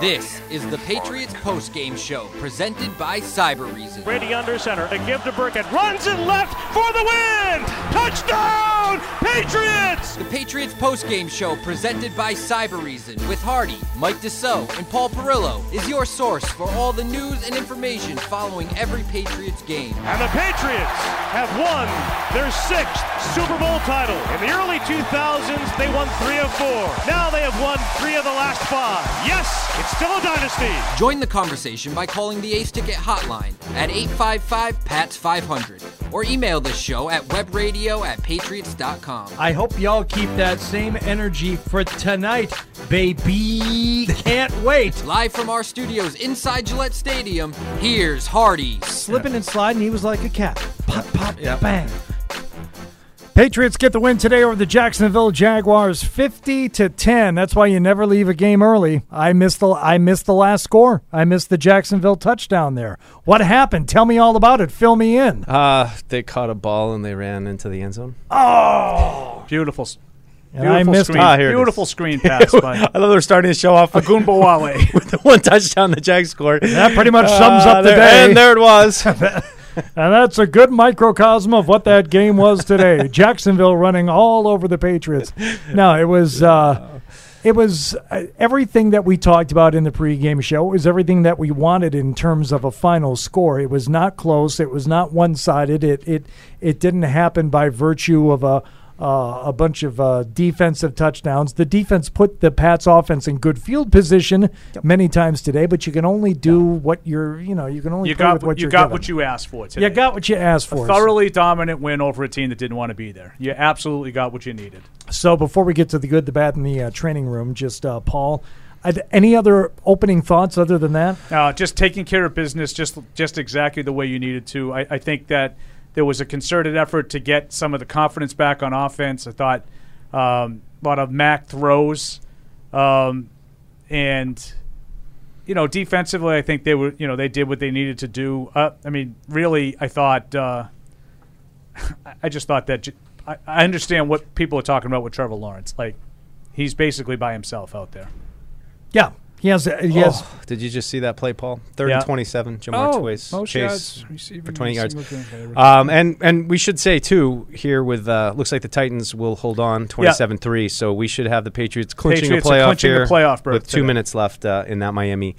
This is the Patriots postgame show presented by Cyber Reason. Brady under center to give to Burkett. Runs and left for the win! Touchdown, Patriots! The Patriots postgame show presented by Cyber Reason with Hardy, Mike Deso, and Paul Perillo is your source for all the news and information following every Patriots game. And the Patriots have won their sixth Super Bowl title. In the early 2000s, they won three of four. Now they have won three of the last five. Yes, it's still a dynasty. Join the conversation by calling the Ace Ticket hotline at 855 PATS 500 or email the show at webradio at patriots.com. I hope y'all keep that same energy for tonight, baby. Can't wait. Live from our studios inside Gillette Stadium, here's Hardy. Slipping and sliding, he was like a cat. Pop, pop, Yeah. bang. Patriots Get the win today over the Jacksonville Jaguars, fifty to ten. That's why you never leave a game early. I missed the I missed the last score. I missed the Jacksonville touchdown there. What happened? Tell me all about it. Fill me in. Uh, they caught a ball and they ran into the end zone. Oh! Beautiful. And I missed. screen. Ah, here it is. Beautiful screen pass by I love they're starting to show off with Agumbo Wale. the one touchdown the Jags scored. That pretty much sums up the Uh, there- day. And there it was. And that's a good microcosm of what that game was today. Jacksonville running all over the Patriots. No, it was uh, it was uh, everything that we talked about in the pregame show. It was everything that we wanted in terms of a final score. It was not close. It was not one sided. It it it didn't happen by virtue of a. Uh, a bunch of uh, defensive touchdowns. The defense put the Pats offense in good field position many times today, but you can only do what you're, you know, you can only You play got with what what you you're got given. what you asked for today. You got what you asked for. thoroughly dominant win over a team that didn't want to be there. You absolutely got what you needed. So before we get to the good, the bad, and the uh, training room, just uh, Paul, I'd, any other opening thoughts other than that? Uh, just taking care of business, just just exactly the way you needed to. I, I think that there was a concerted effort to get some of the confidence back on offense. I thought um, a lot of Mac throws, um, and you know, defensively, I think they were you know they did what they needed to do. Uh, I mean, really, I thought uh, I- I just thought that j- I, I understand what people are talking about with Trevor Lawrence. Like he's basically by himself out there. Yeah, he has. Uh, he has Oh, did you just see that play, Paul? Third and Yeah. 27, Jamar Chase, Chase for 20 yards. Uh, Um, and and we should say too here with uh, looks like the Titans will hold on 27-3, so we should have the Patriots clinching Patriots a are playoff clinching the here playoff berth with two today. minutes left uh, in that Miami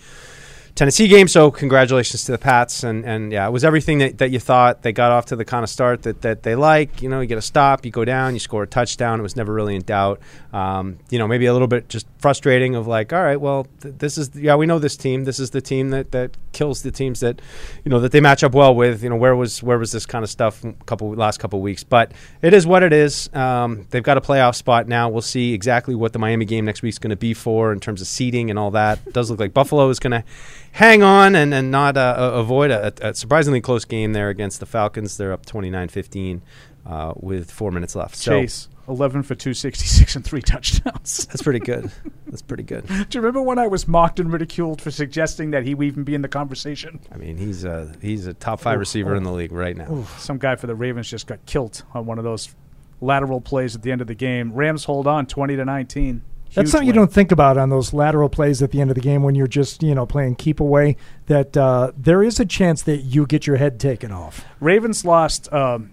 Tennessee game. So congratulations to the Pats and and yeah, it was everything that, that you thought. They got off to the kind of start that, that they like. You know, you get a stop, you go down, you score a touchdown. It was never really in doubt. Um, you know, maybe a little bit just frustrating of like, all right, well, th- this is yeah, we know this team. This is the team that that kills the teams that you know that they match up well with. You know, where was where was this kind of stuff a couple last couple weeks? But it is what it is. Um, they've got a playoff spot now. We'll see exactly what the Miami game next week is going to be for in terms of seeding and all that. It does look like Buffalo is going to hang on and and not uh, uh, avoid a, a surprisingly close game there against the Falcons. They're up 29-15 uh, with four minutes left. So Chase, 11 for 266 and three touchdowns. that's pretty good. That's pretty good. Do you remember when I was mocked and ridiculed for suggesting that he would even be in the conversation? I mean, he's a he's a top five receiver in the league right now. Some guy for the Ravens just got killed on one of those lateral plays at the end of the game. Rams hold on 20 to 19. that's Huge something you win. don't think about on those lateral plays at the end of the game when you're just you know playing keep away. That uh, there is a chance that you get your head taken off. Ravens lost, um,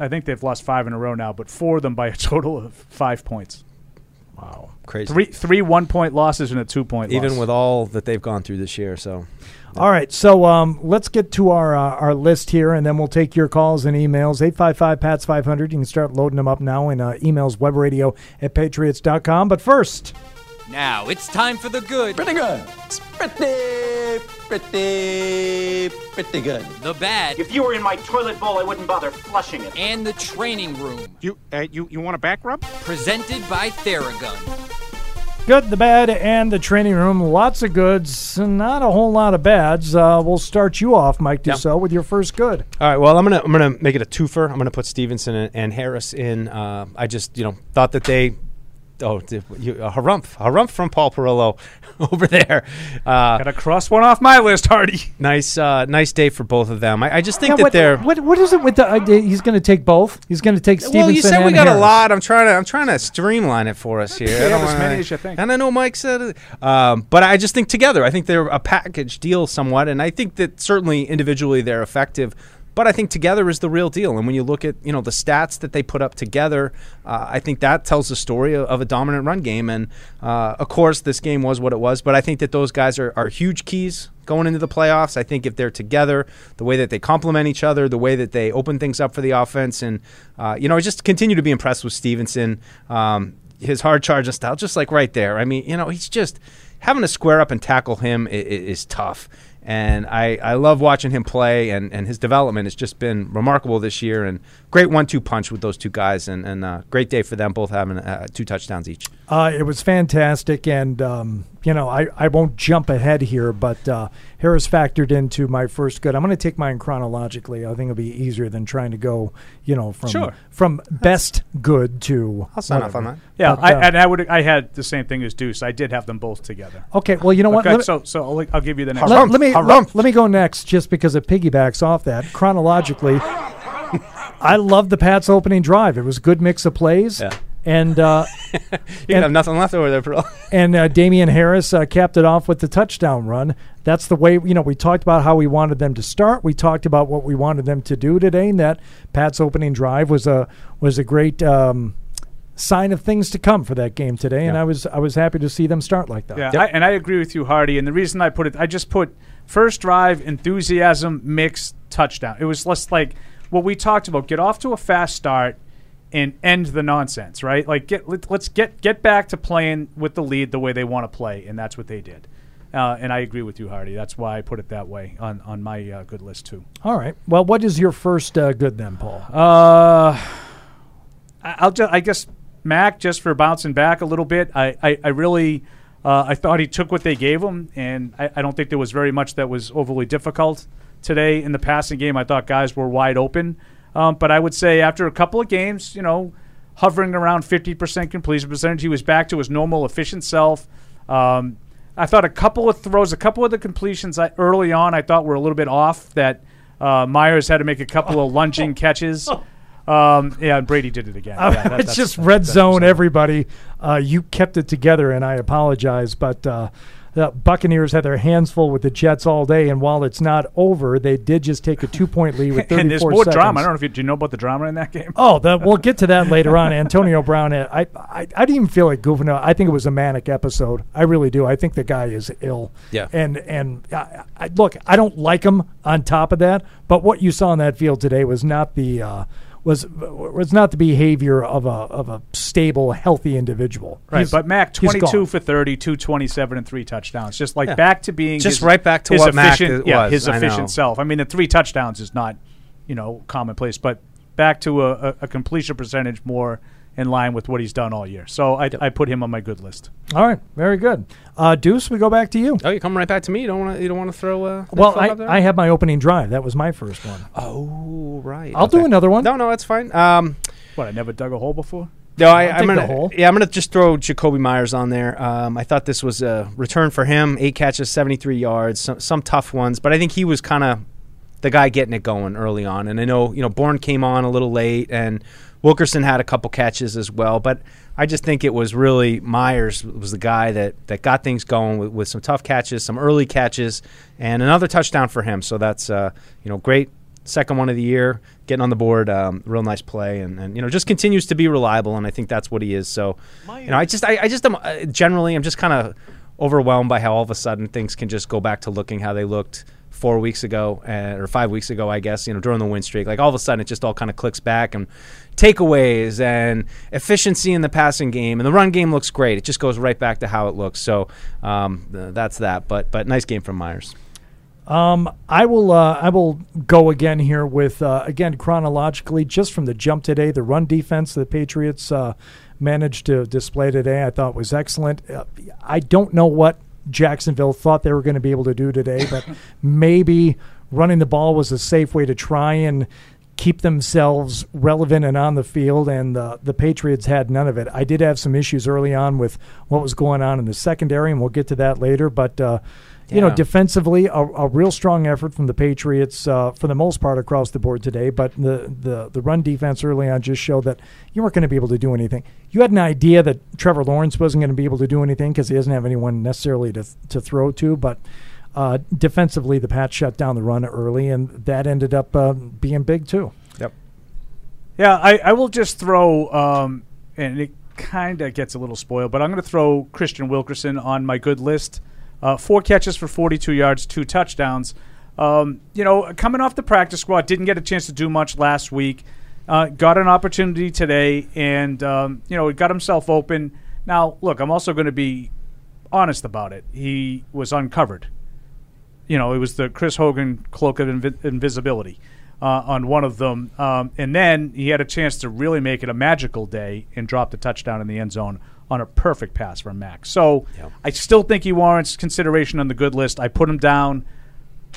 I think they've lost five in a row now, but four of them by a total of five points. Wow. Crazy. Three, three one point losses and a two point even loss. with all that they've gone through this year. So All right, so um, let's get to our uh, our list here, and then we'll take your calls and emails. 855 PATS 500. You can start loading them up now in uh, emails, webradio at patriots.com. But first, Now it's time for the good, pretty good. It's pretty, pretty, pretty good. the bad, If you were in my toilet bowl, I wouldn't bother flushing it. and the training room You, uh, you, you want a back rub? presented by Theragun. Good, the bad, and the training room. Lots of goods, not a whole lot of bads. Uh, we'll start you off, Mike Dussault, with your first good. All right. Well, I'm gonna I'm gonna make it a twofer. I'm gonna put Stevenson and, and Harris in. Uh, I just you know thought that they oh, d- you, a harumph, harumph from Paul Perillo over there. Uh, Gotta cross one off my list, Hardy. nice, uh, nice day for both of them. I, I just think that what, they're. what what is it with the idea? He's going to take both. He's going to take Stevenson. well, you said we and got Harris. a lot. I'm trying to. I'm trying to streamline it for us here. I don't as wanna- many as you think. And I know Mike said, it. um, but I just think together. I think they're a package deal somewhat, and I think that certainly individually they're effective. But I think together is the real deal. And when you look at you know the stats that they put up together, uh, I think that tells the story of, of a dominant run game. And uh, of course, this game was what it was. But I think that those guys are, are huge keys going into the playoffs. I think if they're together, the way that they complement each other, the way that they open things up for the offense, and uh, you know, I just continue to be impressed with Stevenson, um, his hard charging style, just like right there. I mean, you know, he's just having to square up and tackle him is, is tough. And I, I love watching him play, and, and his development has just been remarkable this year. And great one two punch with those two guys, and, and uh, great day for them both having uh, two touchdowns each. Uh, it was fantastic, and um, you know I, I won't jump ahead here, but uh, Harris factored into my first good. I'm going to take mine chronologically. I think it'll be easier than trying to go, you know, from Sure. from best good to. I'll sign off whatever. on that. Yeah, But, I, uh, and I would. I had the same thing as Deuce. I did have them both together. Okay, well you know what? Okay, Let me- so so I'll, I'll give you the next. let, one. let me Harumph. let, let me go next just because it piggybacks off that chronologically. I love the Pats opening drive. It was a good mix of plays. Yeah. And uh, You And- have nothing left over there, bro. and uh, Damian Harris uh, capped it off with the touchdown run. That's the way you know we talked about how we wanted them to start. We talked about what we wanted them to do today, and that Pat's opening drive was a was a great um, sign of things to come for that game today. And I was I was happy to see them start like that. Yeah, I, and I agree with you, Hardy. And the reason I put it, I just put first drive enthusiasm mix touchdown. It was less like what we talked about: get off to a fast start and end the nonsense, right? Like get let, let's get get back to playing with the lead the way they want to play, and that's what they did. Uh, and I agree with you, Hardy. That's why I put it that way on on my uh, good list too. All right. Well, what is your first uh, good then, Paul? Uh, I- I'll just, I guess Mac just for bouncing back a little bit. I, I, I really, uh, I thought he took what they gave him, and I, I don't think there was very much that was overly difficult today in the passing game. I thought guys were wide open, um, but I would say after a couple of games, you know, hovering around fifty percent completion percentage, he was back to his normal efficient self. Um, I thought a couple of throws, a couple of the completions I, early on, I thought were a little bit off. That uh, Myers had to make a couple of lunging catches. Um, yeah, and Brady did it again. Oh, Yeah, that- it's that's- just that- red that's zone, upsetting. everybody. Uh, you kept it together, and I apologize, but uh, the Buccaneers had their hands full with the Jets all day, and while it's not over, they did just take a two point lead with 34 And there's more seconds. drama. I don't know if you do you know about the drama in that game. Oh, the, we'll get to that later on. Antonio Brown, uh, I, I, I didn't even feel like goofing out. I think it was a manic episode. I really do. I think the guy is ill. Yeah. And and I, I, look, I don't like him. On top of that, but what you saw on that field today was not the uh, was was not the behavior of a of a stable, healthy individual. Right, He's- but Mac he's 22 gone. for 30, 227 and three touchdowns. Just like back to being Just his- right back to his what Mac efficient, i- yeah, was, his I efficient know. self. I mean, the three touchdowns is not, you know, commonplace, but back to a, a, a completion percentage more in line with what he's done all year. So I, I put him on my good list. All right, very good. Uh, Deuce, we go back to you. Oh, you come right back to me. You don't want to. You don't want to throw. Uh, that Well, phone up there? I, I had my opening drive. That was my first one. Oh, right. I'll do another one. No, no, that's fine. Um, What, I never dug a hole before? no, I, take I'm the gonna hole. yeah, I'm gonna just throw Jacoby Myers on there. Um, I thought this was a return for him. Eight catches, 73 yards, some, some tough ones, but I think he was kind of the guy getting it going early on. And I know you know Bourne came on a little late, and Wilkerson had a couple catches as well. But I just think it was really Myers was the guy that that got things going with, with some tough catches, some early catches, and another touchdown for him. So that's uh, you know great second one of the year, getting on the board, um, real nice play, and, and you know just continues to be reliable, and I think that's what he is. So, you know, I just I, I just am uh, generally I'm just kind of overwhelmed by how all of a sudden things can just go back to looking how they looked four weeks ago uh, or five weeks ago, I guess. You know, during the win streak, like all of a sudden it just all kind of clicks back and takeaways and efficiency in the passing game and the run game looks great. It just goes right back to how it looks. So um, th- that's that. But but nice game from Myers. Um, I will. Uh, I will go again here with uh, again chronologically, just from the jump today. The run defense the Patriots uh, managed to display today, I thought was excellent. Uh, I don't know what Jacksonville thought they were going to be able to do today, but maybe running the ball was a safe way to try and keep themselves relevant and on the field, and the, the Patriots had none of it. I did have some issues early on with what was going on in the secondary, and we'll get to that later. But, uh, you know, Yeah. defensively, a, a real strong effort from the Patriots uh, for the most part across the board today. But the, the, the run defense early on just showed that you weren't going to be able to do anything. You had an idea that Trevor Lawrence wasn't going to be able to do anything because he doesn't have anyone necessarily to, to throw to, but. Uh, defensively, the Pats shut down the run early, and that ended up uh, being big too. Yeah, I, I will just throw, um, and it kind of gets a little spoiled, but I'm going to throw Christian Wilkerson on my good list. Uh, four catches for 42 yards, two touchdowns. Um, you know, coming off the practice squad, didn't get a chance to do much last week. Uh, got an opportunity today, and um, you know, he got himself open. Now, look, I'm also going to be honest about it. He was uncovered you know, it was the Chris Hogan cloak of invi- invisibility uh, on one of them. Um, and then he had a chance to really make it a magical day and drop the touchdown in the end zone on a perfect pass from Max. So I still think he warrants consideration on the good list. I put him down,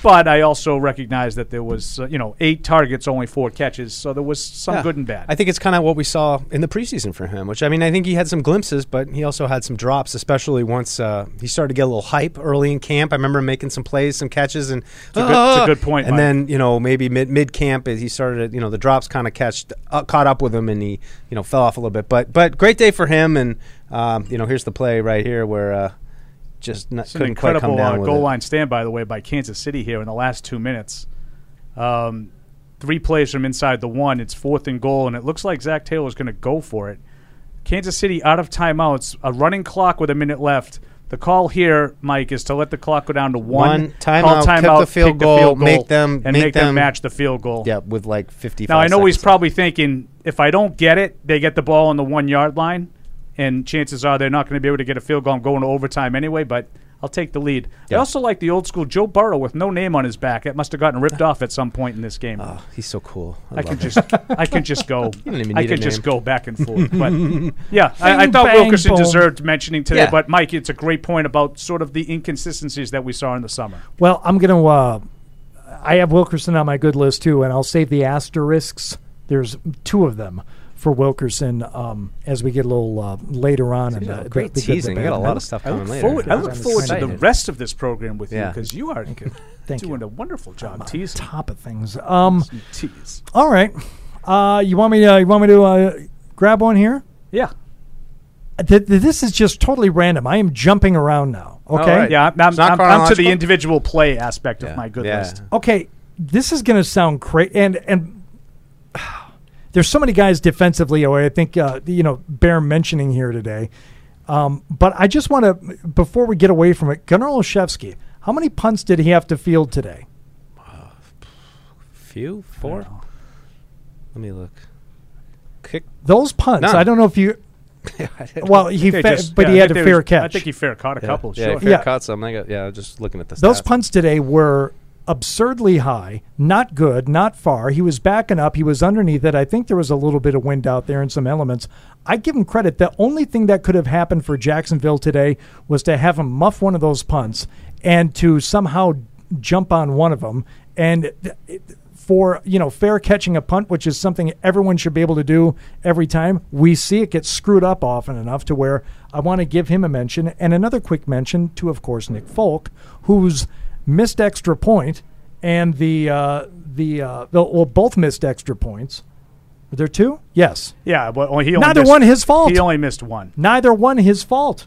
but I also recognize that there was, uh, you know, eight targets, only four catches. So there was some Yeah. good and bad. I think it's kind of what we saw in the preseason for him, which I mean, I think he had some glimpses, but he also had some drops, especially once uh, he started to get a little hype early in camp. I remember him making some plays, some catches, and a good- it's a good point, And Mike. then you know maybe mid mid camp, he started you know the drops kind of catched uh, caught up with him, and he you know fell off a little bit. But but great day for him, and um, you know here's the play right here where uh, just not, It's an couldn't quite come incredible down uh, with goal it. line stand, by the way, by Kansas City here in the last two minutes. Um, three plays from inside the one. It's fourth and goal, and it looks like Zach Taylor's going to go for it. Kansas City out of timeouts, a running clock with a minute left. The call here, Mike, is to let the clock go down to one, One timeout, call kick the timeout, field kick the goal, field goal, make them- and make make them, them- match the field goal. Yeah, with like 55. Now I know seconds. he's probably thinking if I don't get it, they get the ball on the one yard line, and chances are they're not going to be able to get a field goal. I'm going to overtime anyway, but I'll take the lead. I Yeah. also like the old school Joe Burrow with no name on his back. That must have gotten ripped off at some point in this game. Oh, he's so cool. I, I love could him. just, I could just go. don't even I need a could just name. go back and forth. But yeah, I, I Bing, thought bang, Wilkerson boom. deserved mentioning today. Yeah. But Mike, it's a great point about sort of the inconsistencies that we saw in the summer. Well, I'm going to. Uh, I have Wilkerson on my good list too, and I'll save the asterisks. There's two of them for Wilkerson um, as we get a little uh, later on. in the, great the, the good, the teasing. We bad. got a lot of stuff I coming look later. forward. I look I'm forward to the excited. rest of this program with you Yeah. because you are g- Thank doing you. a wonderful job. He's Tease, top of things. Um, tease. all right, uh, you want me? To, you want me to uh, grab one here? Yeah, Th- th- this is just totally random. I am jumping around now. Okay. right. yeah. I'm, It's not I'm, I'm to the chronological? individual play aspect of my good Yeah. list. okay, this is going to sound crazy, and and there's so many guys defensively. who I think uh, you know bear mentioning here today. Um, but I just want to before we get away from it, Gunnar Olszewski. How many punts did he have to field today? few four. Let me look. Kick. Those punts. None. I don't know if you. well, he They fa- just- but yeah, he I had a think they fair was- catch. I think he fair caught a couple. Yeah, Sure. fair Yeah. cuts. I'm like, yeah, just looking at the Those stats. punts today were absurdly high, not good, not far. He was backing up, he was underneath it. I think there was a little bit of wind out there and some elements. I give him credit. The only thing that could have happened for Jacksonville today was to have him muff one of those punts and to somehow jump on one of them and th- it- for you know fair catching a punt which is something everyone should be able to do every time we see it get screwed up often enough to where i want to give him a mention and another quick mention to of course nick folk who's missed extra point and the uh the uh the, well both missed extra points were there two yes Yeah, but only- he only Neither missed- one his fault. He only missed one. neither one his fault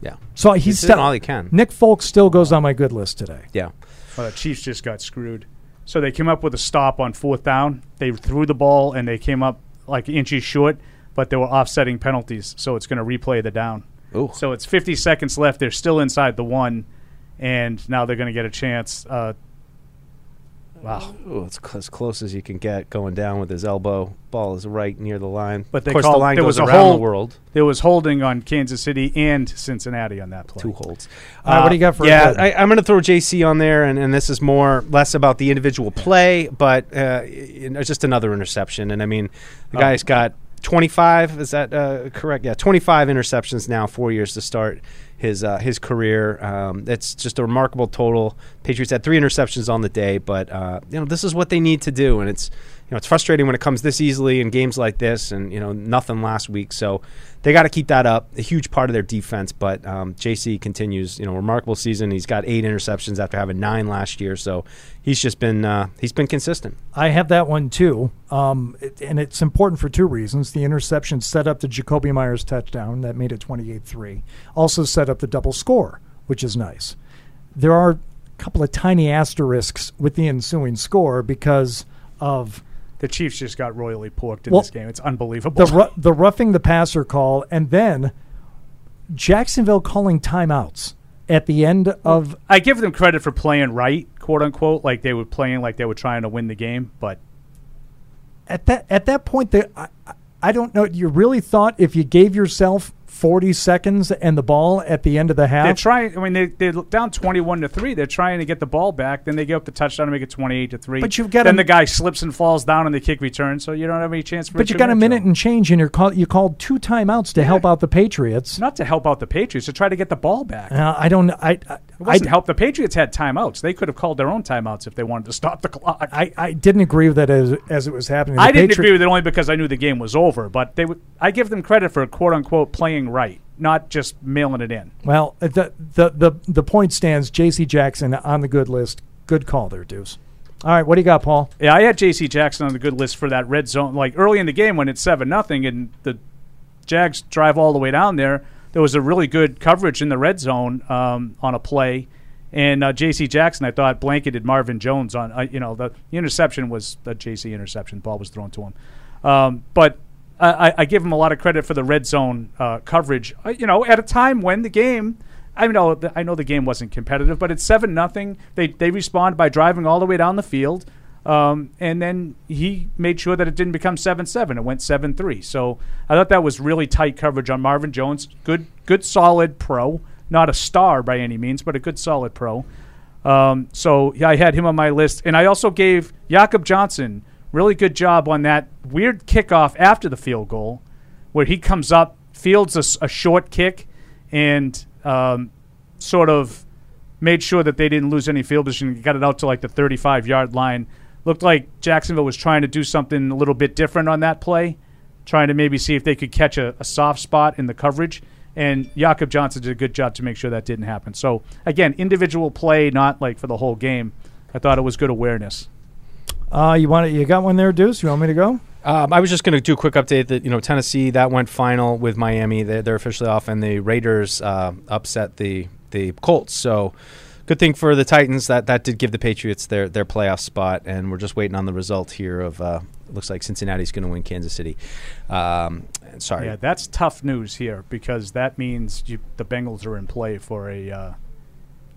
Yeah, so he's He's doing still all he can. nick folk still goes on my good list today yeah. Well, Oh, the Chiefs just got screwed. So they came up with a stop on fourth down. They threw the ball and they came up like inches short, but they were offsetting penalties. So it's going to replay the down. Ooh. So it's 50 seconds left. They're still inside the one, and now they're going to get a chance. Uh, wow. Ah, Ooh, it's cl- as close as you can get going down with his elbow. Ball is right near the line. But they of course, the called- line there goes was a around hole- the world. There was holding on Kansas City and Cincinnati on that play. Two holds. All Uh, right, Uh, what do you got for yeah? Ed? I, I'm going to throw JC on there, and, and this is more less about the individual play, but uh, y- y- just another interception. And I mean, the guy's got 25. Is that uh, correct? Yeah, 25 interceptions now, four years to start his uh, his career. Um, that's just a remarkable total. Patriots had three interceptions on the day, but uh, you know this is what they need to do, and it's know, it's frustrating when it comes this easily in games like this, and you know, nothing last week. So they got to keep that up. A huge part of their defense. But um, JC continues, you know, remarkable season. He's got eight interceptions after having nine last year. So he's just been uh, he's been consistent. I have that one too, um, it- and it's important for two reasons. The interception set up the Jacoby Myers touchdown that made it 28-3. Also set up the double score, which is nice. There are a couple of tiny asterisks with the ensuing score because of The Chiefs just got royally porked in Well, this game. It's unbelievable. the ru- the roughing the passer call, and then Jacksonville calling timeouts at the end of I give them credit for playing right, quote unquote, like they were playing like they were trying to win the game, but at that at that point there I, I- I don't know you really thought if you gave yourself 40 seconds and the ball at the end of the they're half trying. I mean, they, they're down twenty-one to three. They're trying to get the ball back. Then they give up the touchdown to make it twenty-eight to three. But you've got then a- the guy slips and falls down on the kick return, so you don't have any chance. For but you two got a minute minute drill. and change and you're call, you called two timeouts to help out the Patriots not to help out the Patriots to try to get the ball back. Uh, I don't I I, It I wasn't help. The Patriots had timeouts. They could have called their own timeouts if they wanted to stop the clock. I, I, I didn't agree with that as, as it was happening. The didn't Patri- agree with it only because I knew the game was over. But they, would, I give them credit for quote unquote playing right, not just mailing it in. Well, the the the, the point stands. J.C. Jackson on the good list. Good call there, Deuce. All right, what do you got, Paul? Yeah, I had J.C. Jackson on the good list for that red zone. Like early in the game when it's seven nothing and the Jags drive all the way down there, there was a really good coverage in the red zone um, on a play, and uh, J.C. Jackson I thought blanketed Marvin Jones on. Uh, you know the, the interception was the J.C. interception. Ball was thrown to him, um, but. I, I- I give him a lot of credit for the red zone uh, coverage. Uh, you know, at a time when the game I know th- I know the game wasn't competitive, but it's seven nothing. They they respond by driving all the way down the field, um, and then he made sure that it didn't become seven seven. It went seven three. So I thought that was really tight coverage on Marvin Jones. Good good solid pro, not a star by any means, but a good solid pro. Um, so yeah, I had him on my list, and I also gave Jakob Johnson really good job on that weird kickoff after the field goal, where he comes up, fields a s- a, short kick, and um, sort of made sure that they didn't lose any field position. He Got it out to like the 35 yard line. Looked like Jacksonville was trying to do something a little bit different on that play, trying to maybe see if they could catch a, a soft spot in the coverage. And Jakob Johnson did a good job to make sure that didn't happen. So again, individual play, not like for the whole game. I thought it was good awareness. Uh, you want you got one there, Deuce? You want me to go? Um, I was just going to do a quick update that you know Tennessee that went final with Miami. They're, they're officially off, and the Raiders uh, upset the the Colts. So good thing for the Titans that that did give the Patriots their their playoff spot, and we're just waiting on the result here of. Uh, Looks like Cincinnati's going to win Kansas City. Um, sorry, Yeah, that's tough news here because that means you, the Bengals are in play for a. Uh,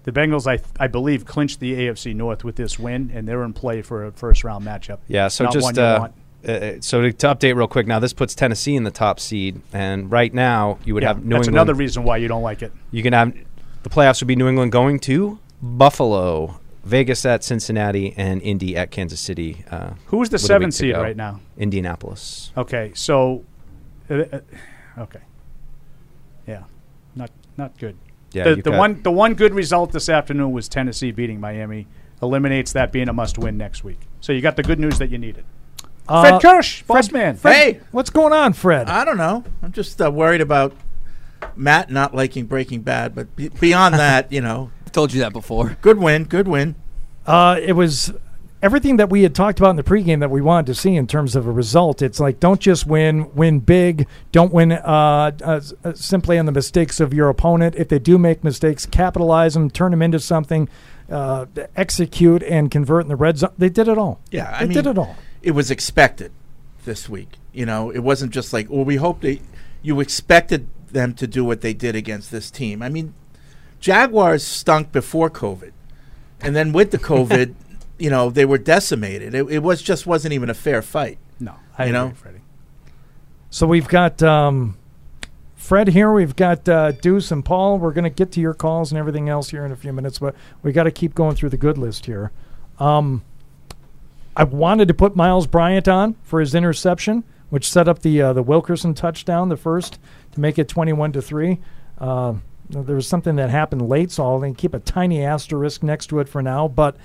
the Bengals, I, I believe, clinched the AFC North with this win, and they're in play for a first round matchup. Yeah, so Not one just you uh, want. uh, so to, to update real quick. Now this puts Tennessee in the top seed, and right now you would yeah, have New that's England. another reason why you don't like it. you can have the playoffs would be New England going to Buffalo, Vegas at Cincinnati, and Indy at Kansas City. Uh, Who's the with a week seventh to seed go. right now? Indianapolis. Okay, so, uh, uh, okay, yeah, not not good. Yeah, the you've the got- one the one good result this afternoon was Tennessee beating Miami, eliminates that being a must win next week. So you got the good news that you needed. Fred Kirsch, boss man. Hey, What's going on, Fred? I don't know. I'm just uh, worried about Matt not liking Breaking Bad, but be- beyond that, you know, I told you that before. good win, good win. Uh, it was everything that we had talked about in the pregame that we wanted to see in terms of a result. It's like don't just win, win big. Don't win uh, uh, s- uh, simply on the mistakes of your opponent. If they do make mistakes, capitalize them, turn them into something, uh, execute and convert in the red zone. They did it all. Yeah, I they mean, did it all. It was expected this week. You know, it wasn't just like, well, we hoped they. You expected them to do what they did against this team. I mean, Jaguars stunk before COVID, and then with the COVID, you know, they were decimated. It, it was just wasn't even a fair fight. No, I You agree, know? Freddie. So we've got um, Fred here. We've got uh, Deuce and Paul. We're going to get to your calls and everything else here in a few minutes, but we got to keep going through the good list here. Um, I wanted to put Miles Bryant on for his interception, which set up the uh, the Wilkerson touchdown, the first to make it twenty-one to three. Uh, There was something that happened late, so I'll keep a tiny asterisk next to it for now. But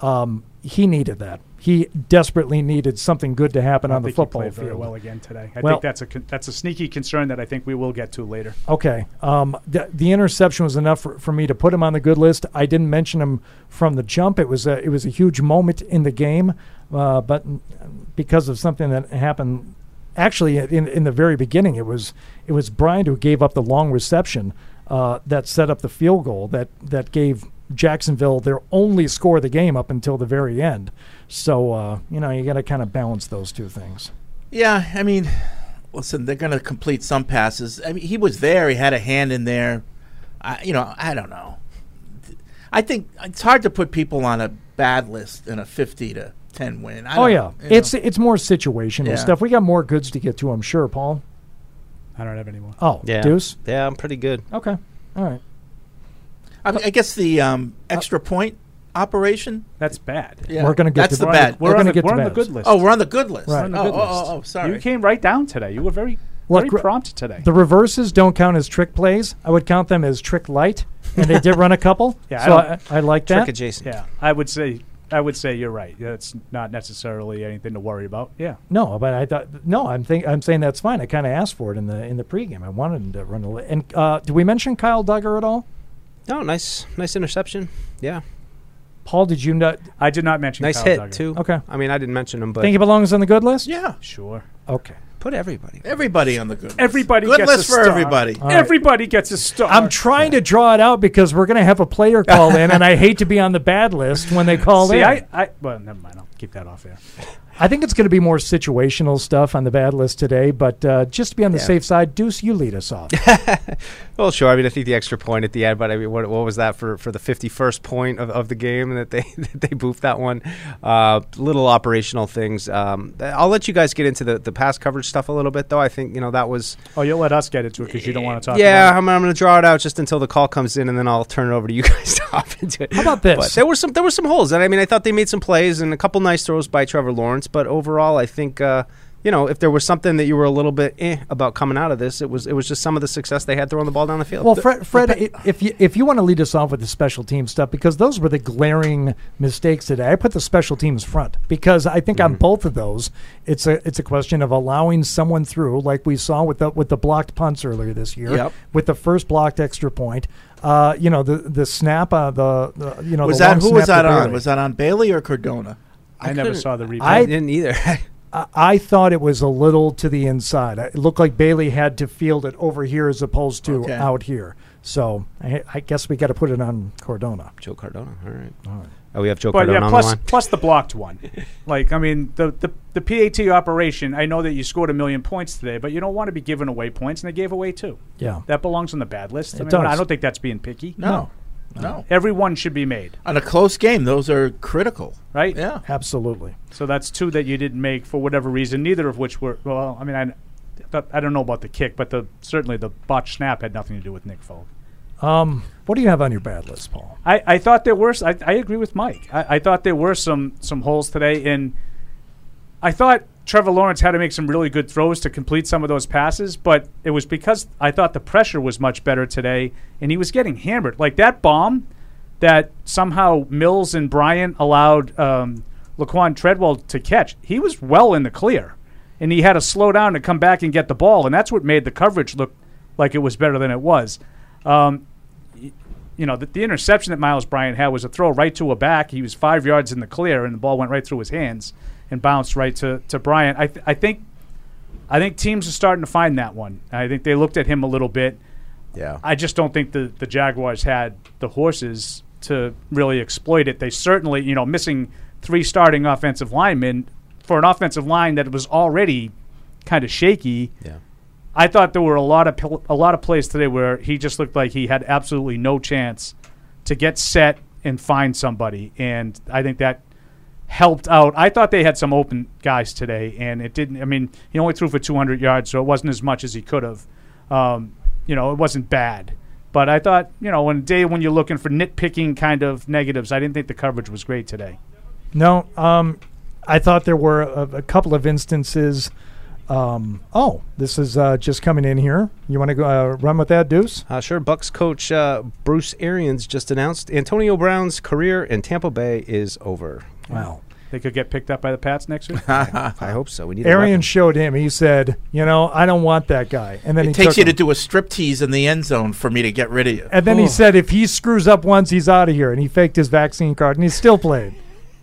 um, he needed that. He desperately needed something good to happen I on the think he football played very field. well again today. I Well- think that's a con- that's a sneaky concern that I think we will get to later. Okay. Um, the, the interception was enough for, for me to put him on the good list. I didn't mention him from the jump. It was a, it was a huge moment in the game, uh, but mm, because of something that happened, actually in, in the very beginning, it was it was Bryant who gave up the long reception uh, that set up the field goal that that gave Jacksonville their only score of the game up until the very end. So uh, you know you got to kind of balance those two things. Yeah, I mean, listen, they're going to complete some passes. I mean, he was there; he had a hand in there. I, you know, I don't know. I think it's hard to put people on a bad list in a fifty to ten win. I oh don't- yeah, you know. it's it's more situational Yeah. stuff. We got more goods to get to, I'm sure, Paul. I don't have any more. Oh, Yeah. Deuce. Yeah, I'm pretty good. Okay, all right. I, mean, I guess the um, extra point operation. That's bad. Yeah. Uh, We're gonna get That's to the bad. bad. We're, on, We're gonna the, get to we're on the bads. good list. Oh, we're on the good list. Right. We're on the Oh, good oh, list. oh, oh, sorry. You came right down today. You were very Look, very re- prompt today. The reverses don't count as trick plays. I would count them as trick light, and they did run a couple. Yeah, I so I, don't- I, like Trick that. adjacent. yeah, I would say I would say you're right. That's not necessarily anything to worry about. Yeah. No, but I thought no. I'm think I'm saying that's fine. I kind of asked for it in the in the pregame. I wanted him to run a. Li- and uh, did we mention Kyle Duggar at all? No, nice, nice interception. Yeah, Paul, did you not I did not mention nice Kyle hit Duggar. too. Okay. I mean, I didn't mention him, but think he belongs on the good list? Yeah, Sure. Okay. put everybody. everybody on the good. list. Everybody Good gets list a for star. everybody. right. Everybody gets a star. I'm trying to draw it out because we're going to have a player call in, and I hate to be on the bad list when they call See, in. I, I well, never mind. I'll keep that off air. I think it's going to be more situational stuff on the bad list today, but uh, just to be on the safe side, Deuce, you lead us off. Well, sure. I mean, I think the extra point at the end, but I mean, what, what was that for, for the 51st point of, of the game that they that they boofed that one? Uh, little operational things. Um, th- I'll let you guys get into the, the pass coverage stuff a little bit, though. I think, you know, that was. Eh, Oh, you'll let us get into it because you don't want to talk. yeah, about I'm, I'm going to draw it out just until the call comes in, and then I'll turn it over to you guys to hop into it. How about this? there were some there were some holes, and I mean, I thought they made some plays and a couple nice throws by Trevor Lawrence, but overall, I think. Uh, you know, if there was something that you were a little bit eh about coming out of this, it was it was just some of the success they had throwing the ball down the field. Well, Fred, Fred i- if you if you want to lead us off with the special team stuff, because those were the glaring mistakes today. I put the special teams front because I think on Mm-hmm. both of those, it's a it's a question of allowing someone through, like we saw with the with the blocked punts earlier this year, Yep. with the first blocked extra point. Uh, you know the the snap, uh, the, the you know Was the that long who was snap that to on? Bailey. Was that on Bailey or Cardona? I, never saw the replay. I I- didn't either. I- I thought it was a little to the inside. It looked like Bailey had to field it over here as opposed to Okay. out here. So I, I guess we got to put it on Cordona. Joe Cardona. All right. Oh, we have Joe but Cardona yeah, on the plus line. plus the blocked one. like I mean, the, the the PAT operation. I know that you scored a million points today, but you don't want to be giving away points, and they gave away two. Yeah. That belongs on the bad list. I, It mean, does. I don't think that's being picky. No, no. Every one should be made, On a close game, those are critical. right? Yeah. Absolutely. So that's two that you didn't make for whatever reason, neither of which were. Well, I mean, I, but I don't know about the kick, but the certainly the botch snap had nothing to do with Nick Folk. Um, what do you have on your bad list, Paul? I, I thought there were. s- I, I agree with Mike. I, I thought there were some some holes today, and I thought Trevor Lawrence had to make some really good throws to complete some of those passes. But it was because I thought the pressure was much better today, and he was getting hammered. Like that bomb that somehow Mills and Bryant allowed um, Laquan Treadwell to catch. He was well in the clear, and he had to slow down to come back and get the ball, and that's what made the coverage look like it was better than it was. Um, you know, the, the interception that Miles Bryant had was a throw right to a back. He was five yards in the clear, and the ball went right through his hands and bounced right to, to Bryant. I, th- I think I think teams are starting to find that one. I think they looked at him a little bit. yeah. I just don't think the, the Jaguars had the horses to really exploit it. They certainly, you know, missing three starting offensive linemen for an offensive line that was already kind of shaky. Yeah. I thought there were a lot of pl- a lot of plays today where he just looked like he had absolutely no chance to get set and find somebody, and I think that helped out. I thought they had some open guys today, and it didn't. I mean, he only threw for 200 yards, so it wasn't as much as he could have. Um, you know, it wasn't bad, but I thought you know, on a day when you're looking for nitpicking kind of negatives, I didn't think the coverage was great today. No, um, I thought there were a, a couple of instances. Um, oh, this is uh, just coming in here. You want to go uh, run with that, Deuce? Uh, sure. Bucks coach uh, Bruce Arians just announced Antonio Brown's career in Tampa Bay is over. Wow. They could get picked up by the Pats next week. I hope so. We Arian showed him. He said, "You know, I don't want that guy." And then it he takes took you him. to do a striptease in the end zone for me to get rid of you. And then Oh. he said, if he screws up once, he's out of here. And he faked his vaccine card, and he still played.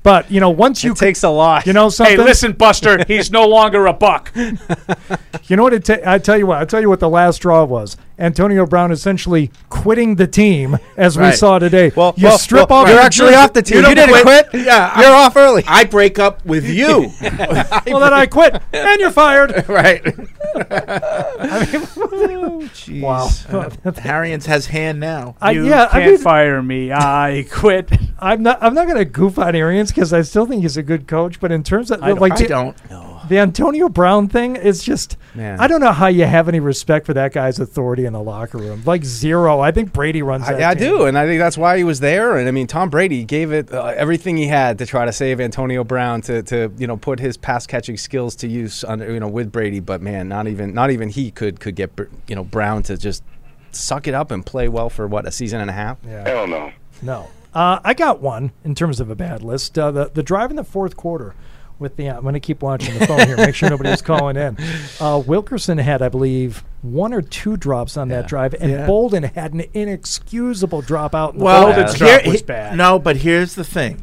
But you know, once you takes a lot. You know something. Hey, listen, Buster, he's no longer a buck. You know what? It ta- I tell you what. I tell you what. The last straw was Antonio Brown essentially quitting the team, as we Right. saw today. Well, you well, strip well, off. you're the actually jersey- off the team. You don't didn't quit. Yeah, You're I, off early. I break up with you. Well, then I quit, and you're fired. right. Wow. Harrians has hand now. I, you yeah, can't I mean, fire me. I quit. I'm not. I'm not going to goof on Arians because I still think he's a good coach. But in terms of like I the- don't. The Antonio Brown thing is just Man. I don't know how you have any respect for that guy's authority in the locker room. Like zero. I think Brady runs that. I, I team. do, and I think that's why he was there. And I mean, Tom Brady gave it uh, everything he had to try to save Antonio Brown to, to you know put his pass catching skills to use under you know with Brady. But man, not even not even he could could get Br- you know Brown to just suck it up and play well for what a season and a half. Hell no. No. Uh, I got one in terms of a bad list. Uh, the the drive in the fourth quarter with the I'm going to keep watching the phone here, make sure nobody's calling in. Uh, Wilkerson had, I believe, one or two drops on that drive, and Yeah. Bolden had an inexcusable drop out. In the Well, fourth. Bolden's drop was bad. No, but here's the thing.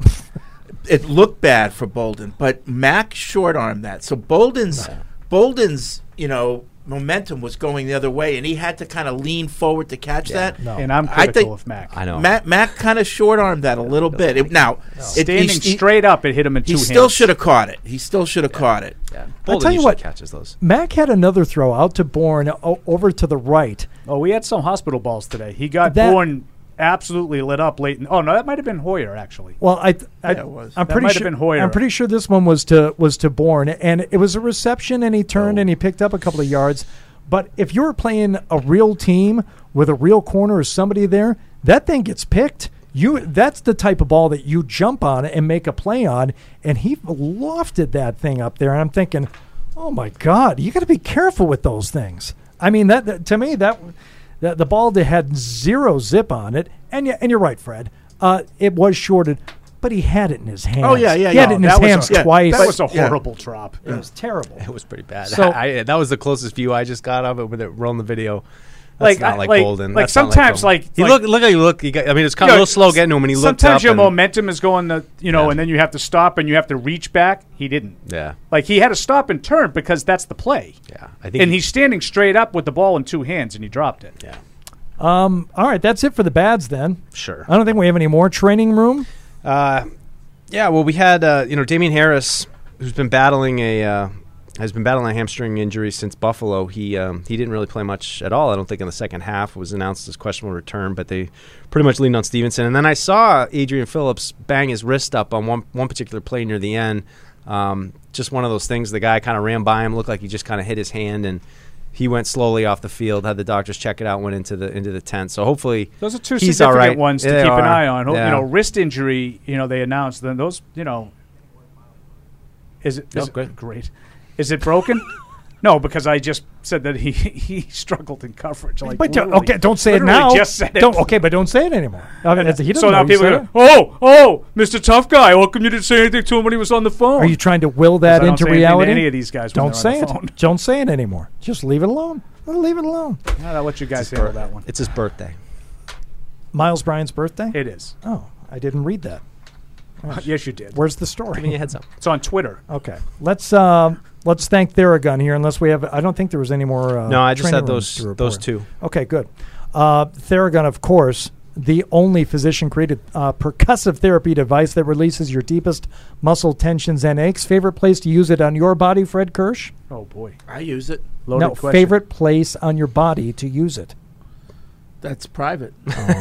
it looked bad for Bolden, but Mac short armed that. So Bolden's Bolden's, you know, momentum was going the other way and he had to kind of lean forward to catch that. no. And I'm I critical think- of Mac. I know. Mac Mac kind of short armed that a little bit. It- now, it, he, Standing he, straight up, it hit him in he two still hands. should have caught it. He still should have caught it. Bolden tell you usually what- catches those. Mac had another throw out to Bourne o- over to the right. Oh, we had some hospital balls today. He got That- Bourne absolutely lit up late. In, oh no, that might have been Hoyer actually. Well, I, th- I Yeah, it was. I'm That pretty might have sure. been Hoyer. I'm pretty sure this one was to was to Bourne, and it was a reception, and he Oh. turned and he picked up a couple of yards. But if you were playing a real team with a real corner or somebody there, that thing gets picked. You that's the type of ball that you jump on and make a play on, and he lofted that thing up there. And I'm thinking, oh my god, you got to be careful with those things. I mean that, that- to me that, that the ball that had zero zip on it, and yeah, and you're right, Fred. Uh, it was shorted, but he had it in his hands. Oh, yeah, yeah, He yeah. had it in No, his that was hands a- yeah, twice. That was a yeah. horrible drop. it was terrible. It was pretty bad. So- I, that was the closest view I just got of it when they rolling the video. That's Like, not I- like, like- Bolden. like That's not sometimes, Bolden. like- he like- look look how you look. He got, I mean, it's kind of a Yeah, little slow getting to him when he looked Sometimes up your and- momentum is going the you know, and then you have to stop and you have to reach back. He didn't. Yeah, Like he had to stop and turn because that's the play. yeah. I think and he- he's standing straight up with the ball in two hands, and he dropped it. yeah, Um, all right, that's it for the bads then. sure. I don't think we have any more training room. Uh, yeah, well, we had uh, you know Damien Harris, who's been battling a uh, has been battling a hamstring injury since Buffalo. He um, he didn't really play much at all. I don't think in the second half was announced as questionable return, but they pretty much leaned on Stevenson. And then I saw Adrian Phillips bang his wrist up on one one particular play near the end. Um, just one of those things. The guy kind of ran by him, looked like he just kind of hit his hand and. He went slowly off the field. Had the doctors check it out. Went into the into the tent. So hopefully, Those are two he's all significant right. ones to They keep are. an eye on. Ho- Yeah. You know, wrist injury. You know, they announced then those. You know, is it, is Oh, it- great. great? Is it broken? no, because I just said that he he struggled in coverage. Like, But don't, literally- okay, don't say it literally now. Just said it. Uh, Don't, okay, but don't say it anymore. I mean, he doesn't so know now you people said are it. going, oh, oh, Mr. Tough Guy, how come you didn't say anything to him when he was on the phone? Are you trying to will 'Cause I that don't into say anything to reality? any of these guys when don't they're on say the it. phone. Don't say it anymore. Just leave it alone. Leave it alone. I'll let you guys handle that one. it's his birthday. Miles Bryan's birthday. It is. Uh, oh, I didn't read that. Yes, you did. Where's the story? Give me a heads up. It's on Twitter. Okay, let's um, let's thank Theragun here. Unless we have, I don't think there was any more. Uh, No, I just training had those rooms to those report. two. Okay, good. Uh, Theragun, of course, the only physician-created uh, percussive therapy device that releases your deepest muscle tensions and aches. Favorite place to use it on your body, Fred Kirsch? Oh boy, I use it. loaded no, question. favorite place on your body to use it. That's private.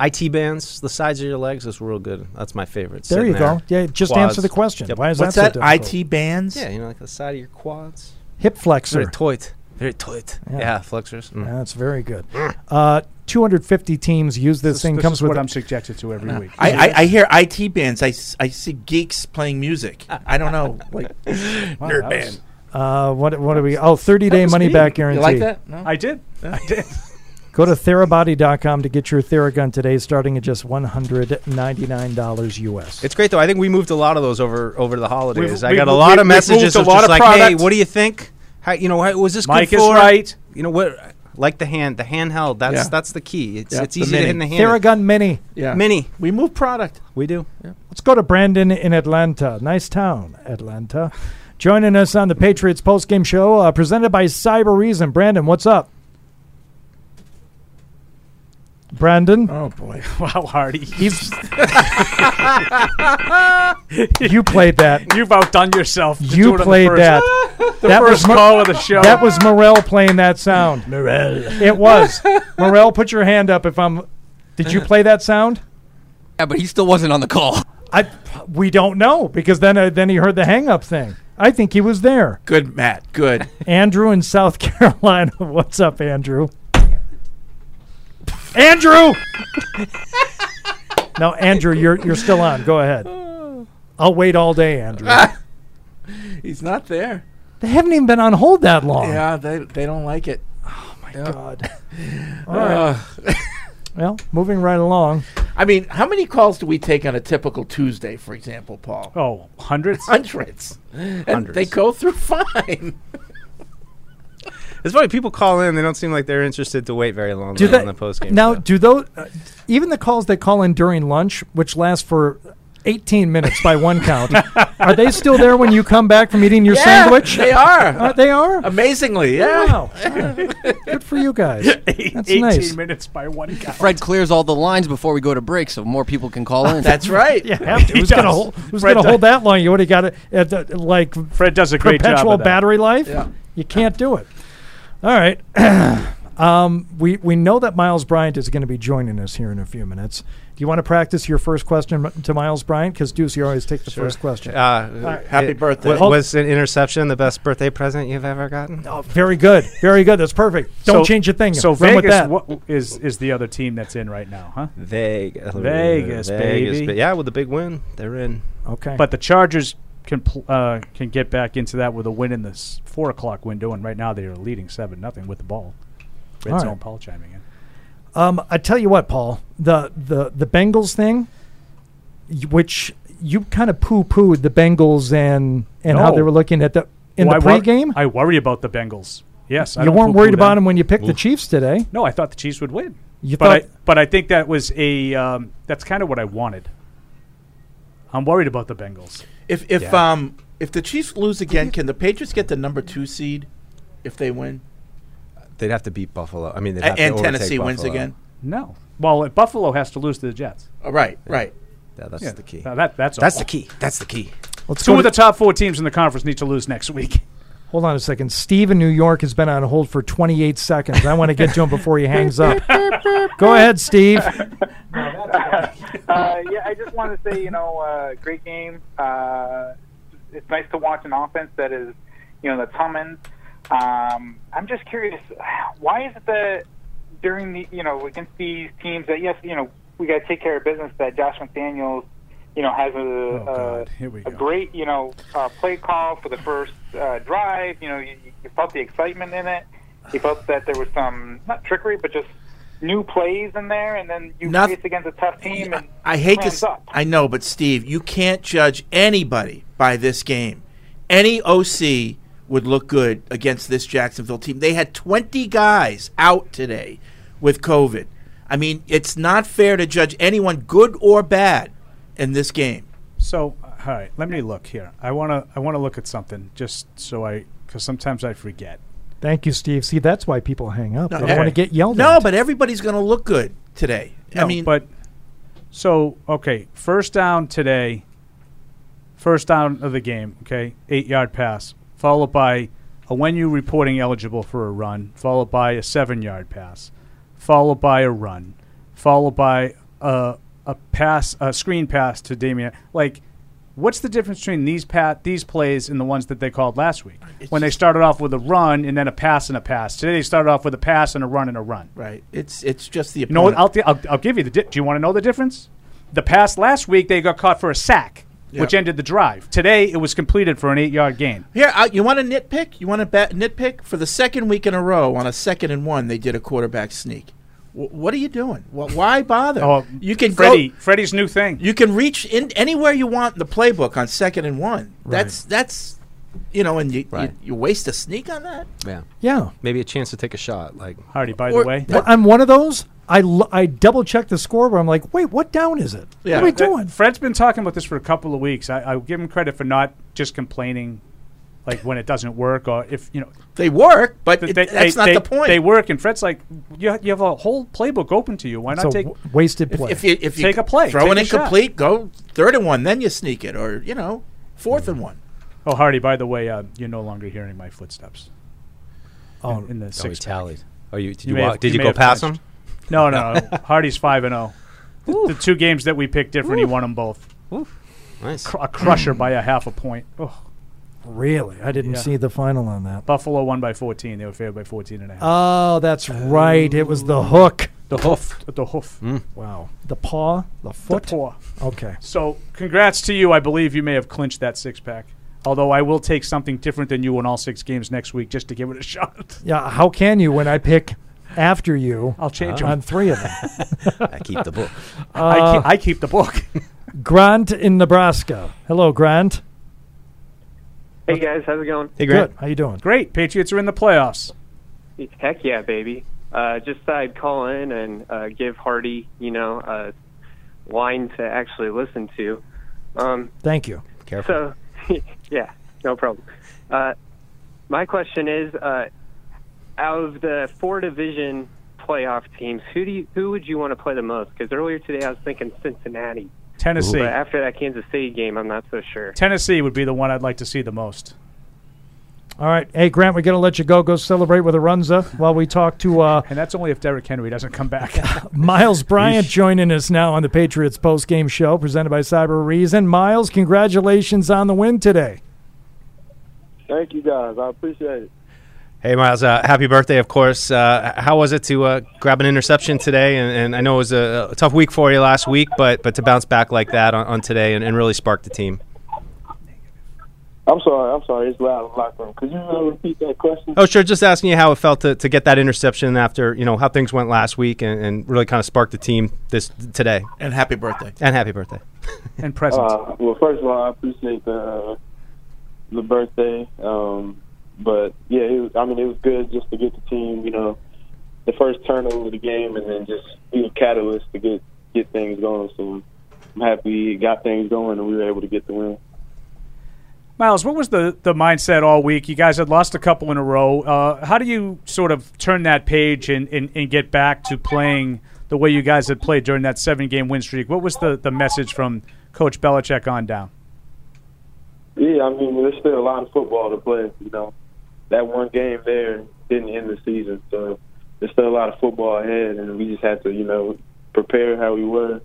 IT bands, the sides of your legs is real good. That's my favorite. There Sitting you go. Yeah, just Quads. answer the question. Yep. Why is What's that? that? so difficult? IT bands? Yeah, you know, like the side of your quads. hip flexor. Very tight. Very tight. Yeah. Yeah, flexors. Mm. Yeah, That's very good. Uh, 250 teams use this, This, thing. this comes is with what a- I'm subjected to every week. I, I, I hear IT bands. I, s- I see geeks playing music. I don't know. Like Wow, nerd that band. was- Uh, what what are we? Oh, 30 day money back guarantee. You like that? No. I did. I did. Go to therabody.com to get your Theragun today, starting at just $199 US. It's great though. I think we moved a lot of those over over the holidays. I we've- got a we've- lot of we've moved messages a of lot just of like, "Hey, products. what do you think? How, you know, how, was this Mike good is for?" right. You know what? Like the hand, the handheld. That's Yeah. that's the key. It's Yeah, it's the easy to hit in the Mini. hand. Theragun Mini. Yeah. Mini. We move product. We do. Let's go to Brandon in Atlanta. Nice town, Atlanta. Joining us on the Patriots postgame show, uh, presented by Cyber Reason. Brandon, what's up? Brandon? Oh, boy. Wow, Hardy. He's. you played that. You've outdone yourself. to do You it on the played first- that. the that first Mo- call of the show. That was Morel playing that sound. Morel. It was. Morel, put your hand up if I'm. Did you play that sound? Yeah, but he still wasn't on the call. I. We don't know because then uh, then he heard the hang up thing. I think he was there. Good, Matt. Good. Andrew in South Carolina. What's up, Andrew? Andrew. no, Andrew, you're you're still on. Go ahead. I'll wait all day, Andrew. He's not there. They haven't even been on hold that long. Yeah, they they don't like it. Oh my god. All right. well, moving right along. I mean, how many calls do we take on a typical Tuesday, for example, Paul? Oh, hundreds? Hundreds. And Hundreds. they go through fine. It's funny. People call in. They don't seem like they're interested to wait very long Do on the that- post game. Now, do those uh, even the calls that call in during lunch, which last for 18 minutes by one count, are they still there when you come back from eating your Yeah, sandwich? They are. Uh, they are. Amazingly, yeah. Wow. Good for you guys. That's 18 nice. minutes by one guy. Fred clears all the lines before we go to break so more people can call in. That's right. Yeah, have to. He Who's going to does. hold? Who's Fred going to hold does. that long? You would have got it at the, like Fred does a great job perpetual of that. battery life. Yeah. You can't do it. All right. um, we we know that Miles Bryant is going to be joining us here in a few minutes. Do you want to practice your first question m- to Miles Bryant? Because Deucey always takes the first question. Uh, Happy it- birthday. wa- Hold- was an interception the best birthday present you've ever gotten? oh, very good, very good. That's perfect. So- Don't change a thing. So Run with Vegas that. wha- is is the other team that's in right now, huh? Vegas, Vegas, baby. but yeah, with the big win, they're in. okay. But the Chargers can pl- uh, can get back into that with a win in this four o'clock window, and right now they are leading seven nothing with the ball. Red All right. zone, Paul chiming in. Um, I tell you what, Paul, the the the Bengals thing, y- which you kind of poo pooed the Bengals and and how No. they were looking at the in Well, the I wor- pregame. I worry about the Bengals. Yes, I you don't weren't poo-poo worried about them. them when you picked the Chiefs today. No, I thought the Chiefs would win. You but thought I, but I think that was a um, that's kind of what I wanted. I'm worried about the Bengals. If if Yeah. um if the Chiefs lose again, can the Patriots get the number two seed if they win? They'd have to beat Buffalo. I mean, they'd A- have to and overtake Tennessee wins Buffalo. again. No, well, if Buffalo has to lose to the Jets. Oh, right, right. Yeah, that's Yeah, the key. now that that's That's all. the key. That's the key. let's Two go of to, the top four teams in the conference need to lose next week. hold on a second. Steve in New York has been on hold for 28 seconds. I want to get to him before he hangs up. Go ahead, Steve. uh, yeah, I just want to say, you know, uh, great game. Uh, it's nice to watch an offense that is, you know, that's humming. Um, I'm just curious, why is it that during the, you know, against these teams that yes, you know, we got to take care of business that Josh McDaniels, you know, has a, Oh, God, a, here we a go. great, you know, uh, play call for the first uh, drive. You know, you, you felt the excitement in it. You felt that there was some not trickery, but just new plays in there, and then you Noth- face against a tough team. And I hate to. Hands s- up. I know, but Steve, you can't judge anybody by this game. Any OC would look good against this Jacksonville team. They had 20 guys out today with COVID. I mean, it's not fair to judge anyone, good or bad, in this game. So, all right, let me look here. I want to I want to look at something just so I cuz sometimes I forget. Thank you, Steve. See, that's why people hang up. they don't Okay. want to get yelled No, at. but everybody's going to look good today. I No, mean, but so okay, first down today. First down of the game, okay? 8-yard pass, followed by a when you reporting eligible for a run, followed by a 7-yard pass, followed by a run, followed by a a pass, a screen pass to Damian. Like What's the difference between these pat these plays and the ones that they called last week? when they started off with a run and then a pass and a pass. Today they started off with a pass and a run and a run. right? It's it's just the You know what? opponent. I'll, th- I'll, I'll give you the. Di- Do you want to know the difference? The pass last week, they got caught for a sack, which Yeah. ended the drive. Today, it was completed for an eight-yard gain. Here, uh, you want a nitpick? You want a ba- nitpick? For the second week in a row, on a second and one, they did a quarterback sneak. Wh- What are you doing? Wh- Why bother? Oh, you can Freddie- go, Freddie's new thing. You can reach in anywhere you want in the playbook on second and one. That's that's you know, and you, Right. you you waste a sneak on that. Yeah. Yeah. Maybe a chance to take a shot. Like Hardy, by the Or- way. Well, I'm one of those. I, l- I double check the score where I'm like, wait, what down is it? What are we That- doing? Fred's been talking about this for a couple of weeks. I, I give him credit for not just complaining, like when it doesn't work or if you know they work, but it- that's not they- the point. They work, and Fred's like, you, ha- you have a whole playbook open to you. Why not So take w- wasted If, if you if you take a play, throw take an a shot. incomplete, go third and one, then you sneak it, or you know, fourth and one. Oh, Hardy, by the way, uh, you're no longer hearing my footsteps. Oh, in, in the oh, he six tallied. Oh, you did you, may walk, have- did you, may go have past flinched. him? No, no. no. Hardy's five and zero. The, the two games that we picked different, he won them both. Nice. a crusher by a half a point. Oh. Really? I didn't Yeah. see the final on that. Buffalo won by 14. They were favored by 14 and a half. Oh, that's right. It was the hook. The hoof. Hmm. The hoof. Oh. Wow. The paw? The foot? paw. Okay. So, congrats to you. I believe you may have clinched that six pack. Although I will take something different than you in all six games next week just to give it a shot. Yeah, how can you when I pick after you? I'll change 'em. on three of them. I keep the book. I, Uh, keep, I keep the book. Grant in Nebraska. Hello, Grant. Hey guys, how's it going? Good. How you doing? Great. Patriots are in the playoffs. Heck yeah, baby. Uh, just thought I'd call in and uh, give Hardy, you know, uh, wine to actually listen to. Um, Thank you. Careful. So, yeah, no problem. Uh, my question is, uh, out of the four division playoff teams, who do you, who would you want to play the most? Because earlier today I was thinking Cincinnati, Tennessee. but after that Kansas City game, I'm not so sure. Tennessee would be the one I'd like to see the most. All right. Hey, Grant, we're going to let you go. Go celebrate with a runza while we talk to uh, And that's only if Derrick Henry doesn't come back. Miles Bryant joining us now on the Patriots postgame show presented by Cyber Reason. Miles, congratulations on the win today. Thank you guys. I appreciate it. Hey Miles, uh, happy birthday! Of course. Uh, h- how was it to uh, grab an interception today? And, and I know it was a, a tough week for you last week, but but to bounce back like that on, on today and, and really spark the team. I'm sorry. I'm sorry. It's loud in the locker room. Could you uh, repeat that question? Oh, sure. Just asking you how it felt to, to get that interception after you know how things went last week and, and really kind of spark the team this today. And happy birthday. And happy birthday. and present. Uh, well, first of all, I appreciate the uh, the birthday. Um, but yeah, it was, I mean, it was good just to get the team. You know, the first turnover of the game, and then just be a catalyst to get get things going. So I'm happy it got things going, and we were able to get the win. Miles, what was the, the mindset all week? You guys had lost a couple in a row. Uh, how do you sort of turn that page and, and, and get back to playing the way you guys had played during that seven game win streak? What was the, the message from Coach Belichick on down? Yeah, I mean, there's still a lot of football to play. You know, that one game there didn't end the season, so there's still a lot of football ahead, and we just had to, you know, prepare how we were,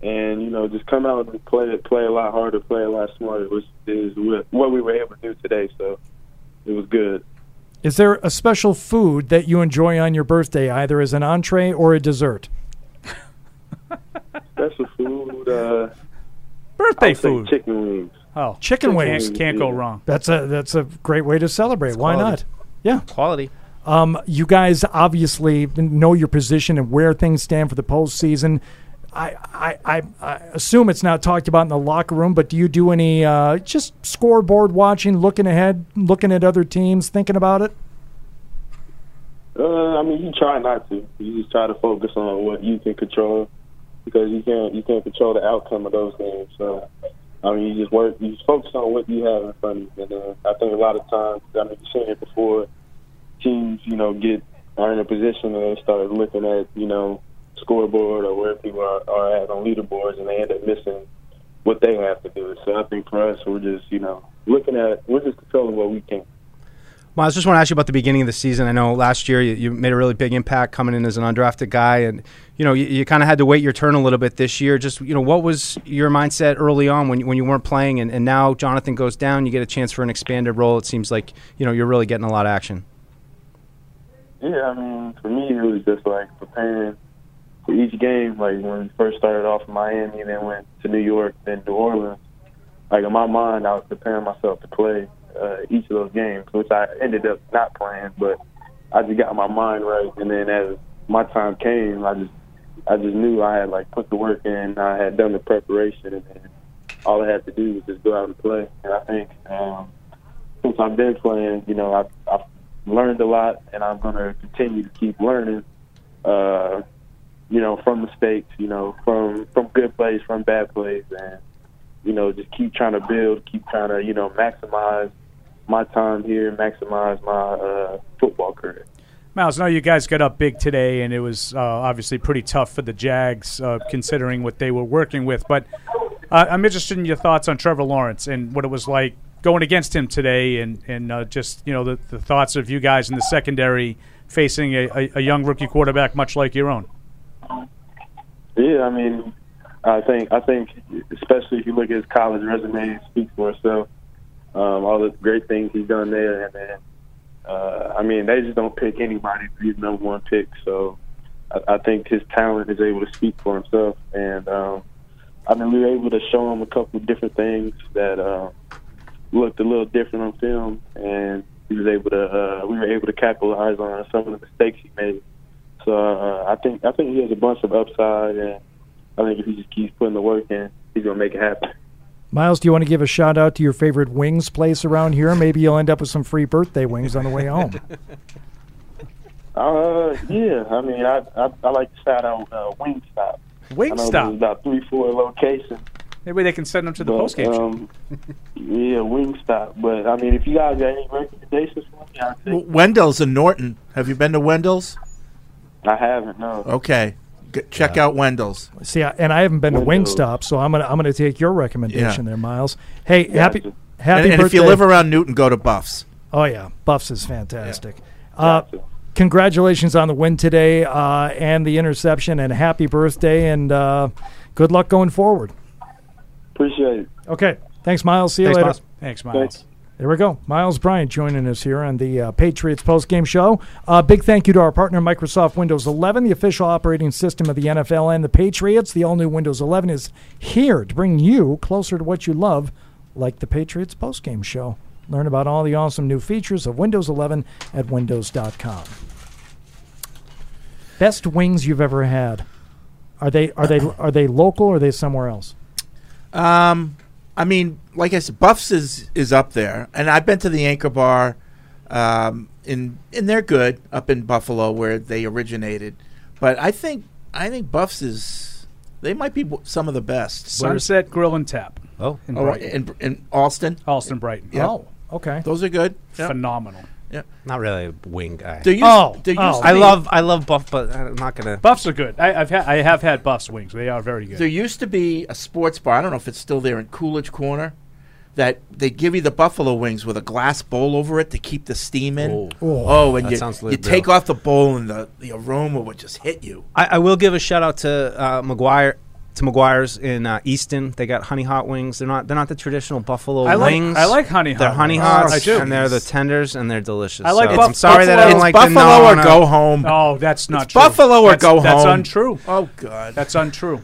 and you know, just come out and play play a lot harder, play a lot smarter, which is what what we were able to do today. So it was good. Is there a special food that you enjoy on your birthday, either as an entree or a dessert? Special food, uh, birthday food, chicken wings. Oh, Chicken wings. Can't, can't go wrong. That's a that's a great way to celebrate. Why quality. not? Yeah, quality. Um, you guys obviously know your position and where things stand for the postseason. I, I, I, I assume it's not talked about in the locker room, but do you do any uh, just scoreboard watching, looking ahead, looking at other teams, thinking about it? Uh, I mean, you try not to. You just try to focus on what you can control because you can't you can't control the outcome of those games. So, I mean, you just work. You just focus on what you have in front of you. And uh, I think a lot of times, I mean, you've seen it before. Teams, you know, get are in a position and they start looking at you know scoreboard or where people are, are at on leaderboards, and they end up missing what they have to do. So, I think for us, we're just you know looking at we're just controlling what we can Miles, just want to ask you about the beginning of the season. I know last year you, you made a really big impact coming in as an undrafted guy, and you know you, you kind of had to wait your turn a little bit this year. Just you know, what was your mindset early on when you- when you weren't playing, and, and now Jonathan goes down, you get a chance for an expanded role. It seems like you know you're really getting a lot of action. Yeah, I mean, for me, it was just like preparing for each game. Like when we first started off in Miami, then went to New York, then New Orleans. Like in my mind, I was preparing myself to play uh, each of those games, which I ended up not playing, but I just got my mind right. And then as my time came, I just I just knew I had like put the work in, I had done the preparation, and then all I had to do was just go out and play. And I think um, since I've been playing, you know, I've, I've learned a lot, and I'm going to continue to keep learning. Uh, you know, from mistakes, you know, from from good plays, from bad plays, and you know, just keep trying to build, keep trying to you know maximize my time here, maximize my uh, football career. Miles, I know you guys got up big today, and it was uh, obviously pretty tough for the Jags, uh, considering what they were working with. But uh, I'm interested in your thoughts on Trevor Lawrence and what it was like going against him today, and and uh, just you know the, the thoughts of you guys in the secondary facing a, a, a young rookie quarterback much like your own. Yeah, I mean, I think I think especially if you look at his college resume, it speaks for itself. Um, all the great things he's done there, and then uh, I mean, they just don't pick anybody to be the number one pick. So I, I think his talent is able to speak for himself, and um, I mean, we were able to show him a couple of different things that uh, looked a little different on film, and he was able to uh, we were able to capitalize on some of the mistakes he made. So uh, I think I think he has a bunch of upside, and I think if he just keeps putting the work in, he's gonna make it happen. Miles, do you want to give a shout out to your favorite wings place around here? Maybe you'll end up with some free birthday wings on the way home. Uh, yeah. I mean, I I, I like to shout out uh, Wingstop. I know Wingstop. there's about three, four locations. Maybe they can send them to the But, post game. um, yeah, Wingstop. But I mean, if you guys got any recommendations for me, I W- Wendell's in Norton. Have you been to Wendell's? I haven't. No. Okay, G- check out Wendell's. See, I- and I haven't been to Windows. Wingstop, so I'm gonna I'm gonna take your recommendation there, Miles. Hey, happy happy and, birthday! and if you live around Newton, go to Buffs. Oh yeah, Buffs is fantastic. Uh, congratulations on the win today uh, and the interception, and happy birthday, and uh, good luck going forward. Appreciate it. Okay, thanks, Miles. See you Thanks, later. Miles. Thanks, Miles. Thanks. There we go. Miles Bryant joining us here on the uh, Patriots postgame show. Uh, big thank you to our partner, Microsoft Windows 11, the official operating system of the NFL and the Patriots. The all new Windows 11 is here to bring you closer to what you love, like the Patriots postgame show. Learn about all the awesome new features of Windows 11 at Windows.com. Best wings you've ever had? Are they are they are they local or are they somewhere else? Um, I mean, like I said, Buffs is is up there, and I've been to the Anchor Bar, um, in and they're good up in Buffalo where they originated, but I think I think Buffs is they might be w- some of the best. Sunset Grill and Tap. Oh, in Oh, Brighton. in, in Alston, Alston, Brighton. Yeah. Oh, okay. those are good. Phenomenal. Yeah. Not really a wing guy. There used- Oh, there used oh. to I be- love I love Buff, but I'm not gonna. Buffs are good. I, I've had I have had Buffs wings. They are very good. There used to be a sports bar. I don't know if it's still there in Coolidge Corner. That they give you the buffalo wings with a glass bowl over it to keep the steam in. Oh. oh and That you, sounds you lit, bro. take off the bowl and the, the aroma would just hit you. I, I will give a shout out to uh, McGuire to McGuire's in uh, Easton. They got honey hot wings. They're not they're not the traditional buffalo I like- wings. I like honey hot They're honey wings. Oh, hots. I do. and they're the tenders and they're delicious. I like So Buff- I'm sorry that I Buffalo- don't like the Buffalo no, or no. go home. No, that's not true. Buffalo or That's- go that's home. untrue. Oh God, that's untrue.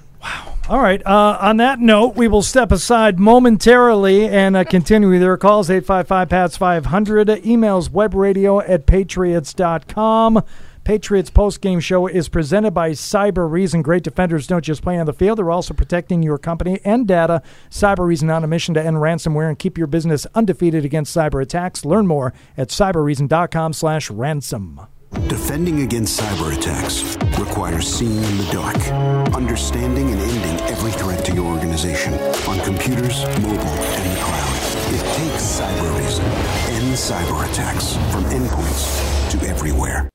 All right. Uh, on that note, we will step aside momentarily and uh, continue with your calls 855 PATS 500, emails webradio at patriots.com. Patriots postgame show is presented by Cyber Reason. Great defenders don't just play on the field, they're also protecting your company and data. Cyber Reason on a mission to end ransomware and keep your business undefeated against cyber attacks. Learn more at cyberreason.com slash ransom. Defending against cyber attacks requires seeing in the dark, understanding and ending every threat to your organization on computers, mobile, and the cloud. It takes cyber reason. End cyber attacks from endpoints to everywhere.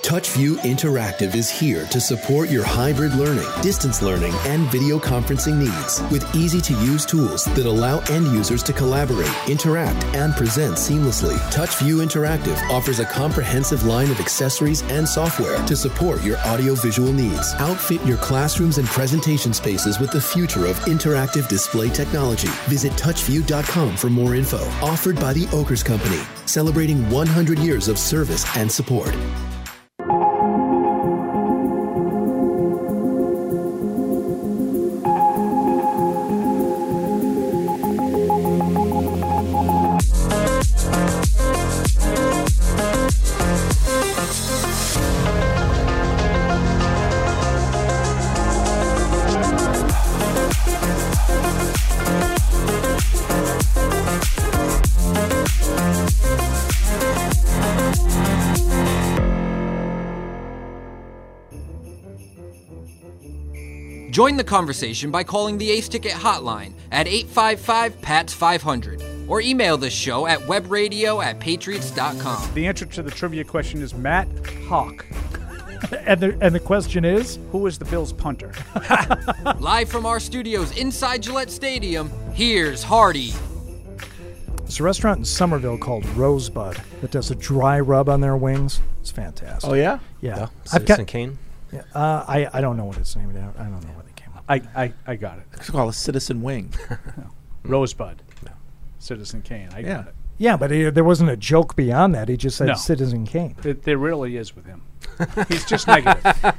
TouchView Interactive is here to support your hybrid learning, distance learning, and video conferencing needs with easy to use tools that allow end users to collaborate, interact, and present seamlessly. TouchView Interactive offers a comprehensive line of accessories and software to support your audio visual needs. Outfit your classrooms and presentation spaces with the future of interactive display technology. Visit touchview.com for more info. Offered by the Okers Company, celebrating 100 years of service and support. Join the conversation by calling the Ace Ticket hotline at 855 PATS 500 or email this show at webradio at patriots.com. The answer to the trivia question is Matt Hawk. and the and the question is, who is the Bills punter? Live from our studios inside Gillette Stadium, here's Hardy. It's a restaurant in Somerville called Rosebud that does a dry rub on their wings. It's fantastic. Oh, yeah? yeah. Yeah. I've got- Citizen Kane? Yeah, uh, I I don't know what it's named. after. I don't know what it came. up. I, I, I got it. It's called a citizen wing. Rosebud. Citizen Kane. I got it. Yeah, but uh, there wasn't a joke beyond that. He just said No. Citizen Kane. There, there really is with him. He's just negative.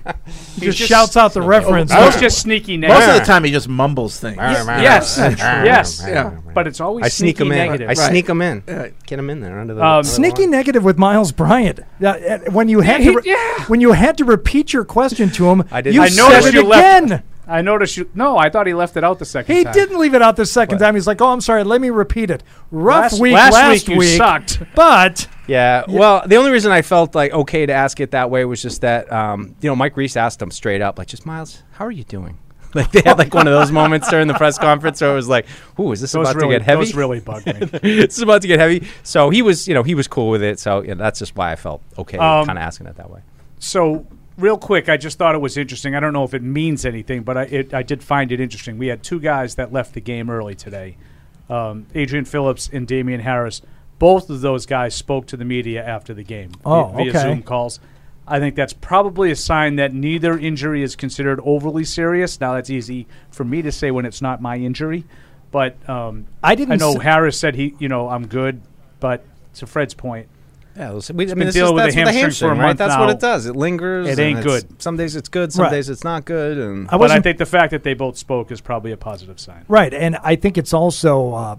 He He's just shouts out the reference. Oh, he's just sneaky negative. Most of the time, he just mumbles things. Yes, yes, but it's always I sneak sneaky him in. negative. I Right. sneak him in. Yeah. Get him in there under the. Um, under the Sneaky negative with Miles Bryant. Uh, uh, when you had to re- when you had to repeat your question to him, I you said it again. left. I noticed you. No, I thought he left it out the second He time. didn't leave it out the second time. He's like, "Oh, I'm sorry. Let me repeat it. Rough Last- week. last Last, week you sucked. But Yeah. Well, the only reason I felt like okay to ask it that way was just that um, you know Mike Reese asked him straight up, like, just Miles, how are you doing? Like they had like one of those moments during the press conference where it was like, "Ooh, is this Those about really- to get heavy?" those really bugged me. it's about to get heavy. So he was, you know, he was cool with it. So yeah, that's just why I felt okay, Um, kind of asking it that way. So, real quick, I just thought it was interesting. I don't know if it means anything, but I, it, I did find it interesting. We had two guys that left the game early today um, Adrian Phillips and Damian Harris. Both of those guys spoke to the media after the game Oh, via, via okay. Zoom calls. I think that's probably a sign that neither injury is considered overly serious. Now, that's easy for me to say when it's not my injury, but um, I didn't I know s- Harris said he, you know, I'm good, but to Fred's point, Yeah, those- he's we- I mean, been this is- dealing with that's a what the hamstring, for a hamstring, right? month That's what now. it does. It lingers It and ain't it's- good. Some days it's good. Some Right. days it's not good. And I but I wasn't- think the fact that they both spoke is probably a positive sign. Right, and I think it's also uh,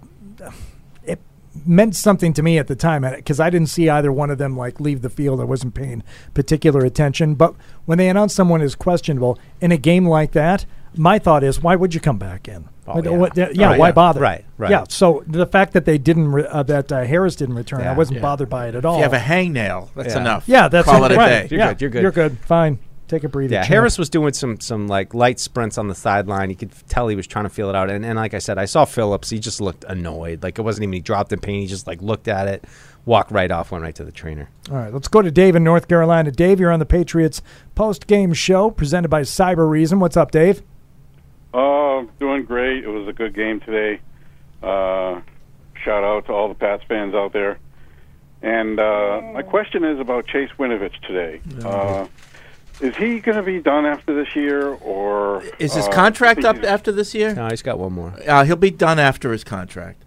it meant something to me at the time because I didn't see either one of them like leave the field. I wasn't paying particular attention, but when they announce someone is questionable in a game like that, my thought is, why would you come back in? Oh, What- what- yeah, Right, why yeah. bother? Right, right. Yeah, so the fact that they didn't re- uh, that uh, Harris didn't return, I Yeah. wasn't Yeah. bothered by it at If all. you have a hangnail, that's Yeah. enough. Yeah, that's Call it a right. day. You're yeah, good, you're good. You're good. Fine. Take a breather. Yeah, champ. Harris was doing some some like light sprints on the sideline. You could f- tell he was trying to feel it out. And, and like I said, I saw Phillips. He just looked annoyed. Like it wasn't even he dropped in pain. He just like looked at it, walked right off, went right to the trainer. All right, let's go to Dave in North Carolina. Dave, you're on the Patriots post game show presented by Cyber Reason. What's up, Dave? Oh, doing great. It was a good game today. Uh, shout out to all the Pats fans out there. And uh, my question is about Chase Winovich today. Uh, is he going to be done after this year, or Is his uh, contract up after this year? No, he's got one more. Uh, he'll be done after his contract.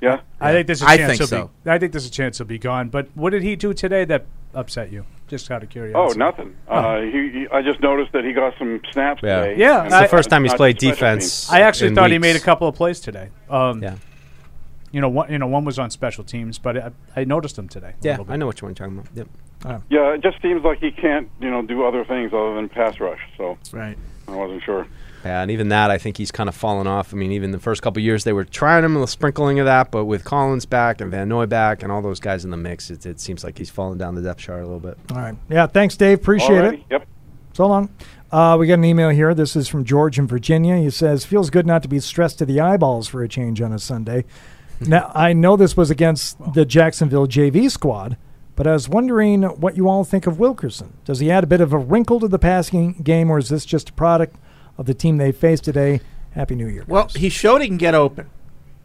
Yeah, I think there's a I chance think he'll so. be. I think there's a chance he'll be gone. But what did he do today that upset you? Just out of Oh, curiosity. nothing. Uh, he, he, I just noticed that he got some snaps Yeah. today. Yeah, And It's the not- first time he's not played special teams. defense. I actually in thought he weeks. made a couple of plays today. Um, Yeah. You know, one, you know, one was on special teams, but I, I noticed him today. Yeah, I know what you want to talk about. Yep. Yeah, it just seems like he can't, you know, do other things other than pass rush. So right, I wasn't sure. Yeah, and even that, I think he's kind of fallen off. I mean, even the first couple years, they were trying him with a sprinkling of that, but with Collins back and Van Noy back and all those guys in the mix, it, it seems like he's fallen down the depth chart a little bit. All right. Yeah, thanks, Dave. Appreciate it. Alrighty, Yep. So long. Uh, we got an email here. This is from George in Virginia. He says, Feels good not to be stressed to the eyeballs for a change on a Sunday. now, I know this was against the Jacksonville JV squad, but I was wondering what you all think of Wilkerson. Does he add a bit of a wrinkle to the passing game, or is this just a product of the team they faced today? Happy New Year. Well, he showed he can get open.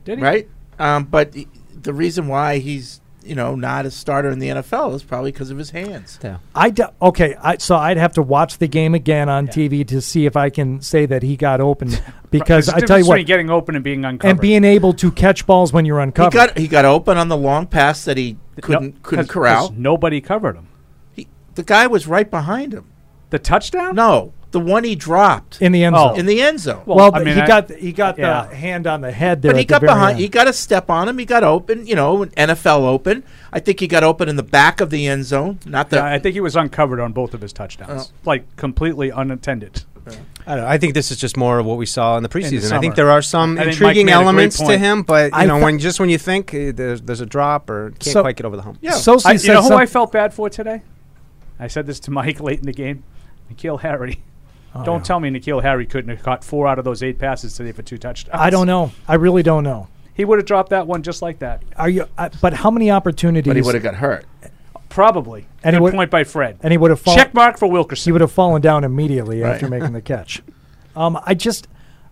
Did he? Right? Um, but the- the reason why he's, you know, not a starter in the NFL is probably because of his hands. Yeah. I do, okay, I, so I'd have to watch the game again on TV to see if I can say that he got open because There's a I tell you difference what, between getting open and being uncovered. and being able to catch balls when you're He uncovered. got he got open on the long pass that he couldn't couldn't 'cause- 'cause corral. Nobody covered him. He, the guy was right behind him. The touchdown? No, the one he dropped In the end Oh. zone. In the end zone. Well, Well, I mean, he I- got the- he got the yeah. hand on the head there But he at the got very behind. end. He got a step on him. He got open. You know, NFL open. I think he got open in the back of the end zone. Not the. Yeah, I think he was uncovered on both of his Oh. touchdowns, like completely unattended. I, don't know, I think this is just more of what we saw in the preseason. the I think summer. there are some I think Mike intriguing made a great elements to point. him, but you I know, thought- when just when you think uh, there's, there's a drop or can't So- quite get over the hump. I, you know who I felt bad for today? I said this to Mike late in the game. Nikhil Harry. Oh, don't tell me Nikhil Harry couldn't have caught four out of those eight passes today for two touchdowns. I don't know. I really don't know. He would have dropped that one just like that. Are you? Uh, but how many opportunities? hurt. Probably. And he Good would- point by Fred. And he would have fallen. Check mark for Wilkerson. He would have fallen down immediately Right. after making the catch. Um, I just,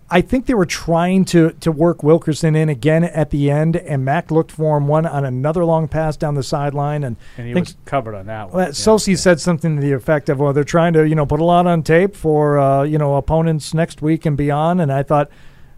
I think they were trying to to work Wilkerson in again at the end, and Mack looked for him one on another long pass down the sideline, and And he think- was covered on that one. Well, Sosi said something to the effect of, "Well, they're trying to, you know, put a lot on tape for, uh, you know, opponents next week and beyond." And I thought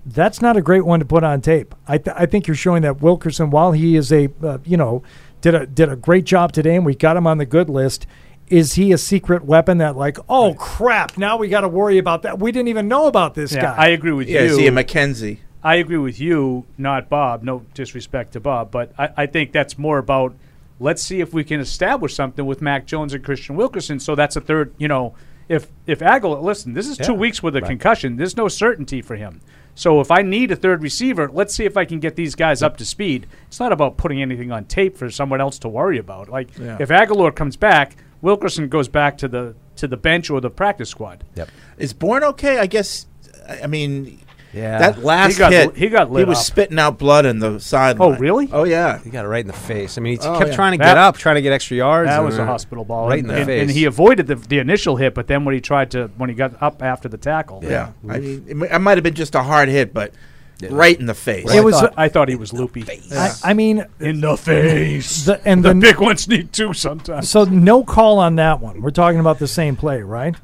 that's not a great one to put on tape. I, th- I think you're showing that Wilkerson, while he is a, uh, you know, did a did a great job today, and we got him on the good list. Is he a secret weapon that, like, oh crap, now we got to worry about that? We didn't even know about this Yeah, guy. I agree with Yeah, you. is he a McKenzie? I agree with you, not Bob. No disrespect to Bob, but I, I think that's more about let's see if we can establish something with Mac Jones and Christian Wilkerson. So that's a third, you know, if if Aguilar, listen, this is two Yeah, weeks with a right. concussion. There's no certainty for him. So if I need a third receiver, let's see if I can get these guys up to speed. It's not about putting anything on tape for someone else to worry about. Like Yeah. if Aguilar comes back, Wilkerson goes back to the to the bench or the practice squad. Yep. Is Bourne okay? I guess. I I mean, Yeah. that last He got hit, li- he got lit was up. spitting out blood in the sideline. really? Oh yeah. He got it right in the face. I mean, he Oh, kept yeah. trying to That- get up, trying to get extra yards. That and, was a uh, hospital ball, right in and, the and- face. and he avoided the, the initial hit, but then when he tried to when he got up after the tackle, Yeah. I mean, it, mi- it might have been just a hard hit, but right in the face. it was. I thought he was loopy. I, I mean, in the face, The- and the, the- big ones need two sometimes. so no call on that one. We're talking about the same play, right?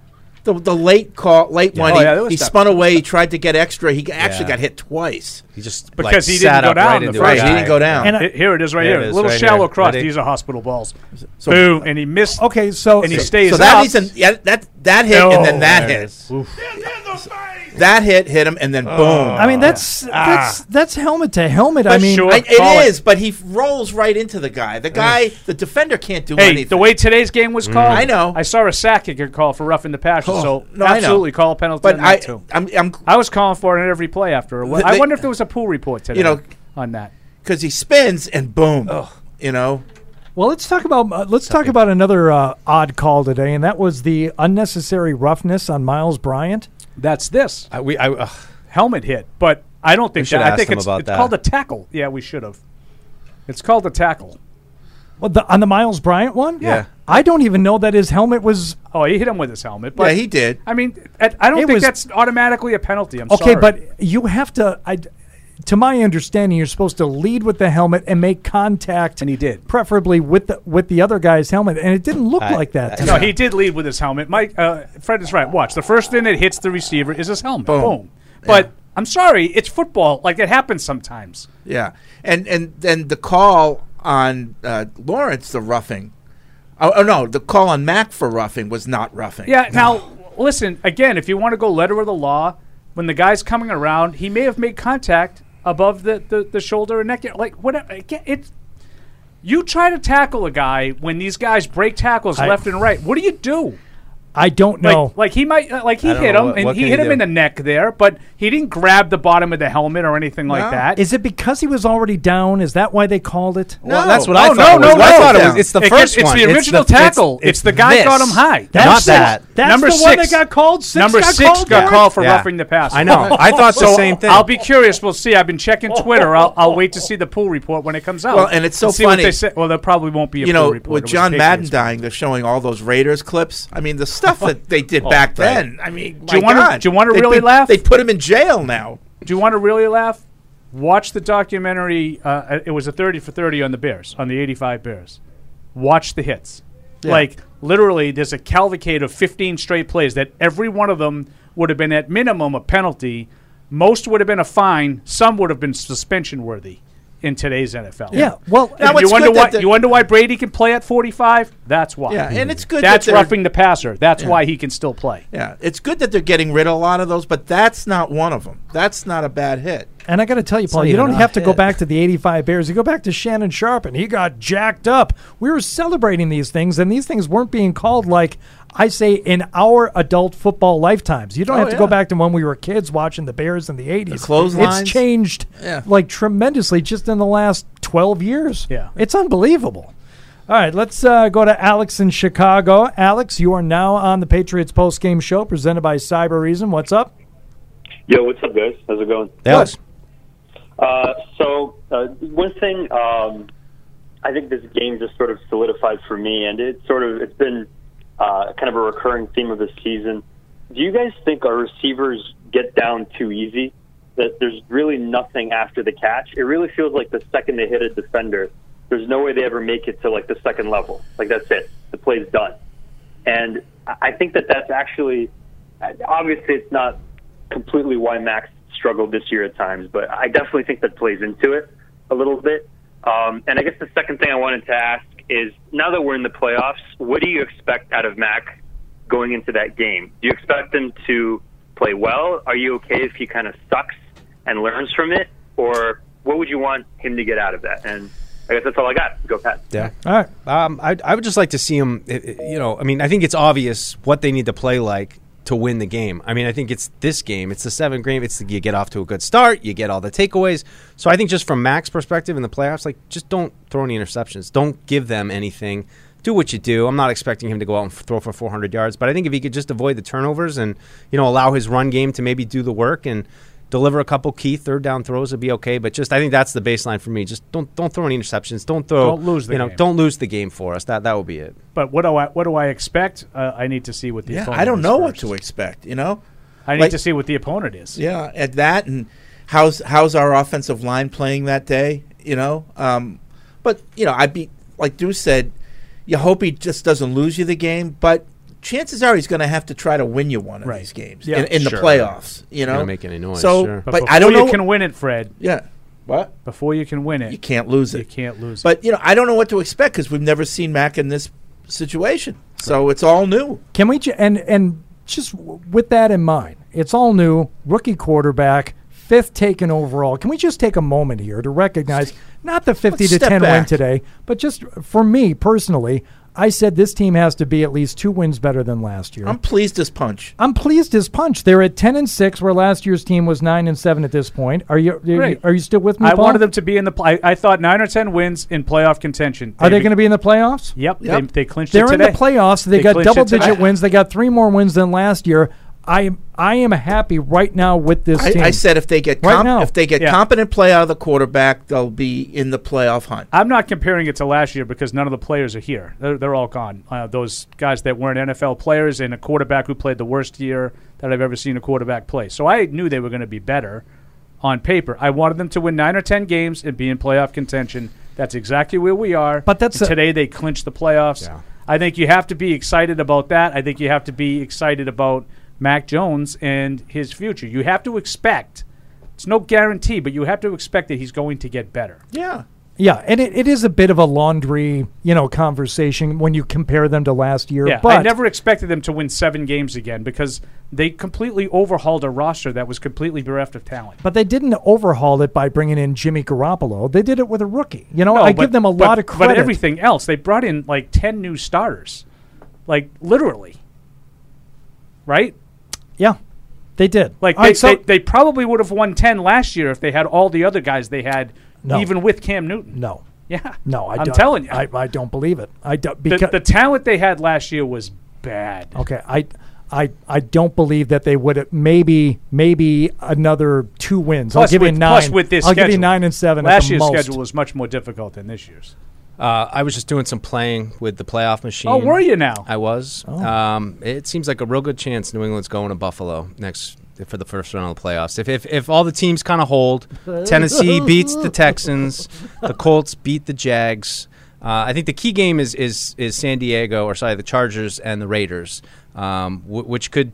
The, the late call, late Yeah. one. Oh, he yeah, that was he tough. spun away. He tried to get extra. He g- actually Yeah. got hit twice. He just Because like, he didn't sat go up down right the into a first He didn't guy. go down. And I- Here it is right There it here. is, Little right shallow here. cross. Ready? These are hospital balls. Boom, and he missed. Okay, so and he stays. So that up. needs an, yeah, that that hit and then Oh, that there it hit. is. Oof. That hit hit him and then Oh. boom. I mean, that's Ah. that's that's helmet to helmet. I mean, I- it is, but he f- rolls right into the guy. The guy, the defender can't do Mm. Hey, anything. the way today's game was Mm. called, I know. I saw a sack get called for roughing the passer, Oh, so no, I know. absolutely call a penalty. But on that I- too. I'm, I was calling for it on every play after. The- I they- wonder if there was a pool report today. you know, on that because he spins and boom. You know, Well, let's talk about uh, let's talk about another uh, odd call today, and that was the unnecessary roughness on Miles Bryant. That's this. I, we, I, helmet hit, but I don't think should that. I ask think him it's, about it's that. called a tackle. Yeah, we should have. It's called a tackle. Well, the, on the Miles Bryant one, Yeah. I don't even know that his helmet was. Oh, he hit him with his helmet. But Yeah, he did. I mean, I, I don't It think was- that's automatically a penalty. I'm okay, sorry. but you have to. I, to my understanding, you're supposed to lead with the helmet and make contact, and he did, preferably with the with the other guy's helmet, and it didn't look like that. to no, me. he did lead with his helmet. Mike, uh, Fred is right. Watch the first thing that hits the receiver is his helmet. Boom. Boom. But I'm sorry, it's football. Like it happens sometimes. yeah, and and then the call on uh, Lawrence, the roughing. Oh, oh no, the call on Mac for roughing was not roughing. Yeah. Now, listen again. If you want to go letter of the law, when the guy's coming around, he may have made contact above the the, the shoulder and neck, like whatever. Again, It's you try to tackle a guy when these guys break tackles I- left and right. What do you do? I don't Like, know. like he might, uh, like he I don't hit know. him, What- and what he can hit he him do? in the neck there, but he didn't grab the bottom of the helmet or anything like that. Is it because he was already down? Is that why they called it? Well, No. that's what Oh, I thought it was. I thought it was- it's the It first gets- it's one. the It's original the- it's- tackle. it's It's the guy this. got him high. That's Not that. That's Number the one six. that got called. Six Number got six called got for it? called for Yeah. roughing the pass. I know. I thought the So same thing. I'll be curious. We'll see. I've been checking Twitter. I'll, I'll wait to see the pool report when it comes out. Well, and it's so see what funny. they say. Well, there probably won't be a you pool know, report. with It was John Patriots. Madden dying, they're showing all those Raiders clips. I mean, the stuff that they did Oh, back right. then. I mean, do you my want to? God. Do you want to They'd really be- laugh? They put him in jail now. Do you want to really laugh? Watch the documentary. Uh, it was a thirty for thirty on the Bears, on the eighty-five Bears. Watch the hits. Yeah. Like literally, there's a cavalcade of fifteen straight plays that every one of them would have been at minimum a penalty. Most would have been a fine. Some would have been suspension worthy in today's NFL. Yeah, well, If you wonder why you wonder why Brady can play at 45. That's why. Yeah, and it's good That's that they're- roughing the passer. That's Yeah. why he can still play. Yeah, it's good that they're getting rid of a lot of those, but that's not one of them. That's not a bad hit. And I got to tell you, It's Paul, not you even don't a have to go hit. back to the 85 Bears. You go back to Shannon Sharp, and he got jacked up. We were celebrating these things, and these things weren't being called like I say in our adult football lifetimes. You don't Oh, have to go yeah. back to when we were kids watching the Bears in the 80s. clotheslines. It's changed Yeah. like tremendously just in the last 12 years. Yeah. It's unbelievable. All right, let's uh, go to Alex in Chicago. Alex, you are now on the Patriots post game show presented by Cyber Reason. What's up? Yo, what's up, guys? How's it going? Alex. Uh, so uh, one thing, um, I think this game just sort of solidified for me, and it sort of it's been uh, kind of a recurring theme of the season. Do you guys think our receivers get down too easy? That there's really nothing after the catch. It really feels like the second they hit a defender, there's no way they ever make it to like the second level. Like that's it. The play's done. And I I think that that's actually obviously it's not completely why Max struggled this year at times, but I definitely think that plays into it a little bit. Um, and I guess the second thing I wanted to ask is now that we're in the playoffs, what do you expect out of Mac going into that game? Do you expect him to play well? Are you okay if he kind of sucks and learns from it? Or what would you want him to get out of that? And I guess that's all I got. Go, Pat. Yeah. All right. Um, I, I would just like to see them, you know, I mean, I think it's obvious what they need to play like to win the game. I mean, I think it's this game. It's the seventh game. It's the, you get off to a good start. You get all the takeaways. So I think just from Mac's perspective in the playoffs, like just don't throw any interceptions. Don't give them anything. Do what you do. I'm not expecting him to go out and f- throw for 400 yards, but I think if he could just avoid the turnovers and you know allow his run game to maybe do the work and deliver a couple key third down throws would be okay. But just I think that's the baseline for me. Just don't don't throw any interceptions. Don't throw Don't lose the you know game. don't lose the game for us. That that would be it. But what do I what do I expect? Uh, I need to see what the Yeah, opponent I don't is know what first. to expect. You know, I need Like- to see what the opponent is. Yeah, at that and how's how's our offensive line playing that day? You know, um, but you know, I'd be like Deuce said, you hope he just doesn't lose you the game, but chances are he's going to have to try to win you one of these games in, in the Sure. playoffs. You You're know, gonna make any noise, So, sure. but, before I don't know. You can win it, Fred. Yeah. What? Before you can win it, you can't lose it. You can't lose But you know, I don't know what to expect because we've never seen Mac in this situation, so it's all new. Can we ju- and and just w- with that in mind, it's all new rookie quarterback, fifth taken overall. Can we just take a moment here to recognize not the 50 Let's to step 10 win back. today, but just for me personally, I said this team has to be at least two wins better than last year. I'm pleased as punch. I'm pleased as punch. They're at 10 and 6 where last year's team was 9 and 7 at this point. Are you are you, Great. are you still with me I Paul? wanted them to be in the. Pl- I, I thought nine or ten wins in playoff contention. Are they be- going to be in the playoffs? Yep, they- Yep. they clinched it They're in today. the playoffs. They, They got clinched it double digit today. wins. They got three more wins than last year. I am I am happy right now with this I, team. I said if they get Right comp- now. if they get Yeah. competent play out of the quarterback, they'll be in the playoff hunt. I'm not comparing it to last year because none of the players are here. They're, they're all gone. Uh, those guys that weren't NFL players and a quarterback who played the worst year that I've ever seen a quarterback play. So I knew they were going to be better on paper. I wanted them to win nine or ten games and be in playoff contention. That's exactly where we are. But that's today they clinched the playoffs. I think you have to be excited about that. I think you have to be excited about Mac Jones and his future. You have to expect. It's no guarantee, but you have to expect that he's going to get better. Yeah. yeah, and it, it is a bit of a laundry, you know, conversation when you compare them to last year. Yeah, but I never expected them to win seven games again because they completely overhauled a roster that was completely bereft of talent. but they didn't overhaul it by bringing in Jimmy Garoppolo. They did it with a rookie. You know, No, I but- give them a but- lot of credit. But everything else, they brought in like ten new starters, like literally, right? Yeah, they did. Like All they, right, so- they, they probably would have won ten last year if they had all the other guys they had, No. even with Cam Newton. No. Yeah. no, I I'm don't, telling you. I, I don't believe it. I don't The- because the talent they had last year was bad. Okay, I, I, I don't believe that they would. Maybe, maybe another two wins. I'll Plus give with, you nine. Plus with this I'll schedule. give you nine and seven. at Last the year's most. schedule was much more difficult than this year's. Uh, I was just doing some playing with the playoff machine. Oh, were you now? Oh. I was. Um, it seems like a real good chance New England's going to Buffalo next for the first round of the playoffs. If if, if all the teams kind of hold, Tennessee beats the Texans, the Colts beat the Jags. Uh, I think the key game is is is San Diego or sorry the Chargers and the Raiders, um, w- which could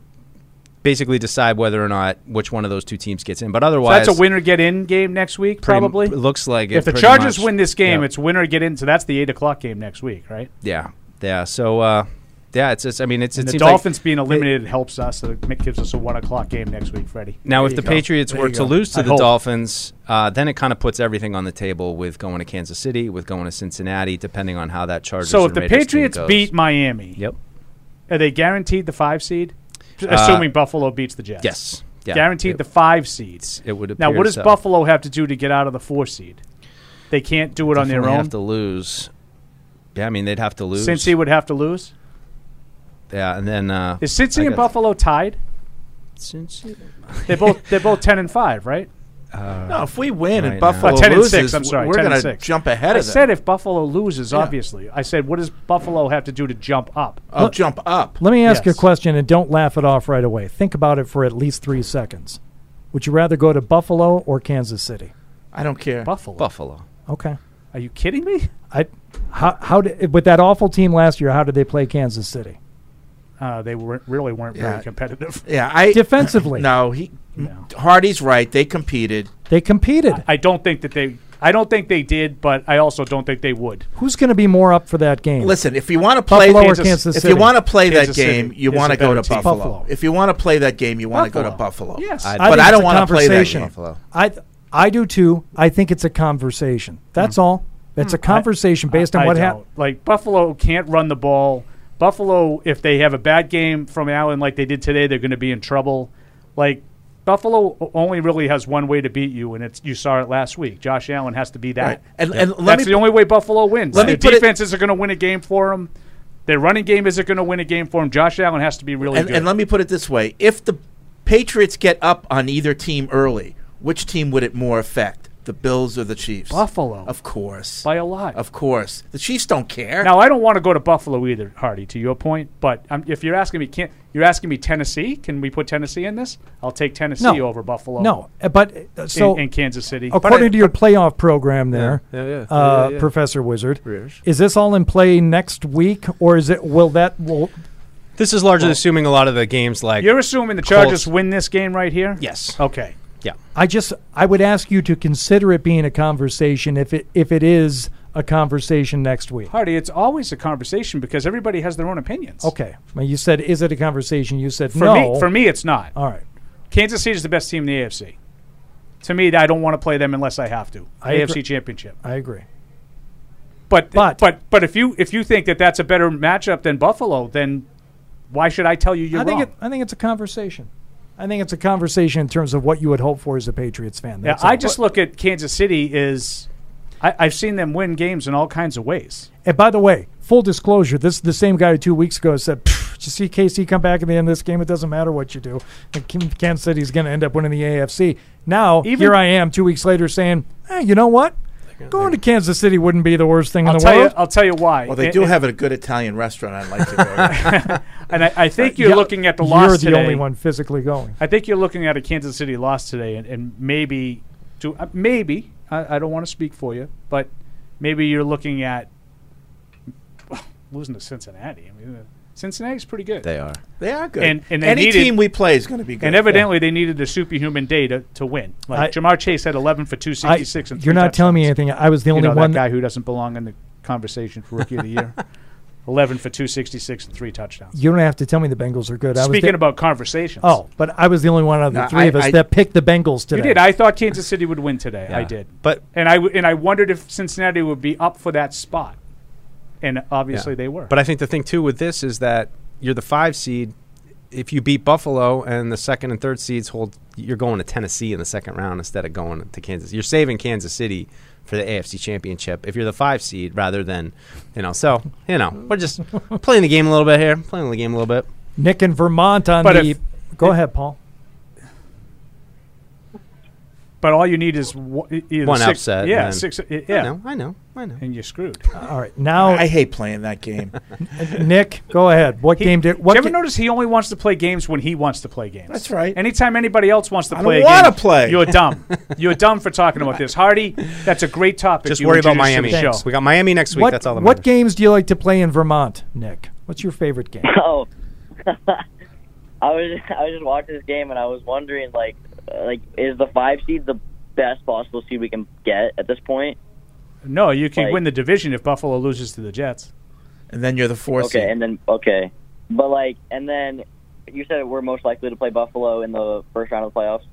basically decide whether or not which one of those two teams gets in. But So otherwise, that's a winner get in game next week, pretty- probably. it looks like it, if the pretty Chargers much. win this game, Yeah. it's winner get in. So that's the eight o'clock game next week, right? Yeah, yeah. So, uh, yeah, it's just. I mean, it's it and the seems like- Dolphins being eliminated helps us. So it gives us a one o'clock game next week, Freddie. now, There if you the go. Patriots There were you to go. lose to I the hope. Dolphins, uh, then it kind of puts everything on the table with going to Kansas City, with going to Cincinnati, depending on how that Chargers. so if and the Raiders team Patriots goes. beat Miami, yep, are they guaranteed the five seed? Uh, Assuming Buffalo beats the Jets, yes. Yeah. guaranteed It- the five seeds. it would Now, appear what does so. Buffalo have to do to get out of the four seed? They can't do it on their Definitely own. have to lose. Yeah, I mean they'd have to lose. Cincy would have to lose. yeah, and then uh, Is Cincy I and guess- Buffalo tied? Cincy, they both they're both ten and five, right? Uh, No, if we win and right Buffalo now. Oh, 10 and loses, six, I'm sorry, we're 10 and gonna six. jump ahead I of them. said if Buffalo loses, Yeah. obviously. I said, what does Buffalo have to do to jump up? Oh, jump up. Let me ask you a question and don't laugh it off right away. Think about it for at least three seconds. Would you rather go to Buffalo or Kansas City? I don't care. Buffalo. Buffalo. Okay. Are you kidding me? I how how did with that awful team last year? How did they play Kansas City? Uh, they weren't really weren't Yeah. very competitive. Yeah, I defensively. No, he Hardy's right. They competed. They competed. I don't think that they. I don't think they did, but I also don't think they would. Who's going to be more up for that game? Listen, if you want to play Buffalo or Kansas- Kansas if City? you want to play Kansas that game, City you is want a to go better to team. Buffalo. Buffalo. If you want to play that game, you want to go to Buffalo. Yes, I but think I it's don't a want to play that conversation. game. I I do too. I think it's a conversation. That's all. It's a conversation based on Hmm. I what don't. happened. Like Buffalo can't run the ball. Buffalo, if they have a bad game from Allen like they did today, they're going to be in trouble. Like Buffalo o- only really has one way to beat you, and it's you saw it last week. Josh Allen has to be that. Right. And- and let that's me- the only way Buffalo wins. Let me Their put it- defenses are going to win a game for them. Their running game isn't going to win a game for them. Josh Allen has to be really and, good. and let me put it this way: if the Patriots get up on either team early, which team would it more affect? The Bills or the Chiefs? Buffalo, of course, by a lot. Of course, the Chiefs don't care. Now I don't want to go to Buffalo either, Hardy. To your point, but um, if you're asking me, can you're asking me Tennessee? Can we put Tennessee in this? I'll take Tennessee No. over Buffalo. No, uh, but uh, In- so in, Kansas City, according to your playoff program, there, Yeah, yeah, yeah. Uh, Yeah, yeah. Professor Wizard, Yes. is this all in play next week, or is it? Will that? Will, This is Oh. largely assuming a lot of the games like you're assuming the Chargers win this game right here. Yes. Okay. Yeah. I just I would ask you to consider it being a conversation if it if it is a conversation next week. Hardy, it's always a conversation because everybody has their own opinions. Okay, well, you said is it a conversation? You said For Oh, no. me, for me, it's not. All right. Kansas City is the best team in the AFC. To me, I don't want to play them unless I have to. I AFC agree. Championship. I agree. But, but but if you if you think that that's a better matchup than Buffalo, then why should I tell you you're I think wrong? it, I think it's a conversation. I think it's a conversation in terms of what you would hope for as a Patriots fan. Yeah, That's I all. just look at Kansas City is I, I've seen them win games in all kinds of ways. And by the way, full disclosure: this is the same guy who two weeks ago said, "Pff, "Did you see KC come back at the end of this game? It doesn't matter what you do. And Kim- Kansas City's going to end up winning the AFC." Now here I am, two weeks later, saying, hey, "You know what? Going to Kansas City wouldn't be the worst thing I'll in the tell world." you. I'll tell you why. Well, they And- do and- have a good Italian restaurant. I'd like to go. and I, I think you're Uh, Yeah, looking at the loss You're the today. only one physically going. I think you're looking at a Kansas City loss today, and, and maybe to uh, maybe I, I don't want to speak for you, but maybe you're looking at losing to Cincinnati. I mean, uh, Cincinnati's pretty good. They are. They are good. And, and they Any needed- team we play is gonna be good. And evidently, they needed the superhuman day to, to win. Like I- Jamar Chase had 11 for 266. and three you're not touchdowns. telling me anything. I was the You only know, one that guy who doesn't belong in the conversation for rookie of the year. 11 for 266 and three touchdowns. You don't have to tell me the Bengals are good. I was Speaking the, about conversations. oh, but I was the only one out of the No, three I- of us I- that picked the Bengals today. You did. I thought Kansas City would win today. I Yeah. did. But and I w- and I wondered if Cincinnati would be up for that spot, and obviously they were. But I think the thing too with this is that you're the five seed. If you beat Buffalo and the second and third seeds hold, you're going to Tennessee in the second round instead of going to Kansas. You're saving Kansas City for the AFC Championship if you're the five seed rather than, you know. So you know, we're just playing the game a little bit here, playing the game a little bit. Nick in Vermont on But the. if- go ahead, Paul. But all you need is one, e, either One six, upset, Yeah, and then- six. e, I Yeah, know, I know. I know. And you're screwed. All right, now I hate playing that game. Nick, go ahead. What He- game did? What you ever ga- notice he only wants to play games when he wants to play games? That's right. Anytime anybody else wants to I play, don't a wanna game, play. You're dumb. you're dumb for talking about this, Hardy. That's a great topic. Just you worry about introduced to the Miami. Show. We got Miami next week. What, That's all that what games do you like to play in Vermont, Nick? What's your favorite game? Oh, I was I was just watching this game and I was wondering like uh, like is the five seed the best possible seed we can get at this point? No, you can Like- win the division if Buffalo loses to the Jets. And then you're the fourth okay, seed. and then okay, but like and then you said we're most likely to play Buffalo in the first round of the playoffs.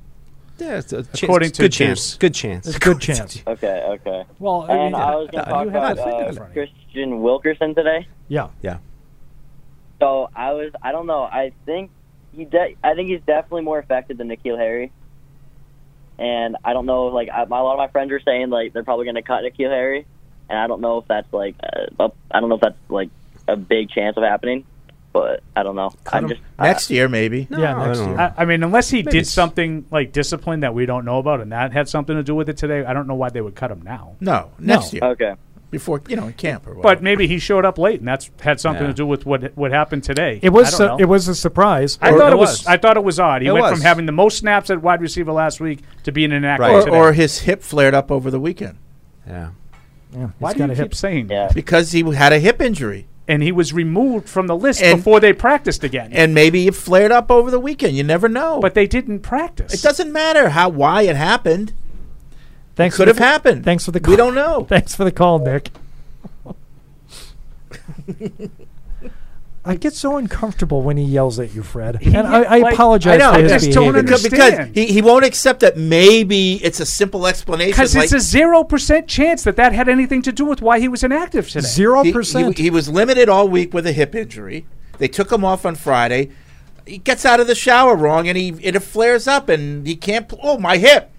Yeah, it's a chance- According to good Juice. chance. Good chance. It's a good chance. Okay, okay. Well, I mean, and I was going uh, to talk you have about that thing in uh, Christian Wilkerson today. Yeah. Yeah. So I was I don't know I think he de- I think he's definitely more effective than Nikhil Harry. And I don't know like I, my, a lot of my friends are saying like they're probably going to cut Nikhil Harry, and I don't know if that's like uh, up- I don't know if that's like a big chance of happening, but I don't know. I'm just Next year, maybe. I, I mean, unless he did something like discipline that we don't know about, and that had something to do with it today. I don't know why they would cut him now. No, next year. Okay. Before you know, in camp or whatever. But maybe he showed up late, and that's had something Yeah. to do with what what happened today. It was I su- don't know. it was a surprise. I thought it was. I thought it was odd. He It went was. from having the most snaps at wide receiver last week to being inactive Or, today. or his hip flared up over the weekend. Yeah. Yeah, Why do you keep saying that? Because he had a hip injury. And he was removed from the list And- before they practiced again. And maybe it flared up over the weekend. You never know. But they didn't practice. It doesn't matter how why it happened. Thanks. Could for have the- happened. Thanks for the. We don't know. Thanks for the call, Nick. I get so uncomfortable when he yells at you, Fred, and I, I apologize. I know. for I his just behavior. don't understand because he, he won't accept that. Maybe it's a simple explanation. Because like it's a zero percent chance that that had anything to do with why he was inactive today. He- he- He, was limited all week with a hip injury. They took him off on Friday. He gets out of the shower wrong, and he and it flares up, and he can't. Pl- oh, my hip!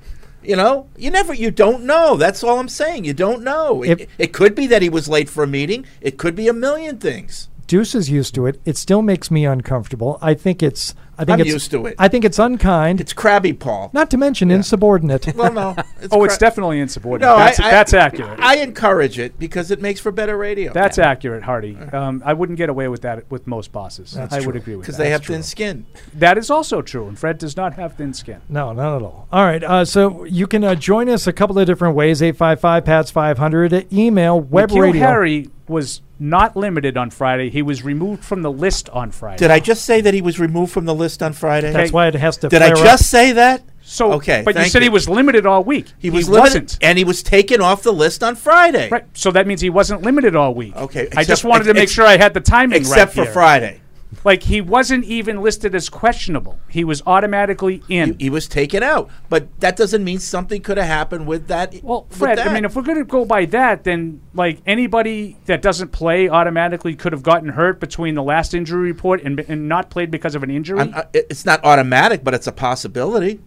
You know, you never, you don't know. That's all I'm saying. You don't know. It, If- it could be that he was late for a meeting. It could be a million things. Deuce is used to it. It still makes me uncomfortable. I think it's. I think I'm it's, used to it. I think it's unkind. It's crabby Paul. Not to mention insubordinate. Well, no. oh, it's definitely insubordinate. No, that's, I- I- that's accurate. I encourage it because it makes for better radio. That's accurate, Hardy. Um, I wouldn't get away with that with most bosses. That's I would true, agree with that. 'cause they have That's true. thin skin. That is also true, and Fred does not have thin skin. No, not at all. All right. Uh, so you can uh, join us a couple of different ways 855 PATS 500, email, web Nikhil radio. Harry was not limited on Friday. He was removed from the list on Friday. Did I just say that he was removed from the list on Friday? That's why it has to Did I flare up. just say that? So okay, But you thank said he was limited all week. He was limited, wasn't. and he was taken off the list on Friday. Right. So that means he wasn't limited all week. Okay. I except- just wanted to make ex- sure I had the timing right. Except for here. Friday. Like he wasn't even listed as questionable. He was automatically in. He, was taken out, but that doesn't mean something could have happened with that. Well, Fred, I mean, if we're going to go by that, then like anybody that doesn't play automatically could have gotten hurt between the last injury report and, and not played because of an injury. uh, it's not automatic, but it's a possibility.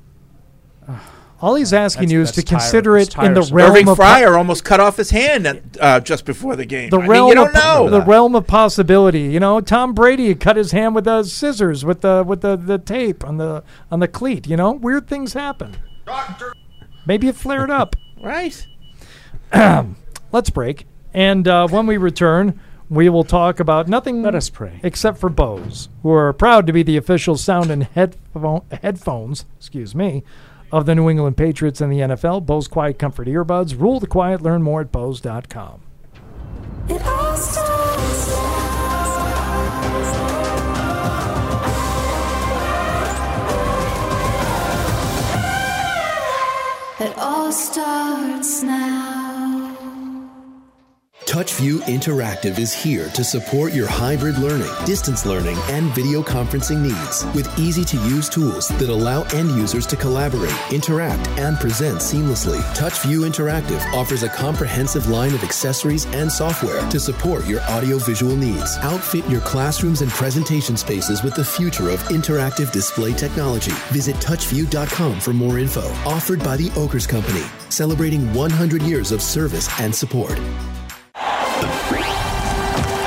All he's asking you is to That's consider tiresome. it It's in the tiresome. realm Irving of. Fryer almost cut off his hand at, uh, just before the game. the I mean, realm you don't of, know. the realm of possibility. You know, Tom Brady cut his hand with the scissors with the with the, the tape on the on the cleat. You know, weird things happen. Maybe it flared up. right. Let's break, and uh, when we return, we will talk about nothing. Let us pray, except for Bose, who are proud to be the official sound and headphone, headphones. Excuse me. Of the New England Patriots and the NFL, Bose Quiet Comfort Earbuds. Rule the quiet. Learn more at Bose.com. It all starts now. TouchView Interactive is here to support your hybrid learning, distance learning, and video conferencing needs with easy to use tools that allow end users to collaborate, interact, and present seamlessly. TouchView Interactive offers a comprehensive line of accessories and software to support your audio visual needs. Outfit your classrooms and presentation spaces with the future of interactive display technology. Visit touchview.com for more info. Offered by the Okers Company, celebrating 100 years of service and support.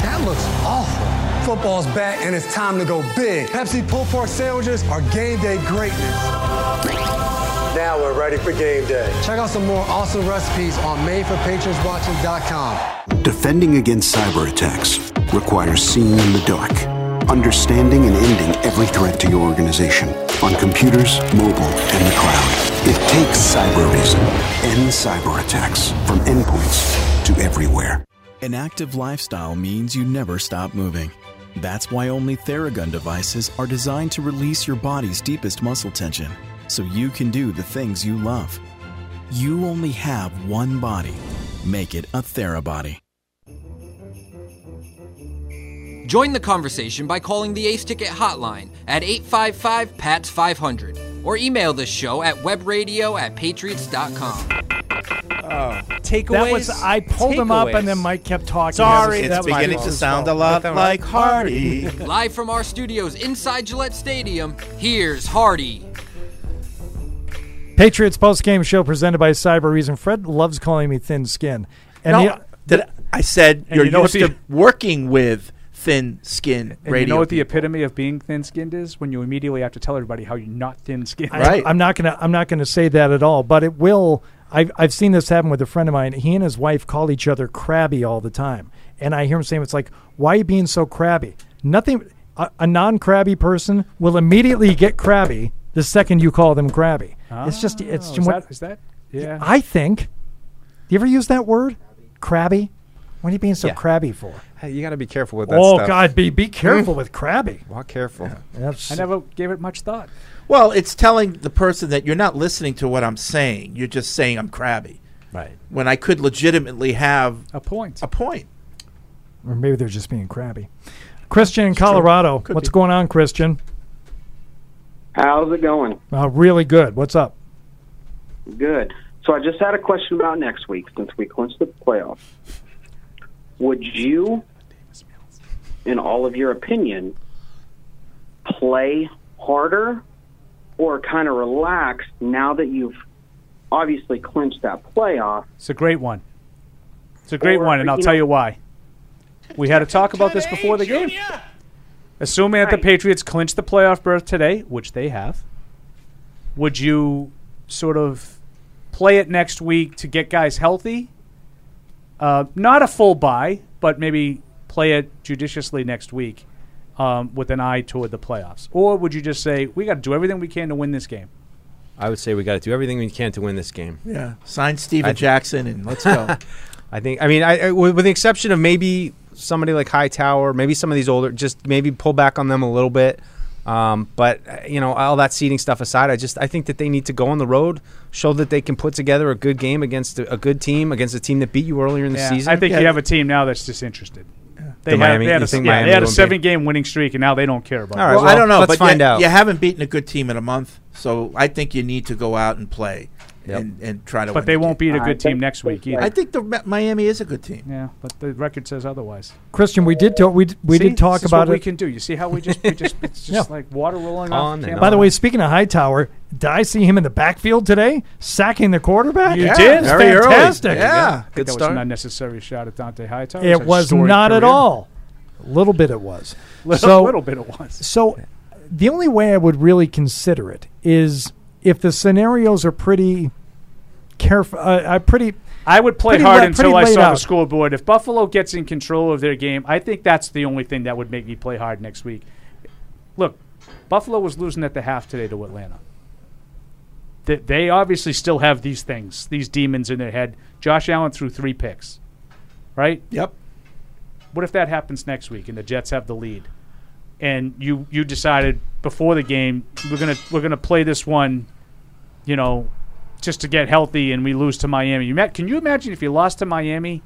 That looks awful. Football's back and it's time to go big. Pepsi pulled pork sandwiches are game day greatness. Now we're ready for game day. Check out some more awesome recipes on madeforpatronswatching.com. Defending against cyber attacks requires seeing in the dark, understanding and ending every threat to your organization on computers, mobile, and the cloud. It takes cyber reason. End cyber attacks from endpoints to everywhere. An active lifestyle means you never stop moving. That's why only Theragun devices are designed to release your body's deepest muscle tension so you can do the things you love. You only have one body. Make it a Therabody. Join the conversation by calling the Ace Ticket Hotline at 855 PATS 500 or email this show at webradio at patriots.com. Oh, That was I pulled him up and then Mike kept talking. Sorry, That was- it's that was beginning my to fault. sound a lot That was- like Hardy. Live from our studios inside Gillette Stadium, here's Hardy. Patriots post game show presented by Cyber Reason. Fred loves calling me thin skin, and No, the, that I said And you're you know what used to working with thin skin And radio. you know what the epitome of being thin-skinned is? When you immediately have to tell everybody how you're not thin-skinned. I, am not gonna. I'm not gonna say that at all. But it will. I've I've seen this happen with a friend of mine. He and his wife call each other crabby all the time, and I hear him saying, "It's like, why are you being so crabby? Nothing. A, a non crabby person will immediately get crabby the second you call them crabby. it's just. It's Oh, just is what- that, is that yeah. I think. Do you ever use that word, crabby? What are you being so Yeah. crabby for? Hey, you got to be careful with that Oh stuff. Mm. God, be be careful with crabby. Walk careful. I never gave it much thought. Well, it's telling the person that you're not listening to what I'm saying. You're just saying I'm crabby. Right. When I could legitimately have a point. A point. Or maybe they're just being crabby. Christian in Colorado. What's going on, Christian? How's it going? Uh, really good. What's up? Good. So I just had a question about next week since we clinched the playoffs. Would you, in all of your opinion, play harder or kind of relax now that you've obviously clinched that playoff? It's a great one. It's a great Or, one, and I'll you tell know- you why. We had a talk about this before the game. Assuming that the Patriots clinch the playoff berth today, which they have, would you sort of play it next week to get guys healthy? Uh, not a full buy, but maybe play it judiciously next week um, with an eye toward the playoffs. Or would you just say, we got to do everything we can to win this game? I would say we got to do everything we can to win this game. Yeah. Sign Steven I- Jackson and let's go. I think. I mean, I, I- with with the exception of maybe somebody like Hightower, maybe some of these older, just maybe pull back on them a little bit. Um, but uh, you know, all that seeding stuff aside, I just I think that they need to go on the road, show that they can put together a good game against a, a good team, against a team that beat you earlier in the Yeah, season. I think you have a team now that's disinterested. The They, had, Miami- they had you a, think yeah, Miami they had a won't be- seven game winning streak, and now they don't care about it. well, I don't know, but you, you haven't beaten a good team in a month, so I think you need to go out and play and, and try to. But win they the won't game. beat a good team next week either. I think the Mi- Miami is a good team. Yeah, but the record says otherwise. Christian, we did talk. We d- we See? did talk This is about what we it. can do. You see how we just we just it's just like water rolling off. On the and camera. By the way, speaking of Hightower, did I see him in the backfield today sacking the quarterback? you Yeah, did it's fantastic. I think that was an unnecessary shot at Dante Hightower. It's It a was storied not at career. all. A little bit it was. Little- little bit it was. So the only way I would really consider it is if the scenarios are pretty careful. Uh, uh, pretty. I would play pretty hard la- until pretty I laid saw the out. scoreboard. If Buffalo gets in control of their game, I think that's the only thing that would make me play hard next week. Look, Buffalo was losing at the half today to Atlanta. They, they obviously still have these things, these demons in their head. Josh Allen threw three picks, right? Yep. What if that happens next week and the Jets have the lead, and you you decided before the game we're gonna we're gonna play this one, you know, just to get healthy and we lose to Miami. You ma- can you imagine if you lost to Miami?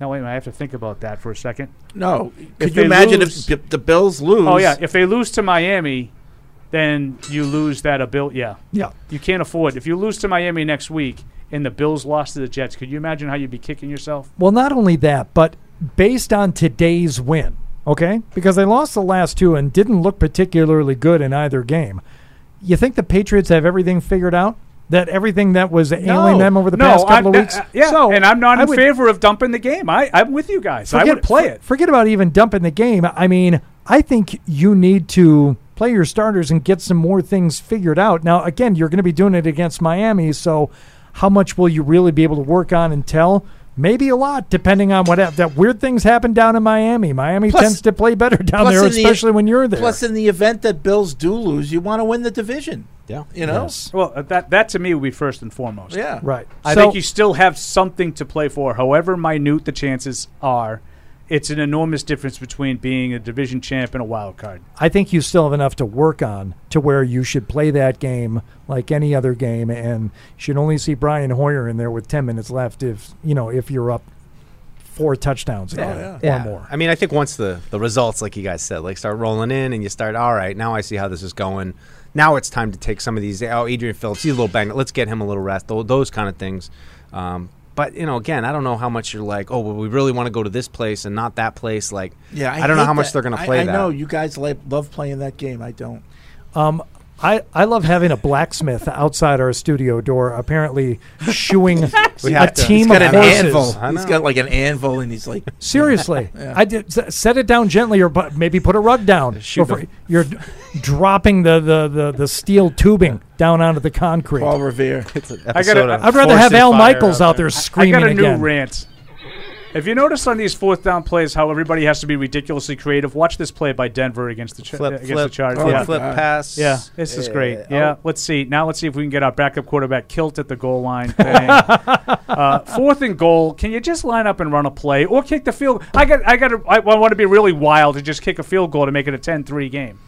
No, wait a minute. I have to think about that for a second. No. Could you they imagine lose- if b- the Bills lose? Oh yeah, if they lose to Miami, then you lose that ability. Yeah, Yeah. you can't afford. If you lose to Miami next week and the Bills lost to the Jets, could you imagine how you'd be kicking yourself? Well, not only that, but based on today's win, okay, because they lost the last two and didn't look particularly good in either game. You think the Patriots have everything figured out? That everything that was ailing them over the No, past couple I'm- of weeks? uh, yeah, and I'm not I in would- favor of dumping the game. I, I'm with you guys. I would play for- it. Forget about even dumping the game. I mean, I think you need to play your starters and get some more things figured out. Now, again, you're going to be doing it against Miami, so how much will you really be able to work on and tell? Maybe a lot, depending on what hap- that weird things happen down in Miami. Miami Plus- tends to play better down Plus there, in the- especially when you're there. Plus, in the event that Bills do lose, you want to win the division. Yeah, You know. Well, uh, that that to me would be first and foremost. Yeah. Right. I So- think you still have something to play for, however minute the chances are. It's an enormous difference between being a division champ and a wild card. I think you still have enough to work on to where you should play that game like any other game, and you should only see Brian Hoyer in there with ten minutes left if you know if you're up four touchdowns Oh, again or more. I mean, I think once the the results, like you guys said, like start rolling in, and you start, all right, now I see how this is going. Now it's time to take some of these. Oh, Adrian Phillips, he's a little banged. up. Let's get him a little rest. tho- Those kind of things. Um, but you know, again, I don't know how much you're like. Oh, well, we really want to go to this place and not that place. Like, Yeah. I, don't know hate how much that. they're going I- to play I that. know you guys like, love playing that game. I don't. Um, I, I love having a blacksmith outside our studio door, apparently shoeing We a have to- team he's got of an horses. anvil. He's got like an anvil, and he's like, Seriously, Yeah. I did s- set it down gently, or bu- maybe put a rug down. Shoot before- him. you're d- dropping the, the, the, the steel tubing down onto the concrete. Paul Revere. I gotta, I'd rather have Al Michaels out there screaming I got a new again. rant. Have you noticed on these fourth down plays how everybody has to be ridiculously creative? Watch this play by Denver against the Ch- Flip, against the flip, Chargers. flip, yeah. flip, pass. Yeah, this is great. Uh, yeah, oh. let's see. Now let's see if we can get our backup quarterback kilt at the goal line. Thing. uh, fourth and goal. Can you just line up and run a play or kick the field? I got. I got. To, I, want to be really wild and just kick a field goal to make it a 10-3 game.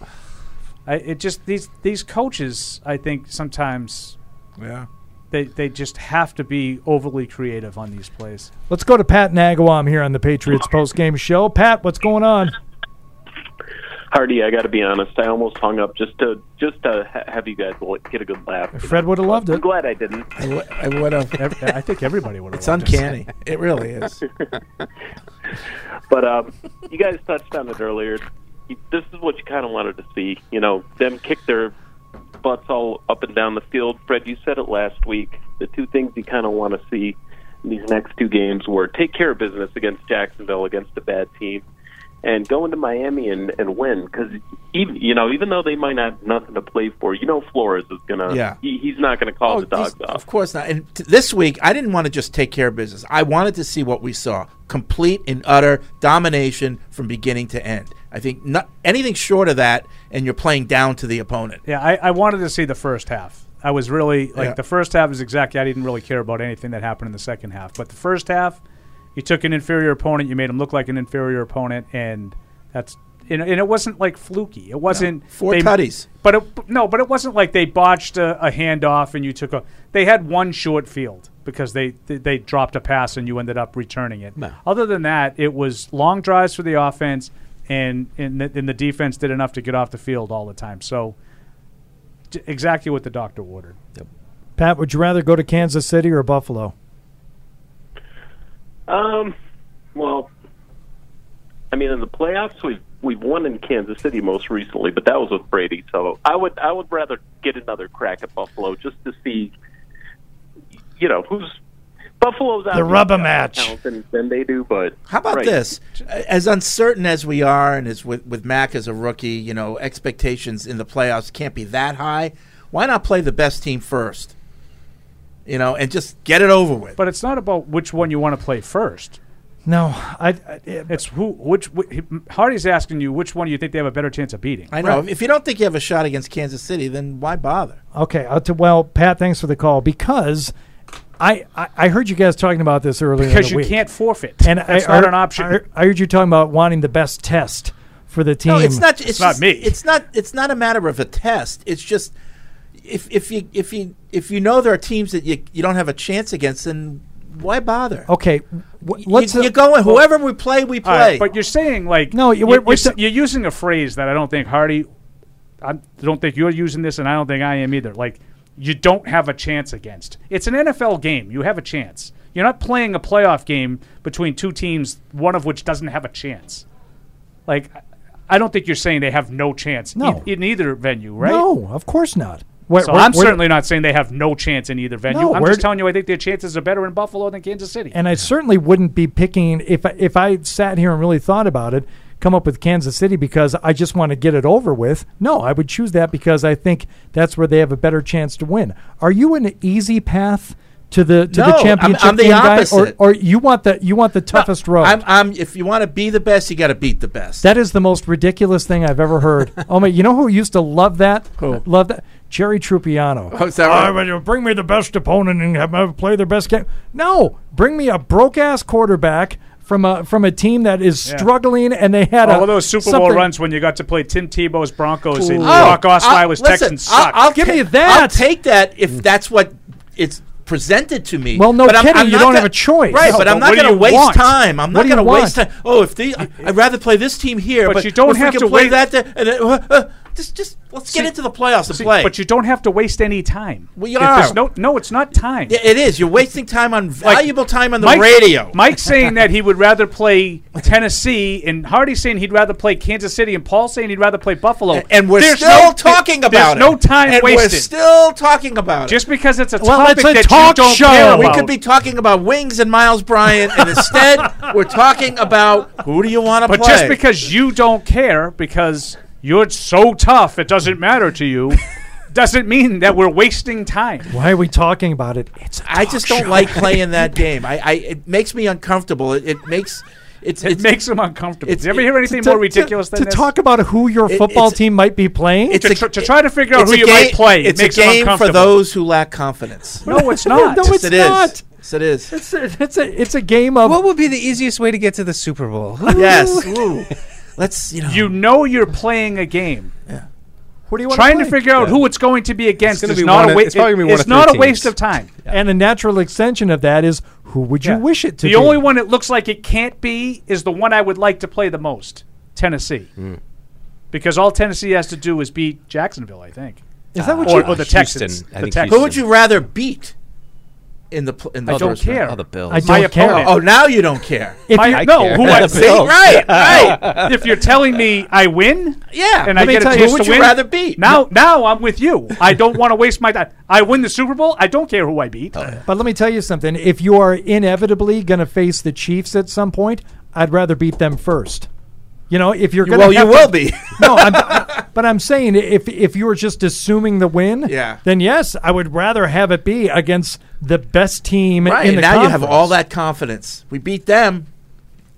I, it just these these coaches. I think sometimes. Yeah. They, they just have to be overly creative on these plays. Let's go to Pat Nagawam here on the Patriots postgame show. Pat, what's going on? Hardy, I got to be honest. I almost hung up just to just to ha- have you guys l- get a good laugh. Fred would have loved I'm it. glad I didn't. I, w- I would have. I think everybody would have. It's uncanny. It really is. But um, you guys touched on it earlier. You- This is what you kind of wanted to see. You know, them kick their butts all up and down the field. Fred, you said it last week. The two things you kind of want to see in these next two games were take care of business against Jacksonville, against a bad team, and go into Miami and, and win. Because even you know, even though they might not have nothing to play for, you know, Flores is gonna. Yeah. Oh, He, he's not gonna call the dogs off. Of course not. And t- this week, I didn't want to just take care of business. I wanted to see what we saw complete and utter domination from beginning to end. I think not, anything short of that, and you're playing down to the opponent. Yeah, I, I wanted to see the first half. I was really like Yeah. the first half is exactly. I didn't really care about anything that happened in the second half, but the first half, you took an inferior opponent, you made him look like an inferior opponent, and that's and, and it wasn't like fluky. It wasn't Four they- tutties. but it, no, but it wasn't like they botched a, a handoff and you took a. They had one short field because they they, they dropped a pass and you ended up returning it. Other than that, it was long drives for the offense, and and the, and the defense did enough to get off the field all the time. So j- exactly what the doctor ordered. Pat, would you rather go to Kansas City or Buffalo? Um, well, I mean, in the playoffs, we've we've won in Kansas City most recently, but that was with Brady. So I would I would rather get another crack at Buffalo just to see, you know, who's Buffalo's out The rubber match. than, than they do. But How about this? As uncertain as we are, and as with, with Mac as a rookie, you know, expectations in the playoffs can't be that high. Why not play the best team first? You know, and just get it over with. But it's not about which one you want to play first. No, I. I it's who which wh- Hardy's asking you which one do you think they have a better chance of beating. I know. If you don't think you have a shot against Kansas City, then why bother? Okay. I'll t- well, Pat, thanks for the call because I, I, I heard you guys talking about this earlier. in because the you week. can't forfeit. And That's I, not I- an option. I, I heard you talking about wanting the best test for the team. No, it's not. It's, just- It's not. It's not a matter of a test. It's just if if you if you if you know there are teams that you you don't have a chance against, then why bother? Okay, wh- let's. you go and whoever we play, we All play. right, but you're saying like No, you- you, we're- are we're sa- you're using a phrase that I don't think Hardy. I don't think you're using this, and I don't think I am either. Like you don't have a chance against. It's an NFL game. You have a chance. You're not playing a playoff game between two teams, one of which doesn't have a chance. Like I don't think you're saying they have no chance. No. in, in either venue, right? No, of course not. so I'm certainly not saying they have no chance in either venue. No, I'm we're- just telling you, I think their chances are better in Buffalo than Kansas City. and I certainly wouldn't be picking if I, if I sat here and really thought about it, come up with Kansas City because I just want to get it over with. No, I would choose that because I think that's where they have a better chance to win. Are you an easy path to the to No, the I'm- championship I'm the game guy? opposite. or, or you want the you want the toughest road? I'm, I'm, if you want to be the best, you got to beat the best. That is the most ridiculous thing I've ever heard. oh my! You know who used to love that? Who love that? Jerry Trupiano. Oh, is that right? "Oh, but you bring me the best opponent and have them play their best game. No, bring me a broke ass quarterback from a from a team that is Yeah. struggling and they had All a, of those Super Bowl something- runs when you got to play Tim Tebow's Broncos and Ooh. Oh, Brock I'll- Osweiler's listen, Texans I'll- suck. I'll, give me that. I'll take that if that's what it's presented to me. Mm. Well, no But I'm- kidding, I'm you not don't gonna- have a choice. right? No, but I'm but not what do going to you waste want? time. What I'm not do you going to waste want? time. Oh, if the I- I'd rather play this team here, But but, you don't if we have can to play wait- that. there, and then, uh, uh, just just let's get into the playoffs and See, play. But you don't have to waste any time. We If are. there's No, no, it's not time. Yeah, it is. You're wasting time on valuable time on the Mike- radio. Mike's saying that he would rather play Tennessee, and Hardy's saying he'd rather play Kansas City, and Paul's saying he'd rather play Buffalo. and we're There's still no- talking about it. there's no time and wasted. We're still talking about it. Just because it's a well, topic it's a that talk you don't show. care We about. could be talking about wings and Miles Bryant, and instead we're talking about who do you want to But play. just because you don't care, because you're so tough, it doesn't matter to you, doesn't mean that we're wasting time. Why are we talking about it? It's a I just don't like playing that game. I, I it makes me uncomfortable. It, it makes it's, It it's, makes them uncomfortable. it's- Did you ever hear anything to- more to- ridiculous than to this? talk about who your It- football it's- team might be playing. It's a- to try to figure out it's who a you might game- play. It It's makes a them game for uncomfortable. those who lack confidence. No, it's not. no, it's Yes, it is. not. Yes, it is. It's a, it's a it's a game of What would be the easiest way to get to the Super Bowl? Yes. Ooh. Let's you know. You know you're playing a game. Yeah. What do you wanna Trying to play? figure out Yeah. who it's going to be against gonna is be not one a of- wa- it's probably gonna be one it's of three not a teams. waste of time. And a natural extension of that is who would you Yeah. wish it to the be? only one it looks like it can't be is the one I would like to play the most, Tennessee. Hmm. Because all Tennessee has to do is beat Jacksonville, I think. Is that what or, you- or the Houston. Texans? I The think Texans. Who would you rather beat in the pl- in the uh, I don't first care. round? Oh, the Bills. I don't care. Oh, now you don't care. If My- you- I no, care. who I- see? The Bills. Right, right. if you're telling me I win, Yeah, and let I me get a tell you, chance who to would you win, rather beat? Now, now I'm with you. I don't want to waste my time. I win the Super Bowl. I don't care who I beat. But let me tell you something. If you are inevitably going to face the Chiefs at some point, I'd rather beat them first. You know, if you're You- going well, you will be. no, I'm, but I'm saying if if you were just assuming the win, Yeah. then yes, I would rather have it be against the best team Right, in and the now you have conference. all that confidence. We beat them.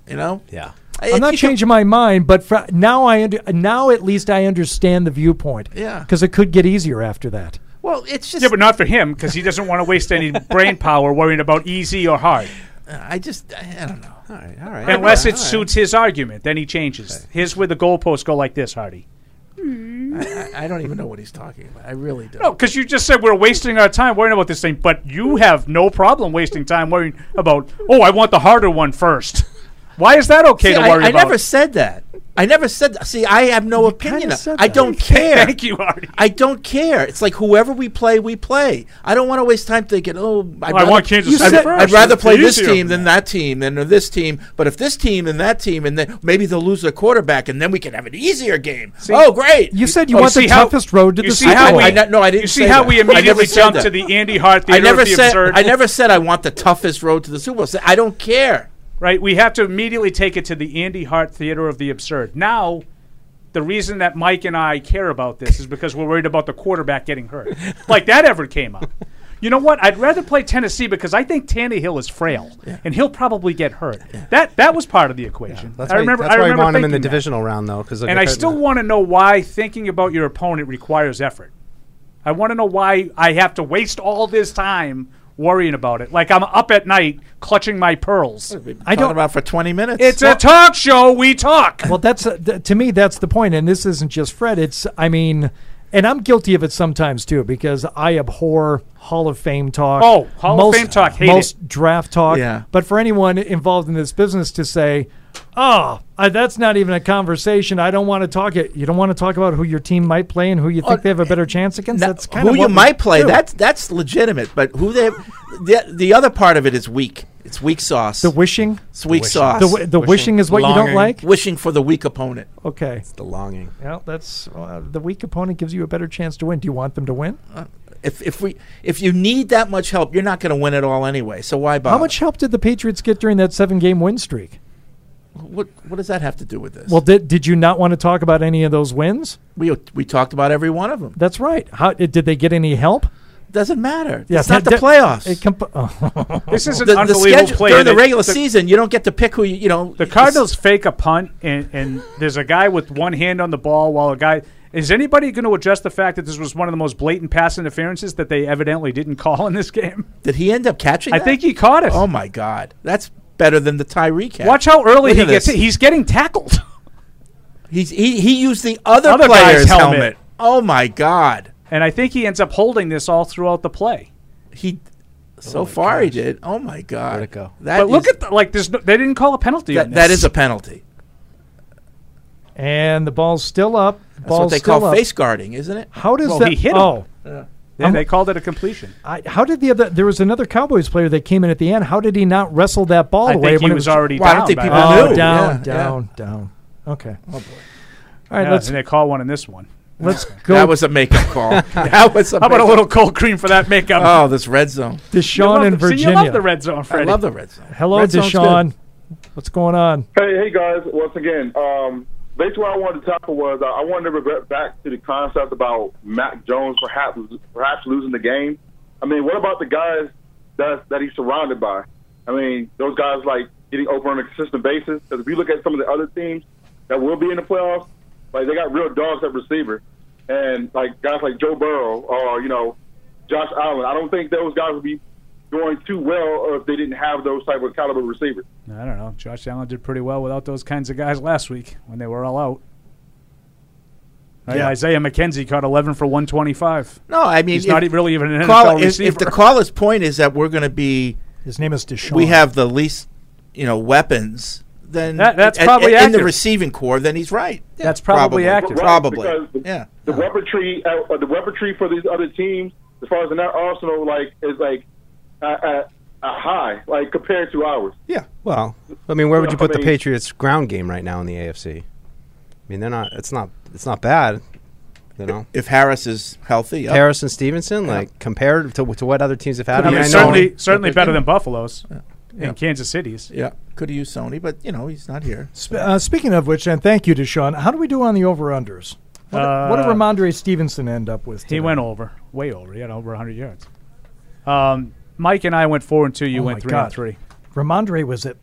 You know. Yeah. I'm not changing my mind, but fr now I under, now at least I understand the viewpoint. Yeah. because it could get easier after that. Well, it's just yeah, but not for him because he doesn't want to waste any brain power worrying about easy or hard. I just I don't know. All right, all right. Unless all it suits his argument, then he changes. Here's where the goalposts go like this, Hardy. right. I, I don't even know what he's talking about. I really don't. No, because you just said we're wasting our time worrying about this thing, but you have no problem wasting time worrying about. Oh, I want the harder one first. Why is that okay See, to I- worry I, about? never said that. I never said. That. See, I have no opinion. kinda of- said I that. don't care. Thank you, Artie. I don't care. It's like whoever we play, we play. I don't want to waste time thinking. Oh, I'd I want Kansas I'd- City I'd, first. rather It's play this easier. team than that team than this team. But if this team and that team, and then maybe they'll lose their quarterback, and then we can have an easier game. oh, great! You said you Oh, want the see how- toughest road to you the see Super how Bowl. we- I ne- no, I didn't You see say how that. we I never immediately said jump that. to the Andy Hart I theater never of the said. absurd. I never said I want the toughest road to the Super Bowl. I said, I don't care. Right? We have to immediately take it to the Andy Hart Theater of the Absurd. Now, the reason that Mike and I care about this is because we're worried about the quarterback getting hurt. like that ever came up. You know what? I'd rather play Tennessee because I think Tannehill is frail and he'll probably get hurt. That that was part of the equation. That's I why, remember. that's I why remember we want him in the thinking that. divisional round, though. Cause they'll And get I hurt in still the- want to know why thinking about your opponent requires effort. I want to know why I have to waste all this time worrying about it. Like I'm up at night clutching my pearls. I don't about for twenty minutes. It's a talk show. We talk. Well, that's uh, th- to me that's the point, and this isn't just Fred. It's I mean, and I'm guilty of it sometimes too because I abhor Hall of Fame talk. Oh, Hall of Fame talk, hate most draft talk. Yeah. But for anyone involved in this business to say, oh, I, that's not even a conversation. I don't want to talk it. You don't want to talk about who your team might play and who you think they have a better chance against. that's kind Uh, who of you might play that's that's legitimate but who they the, the other part of it is weak it's weak sauce the wishing it's weak Wishing. sauce The wi- the Wishing. wishing is what you don't Longing. like? wishing for the weak opponent okay. the longing Well, that's uh, the weak opponent gives you a better chance to win. Do you want them to win? Uh, if, if we if you need that much help you're not going to win it all anyway so why bother How much help did the Patriots get during that seven-game win streak? what what does that have to do with this Well, did did you not want to talk about any of those wins? we we talked about every one of them That's right. How did they get any help? doesn't matter Yeah, it's that- not the that- playoffs it comp- oh. This is an the, unbelievable the schedule, play. during the They- regular the- season you don't get to pick who you, you know The Cardinals fake a punt, and, and there's a guy with one hand on the ball while a guy. Is anybody going to address the fact that this was one of the most blatant pass interferences that they evidently didn't call in this game? did he end up catching I that? think he caught it. oh my god that's better than the Tyreek catch. Watch how early Look he at gets this. it. He's getting tackled. He's, he he used the other, Other guy's player's helmet. helmet. Oh my god! And I think he ends up holding this all throughout the play. He so far he did. Oh my god! Where'd it go? but look at the, like there's no, they didn't call a penalty. that, on that this. is a penalty. And the ball's still up. That's Ball's what they still call up. face guarding, isn't it? How does Well, that? he hit him. oh, Yeah. Yeah, I'm- they called it a completion. I, how did the other? There was another Cowboys player that came in at the end. How did he not wrestle that ball I away? think he when it was already Well, I down don't think by people then. knew. Oh, down, yeah, down, down. Okay. Oh boy. All right, Yeah, let's and they call one in this one. let's Okay. go. that was a How about a makeup. little cold cream for that makeup? Oh, this red zone. Deshaun You love in the- see, you Virginia. love the red zone, Freddie. love the red zone. Hello, Red zone's Deshaun. What's going on? Hey, hey guys! Once again, um, basically what I wanted to tackle was uh, I, I wanted to regret back to the concept about Mac Jones perhaps perhaps losing the game. I mean, what about the guys that that he's surrounded by? I mean, those guys like getting open on a consistent basis. Because if you look at some of the other teams that will be in the playoffs, like they got real dogs at receiver, and like guys like Joe Burrow or you know Josh Allen. I don't think those guys would be doing too well if they didn't have those type of caliber receivers. I don't know. Josh Allen did pretty well without those kinds of guys last week when they were all out. Right, Yeah. Isaiah McKenzie caught 11 for 125. No, I mean, he's if- not e- really even an NFL call- if, receiver. if the caller's point is that we're going to be, his name is Deshaun. We have the least, you know, weapons. Then That- that's a- probably a- in, the accurate. receiving core. Then he's right. That's probably accurate. Probably. Because the, the weaponry, uh, uh, the weaponry for these other teams, as far as in that arsenal, like is like a, a, a high, like compared to ours. Yeah. Well, I mean, where would you I put the mean- Patriots' ground game right now in the AFC? I mean, they're not. It's not. It's not bad. You know, if Harris is healthy, yep. Harris and Stevenson, like compared to, to what other teams have had. Could I be mean, I know- certainly, certainly better than Buffalo's Yeah. and Kansas City's. Yeah, could have used Sony, but you know he's not here. Sp- uh, speaking of which, and thank you, Deshaun. How do we do on the over/unders? What, what did Uh, Ramondre Stevenson end up with? He today? went over, way over. He had over 100 yards. Um, Mike and I went four and two. You Oh my went three God. and three. Ramondre was at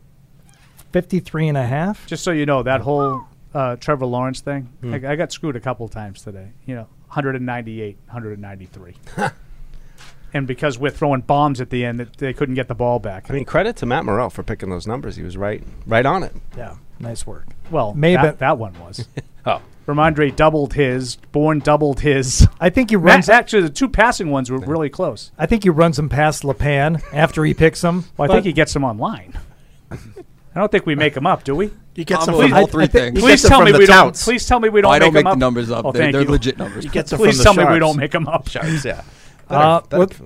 53 and a half. Just so you know, that whole uh, Trevor Lawrence thing, Hmm. I, I got screwed a couple times today. You know, 198, 193. and because we're throwing bombs at the end, that they couldn't get the ball back. I mean, credit to Matt Morrell for picking those numbers. He was right, right on it. Yeah, nice work. Well, May have that, been- that one was. oh. Ramondre doubled his. Bourne doubled his. I think he Matt, runs. actually, the two passing ones were really close. I think he runs him past Lepan after he picks him. Well, I think he gets them online. I don't think we make them up, do we? You get some from all three things. You Please get them tell from me the we don't. touts. Please tell me we don't. Oh, I don't make, 'em make the numbers up. Oh, They're- thank they're you. legit numbers. You get them from please the tell me we sharps. don't make them up. Sharps, yeah. Uh, let-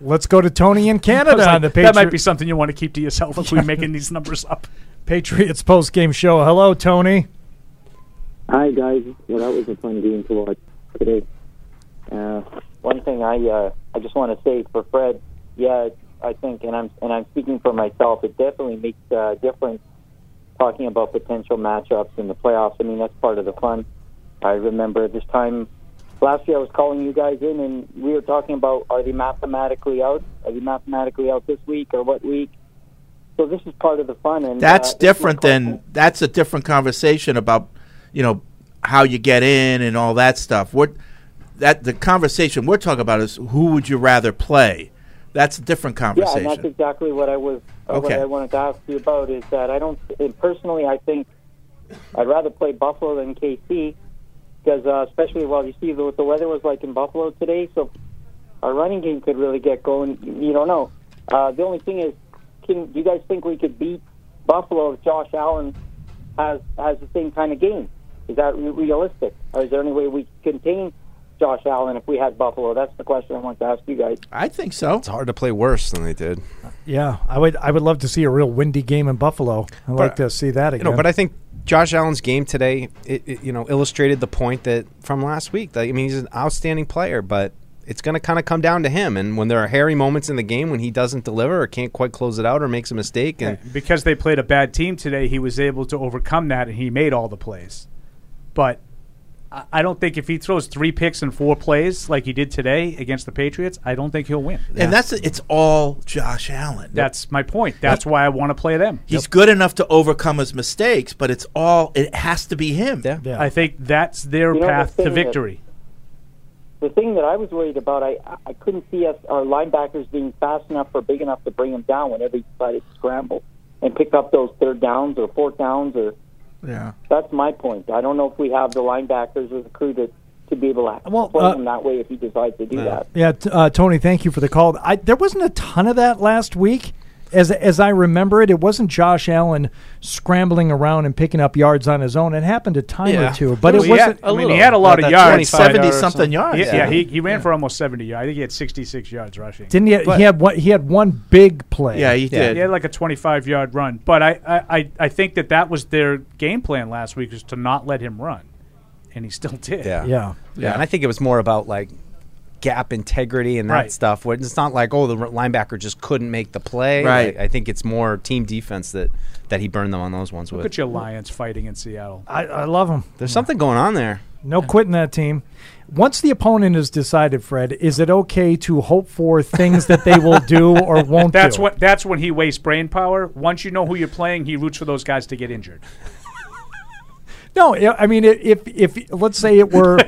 Let's go to Tony in Canada Like, on the that might Patri- be something you want to keep to yourself if we're making these numbers up. Patriots post game show. Hello, Tony. Hi guys, yeah, that was a fun game to watch today. Uh, one thing I uh, I just want to say for Fred, yeah, I think, and I'm and I'm speaking for myself. It definitely makes a uh, difference talking about potential matchups in the playoffs. I mean, that's part of the fun. I remember this time last year I was calling you guys in, and we were talking about are they mathematically out? Are they mathematically out this week or what week? So this is part of the fun, and That's uh, different than that's a different conversation about you know how you get in and all that stuff. What that the conversation we're talking about is who would you rather play? That's a different Yeah, conversation. and that's exactly what I was uh, what Okay. I wanted to ask you about is that I don't and personally I think I'd rather play Buffalo than KC because uh, especially while you see the- what the weather was like in Buffalo today, so our running game could really get going. You don't know. Uh, the only thing is, can do you guys think we could beat Buffalo if Josh Allen has has the same kind of game? Is that re- realistic, or is there any way we could contain Josh Allen if we had Buffalo? That's the question I want to ask you guys. I think so. It's hard to play worse than they did. Yeah, I would. I would love to see a real windy game in Buffalo. I'd like to see that You again. know, but I think Josh Allen's game today, it, it, you know, illustrated the point that from last week. That, I mean, he's an outstanding player, but it's going to kind of come down to him. And when there are hairy moments in the game when he doesn't deliver or can't quite close it out or makes a mistake, and Because they played a bad team today, he was able to overcome that, and he made all the plays. But I I don't think if he throws three picks and four plays like he did today against the Patriots, I don't think he'll win. And that's it's all Josh Allen. That's my point. That's why I want to play them. He's good enough to overcome his mistakes, but it's all it has to be him. Yeah. I think that's their You know, the path to thing that- victory. the thing that I was worried about, I I couldn't see us our linebackers being fast enough or big enough to bring him down whenever he decided to scramble and pick up those third downs or fourth downs. Or Yeah. that's my point. I don't know if we have the linebackers or the crew to to be able to play uh, him that way if he decides to do that. yeah, t- uh, Tony, thank you for the call. I, there wasn't a ton of that last week. as as I remember it, it wasn't Josh Allen scrambling around and picking up yards on his own. It happened a time Yeah. or two, but it Well, he wasn't. had- I mean, he had a lot of yards. but- yards. Yeah, yeah, Yeah. he, he ran for almost 70 yards. I think he had 66 yards rushing. Didn't he? But- he had one. He had one big play. He had like a 25 yard run. But I, I, I- I think that that was their game plan last week was to not let him run. And he still did. Yeah. Yeah. Yeah. And I think it was more about like gap integrity and that Right. stuff. Where it's not like, oh, the r- linebacker just couldn't make the play. Right. Like, I think it's more team defense that, that he burned them on those ones Look with. at your Lions fighting in Seattle. I, I love him. There's something going on there. No quitting that team. Once the opponent is decided, Fred, is it okay to hope for things that they will do or won't That's do? what. That's when he wastes brain power. Once you know who you're playing, he roots for those guys to get injured. No, I I mean, i- if if let's say it were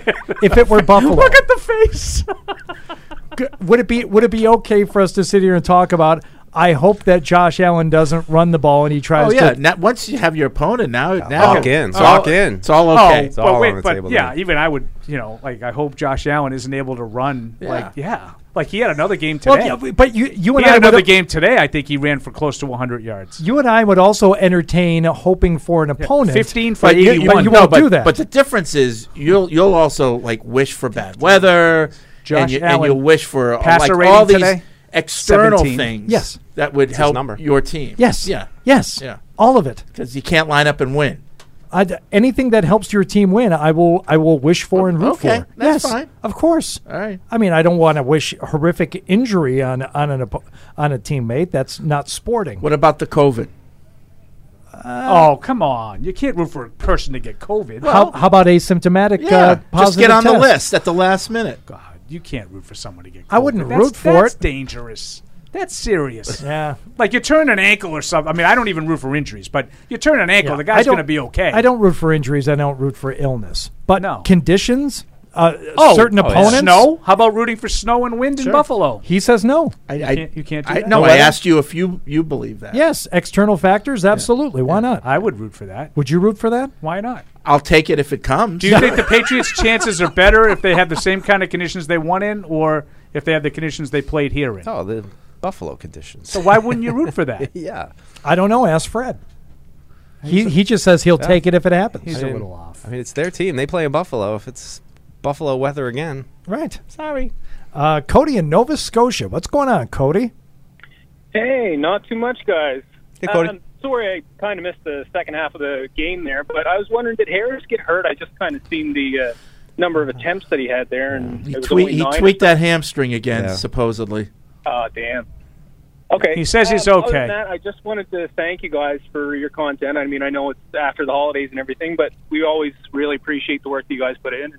if it were Buffalo, Look at the face. would it be would it be okay for us to sit here and talk about? I hope that Josh Allen doesn't run the ball and he tries Oh yeah! to. Now, once you have your opponent, now now lock in, it's lock all- in. It's all Oh, okay. but wait, but yeah, even I would. You know, like I hope Josh Allen isn't able to run. Like yeah, like he had another game Well, today. yeah, but- but you- you and he I had would- another game today. I think he ran for close to 100 yards. You and I would also entertain hoping for an opponent. 15 for but you- but You, No, won't but- do that. But the difference is you'll you'll also like wish for bad weather, Josh and, you, and Allen, you'll wish for uh, passer like rating all these today? external 17. things. Yes. that would It's his help number. your team. Yes. yeah, Yes. yeah, all of it. because you can't line up and win. I'd, anything that helps your team win, I will. I will wish for and root Oh, Okay, for. that's yes, fine. Of course. All right. I mean, I don't want to wish horrific injury on on an oppo- on a teammate. That's not sporting. What about the COVID? oh come on! You can't root for a person to get COVID. Uh, how, how about asymptomatic? uh, just positive get on the test? list at the last minute. God, you can't root for someone to get. I wouldn't That's- root for that's it. dangerous. That's serious. yeah. Like you turn an ankle or something. I mean, I don't even root for injuries, but you turn an ankle, Yeah, the I guy's don't- going to be okay. Uh, I don't root for injuries. I don't root for illness. But conditions, uh, Oh, certain oh, yeah. opponents. Snow? How about rooting for snow and wind in Buffalo? He says no. I, I- can't- you can't do I, that? No, The I weather? asked you if you you believe that. Yes, external factors. Absolutely. Why not? I would root for that. Would you root for that? Why not? I'll take it if it comes. Do you think the Patriots' chances are better if they have the same kind of conditions they won in, or if they have the conditions they played here in? Oh, the Buffalo conditions. So why wouldn't you root for that? yeah, I don't know. Ask Fred. He he just says he'll Yeah. take it if it happens. I mean- I mean, it's their team. They play in Buffalo. If it's Buffalo weather again, Right. Sorry. Uh, Cody in Nova Scotia. What's going on, Cody? Hey, not too much, guys. Hey, Cody. Um, sorry, I kind of missed the second half of the game there, but I was wondering, did Harris get hurt? I just kind of seen the uh, number of attempts that he had there, and it He, was tweak, only he nine or tweaked that hamstring again, Yeah. supposedly. Oh, damn. Okay. Um, He says he's other okay. than that, I just wanted to thank you guys for your content. I mean, I know it's after the holidays and everything, but we always really appreciate the work that you guys put in.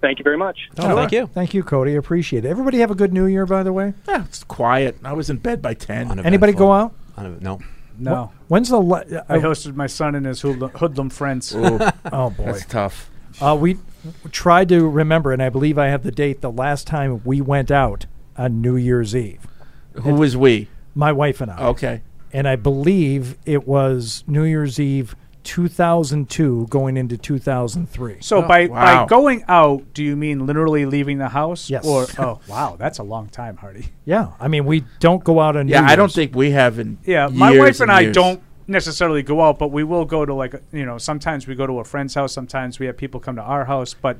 Thank you very much. Oh, you. Thank you, Cody. Appreciate it. Everybody have a good New Year, by the way. Yeah, it's quiet. I was in bed by ten. Anybody go out? no. No. Wh- When's the? uh, la- I I- hosted my son and his hoodlum, hoodlum friends. Ooh. Oh, boy. That's tough. Uh, we tried to remember, and I believe I have the date. The last time we went out on New Year's Eve. Who was we? My wife and I. Okay. And I believe it was New Year's Eve 2002 going into 2003. So by by going out, do you mean literally leaving the house? Yes. Or oh wow, that's a long time, Hardy. Yeah, I mean we don't go out on. Yeah, New I don't Year's. think we have in Yeah, my wife years and I years. don't necessarily go out, but we will go to like you know. Sometimes we go to a friend's house. Sometimes we have people come to our house. But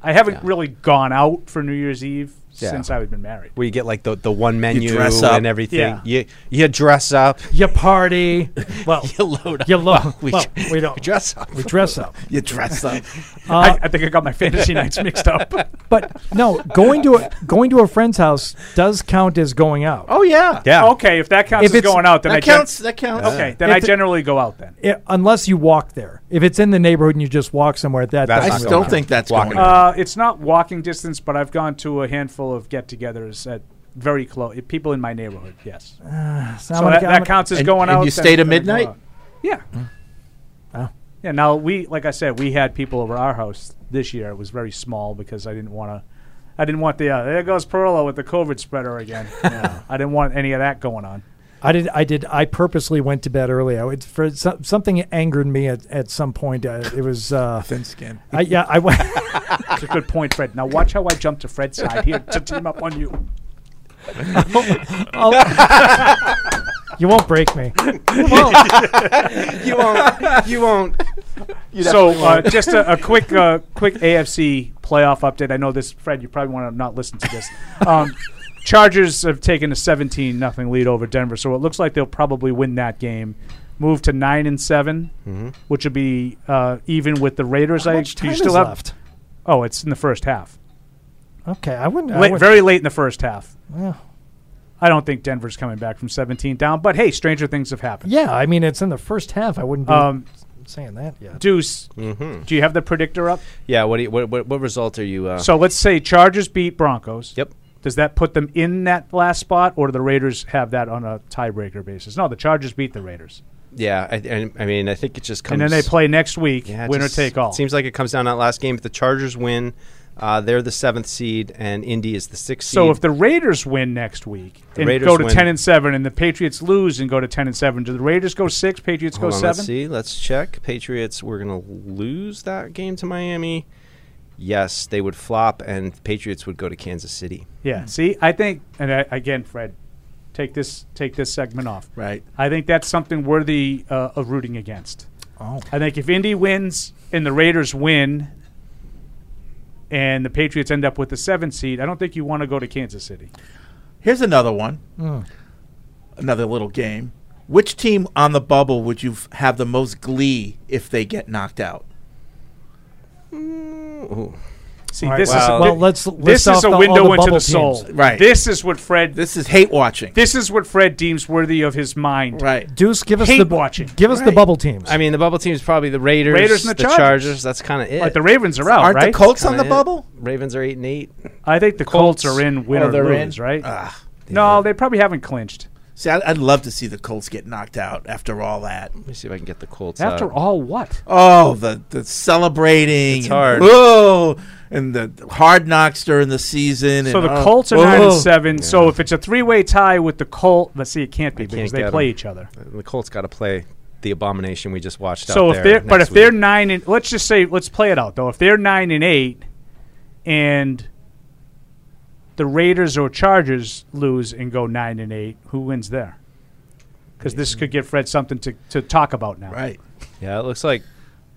I haven't really gone out for New Year's Eve Yeah. since I've been married. where you get like the, the one menu dress up. and everything. Yeah. You you dress up. You party. Well, you load up. You load. We We, dr- we don't we dress up. We dress up. you dress up. I, I think I got my fantasy nights mixed up. But no, going to a, going to a friend's house does count as going out. Oh yeah. Okay, if that counts If as it's- going out, then That I gen- counts, that counts. Okay, then If I it- generally go out then. I- eh, unless you walk there. If it's in the neighborhood and you just walk somewhere, that That's doesn't not really going count. out. Uh, it's not walking distance, but I've gone to a handful of get-togethers at very close people in my neighborhood. Yes, Uh, so so I'm gonna- that, I'm that gonna- counts as And- going and out. you then- stay to then I go midnight? out. Yeah. Yeah. Now we, like I said, we had people over our house this year. It was very small because I didn't want to. I didn't want the uh, there goes Perillo with the COVID spreader again. Yeah. I didn't want any of that going on. I did. I did. I purposely went to bed early. I would, for some, something angered me at, at some point. Uh, it was uh, thin skin. I, yeah, I went. It's a good point, Fred. Now watch how I jump to Fred's side here to team up on you. You won't break me. you won't. You won't. You so definitely uh, won't. just a, a quick uh, quick AFC playoff update. I know this, Fred. You probably want to not listen to this. Um, Chargers have taken a 17 nothing lead over Denver, so it looks like they'll probably win that game. Move to nine and 7 Mhm. which would be uh, even with the Raiders. I do time you still is have? left? Oh, it's in the first half. Okay, I wouldn't. I Late, would- very late in the first half. Yeah. I don't think Denver's coming back from 17 down, but hey, stranger things have happened. Yeah, I mean it's in the first half. I wouldn't be Um, saying that yet. Deuce, Mhm. do you have the predictor up? Yeah. What, do you, what, what what result are you? Uh, So let's say Chargers beat Broncos. Yep. Does that put them in that last spot, or do the Raiders have that on a tiebreaker basis? No, the Chargers beat the Raiders, Yeah. I, I, I mean, I think it just comes. and then they play next week, Yeah, it winner just- take all. it seems like it comes down to that last game. If the Chargers win, uh, they're the seventh seed, and Indy is the sixth So seed. if the Raiders win next week The and Raiders go to win. ten and seven, and the Patriots lose and go to ten and seven, do the Raiders go six? Patriots Hold go on, seven. Let's see. Let's check. Patriots. We're gonna lose that game to Miami. Yes, they would flop, and Patriots would go to Kansas City. Hmm. Yeah. See, I think, and I, again, Fred, take this take this segment off. Right. I think that's something worthy uh, of rooting against. Oh. I think if Indy wins and the Raiders win, and the Patriots end up with the seventh seed, I don't think you want to go to Kansas City. Here's another one. Mm. Another little game. Which team on the bubble would you f- have the most glee if they get knocked out? Mm, See, this is thi- this is a window into the soul. Right. This is what Fred. This is hate watching. This is what Fred deems worthy of his mind. Right. Deuce, give us hate the watching. Give us the bubble teams. I mean, the bubble team is probably the Raiders, Raiders and the Chargers. That's kind of it. Like the Ravens are out, Aren't the right? Colts on Kinda the bubble? Ravens are eight and eight. I think the Colts, are Oh, in win or lose, right? no, they probably haven't clinched. Ah, See, I- I'd love to see the Colts get knocked out after all that. Let me see if I can get the Colts After all, what? Oh, the the celebrating. It's and, hard. Whoa, and the hard knocks during the season. So and, the oh, Colts are nine and whoa. seven. So if it's a three-way tie with the Colt, let's see, it can't be because Can't they get play 'em. each other. The Colts got to play the abomination we just watched. So out if there they're, but next if they're nine and let's just say let's play it out though. If they're nine and eight, and the Raiders or Chargers lose and go nine and eight, who wins there? Because this could give Fred something to, to talk about now. Right. week. yeah, it looks like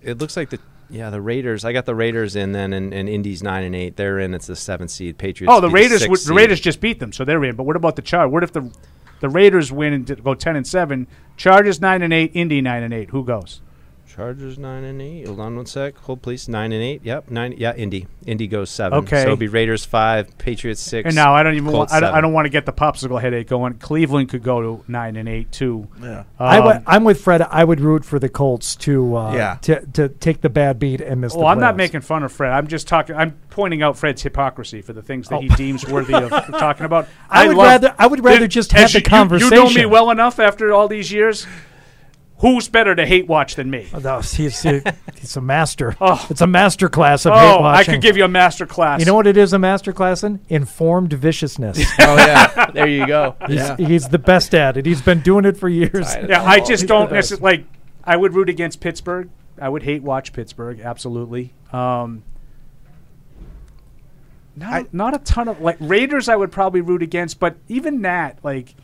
it looks like the yeah the Raiders. I got the Raiders in then, and, and Indy's nine and eight. They're in. It's the seventh seed. Patriots. Oh, the be Raiders. sixth Would, the seed. Raiders just beat them, so they're in. But what about the Char? What if the the Raiders win and d- go ten and seven? Chargers nine and eight. Indy nine and eight. Who goes? Chargers nine and eight. Hold on one sec. Hold please. Nine and eight. Yep. Nine. Yeah. Indy. Indy goes seven. Okay. So it'll be Raiders five. Patriots six. And now I don't even. Want, Colts I, don't, I seven. don't want to get the popsicle headache going. Cleveland could go to nine and eight too. Um, Yeah. I would, I'm with Fred. I would root for the Colts to uh, Yeah. to, to take the bad beat and miss. Well, the Oh, I'm not playoffs. making fun of Fred. I'm just talking. I'm pointing out Fred's hypocrisy for the things that he deems worthy of talking about. Oh. I would love- rather- I would rather Did- just as have you- the you- You know me conversation. well enough after all these years. Who's better to hate watch than me? No, Oh, he's, he- he's a master. Oh. It's a master class of hate oh, I watching. could give you a master class. You know what it is a master class in? Informed viciousness. Oh, yeah. There you go. He's, Yeah. he's the best at it. He's been doing it for years. Yeah, I just don't necessarily like. I would root against Pittsburgh. I would hate watch Pittsburgh. Absolutely. Um, not not a ton of like Raiders. I would probably root against, but even that like.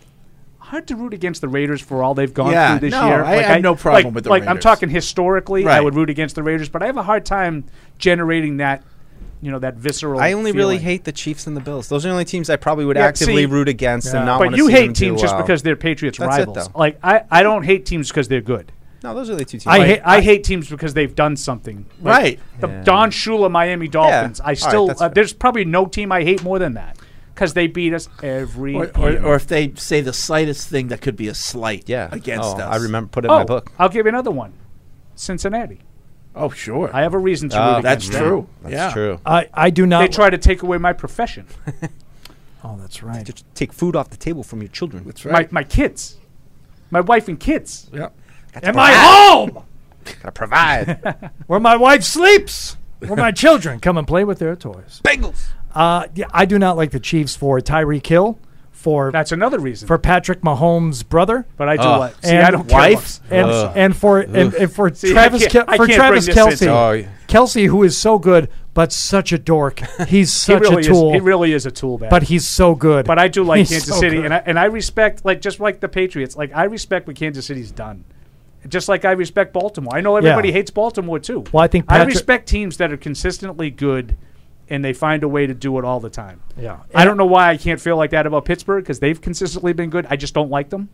Hard to root against the Raiders for all they've gone Yeah, through this no, year. I Like, have no problem like- with the like I'm Raiders. talking historically, I Right. would root against the Raiders, but I have a hard time generating that, you know, that visceral. I only really feeling. hate the Chiefs and the Bills. Those are the only teams I probably would Yeah, actively see- root against and not. But wanna you see them hate do teams just well. because they're Patriots That's it, rivals. though. like I, I don't hate teams because they're good. No, those are the two teams. I Like- hate I hate teams because they've done something. Like, Right. The Yeah. Don Shula Miami Dolphins. I All right, still that's uh, there's probably no team I hate more than that because they beat us every. Or, or, year. or if they say the slightest thing that could be a slight yeah. against Oh, us. I remember- put it in oh, my book. I'll give you another one. Cincinnati. Oh, sure. I have a reason to. Oh, root that's against them. true. That's Yeah. true. I- I do not- They try to take away my profession. oh, that's right. take food off the table from your children. That's My my kids, my wife and kids. Yep. Am I home? Gotta provide. Where my wife sleeps. Where my children come and play with their toys. Bengals. Uh, yeah, I do not like the Chiefs for Tyreek Hill, for that's another reason for Patrick Mahomes' brother. But I do and, what? See, I don't care wife what- and, Ugh. and for and, Uh, Ugh. and for See, I Travis can't- Ke- I for can't bring Travis this into- Kelsey, Oh, yeah. Kelsey who is so good but such a dork. He's such he really a tool. Is, he really is a tool bag. But he's so good. But I do like He's Kansas so City, good. and I and I respect like just like the Patriots. Like I respect what Kansas City's done. Just like I respect Baltimore. I know everybody Yeah. hates Baltimore too. Well, I think I Patrick- respect teams that are consistently good, and they find a way to do it all the time. Yeah. I don't know why I can't feel like that about Pittsburgh because they've consistently been good. I just don't like them.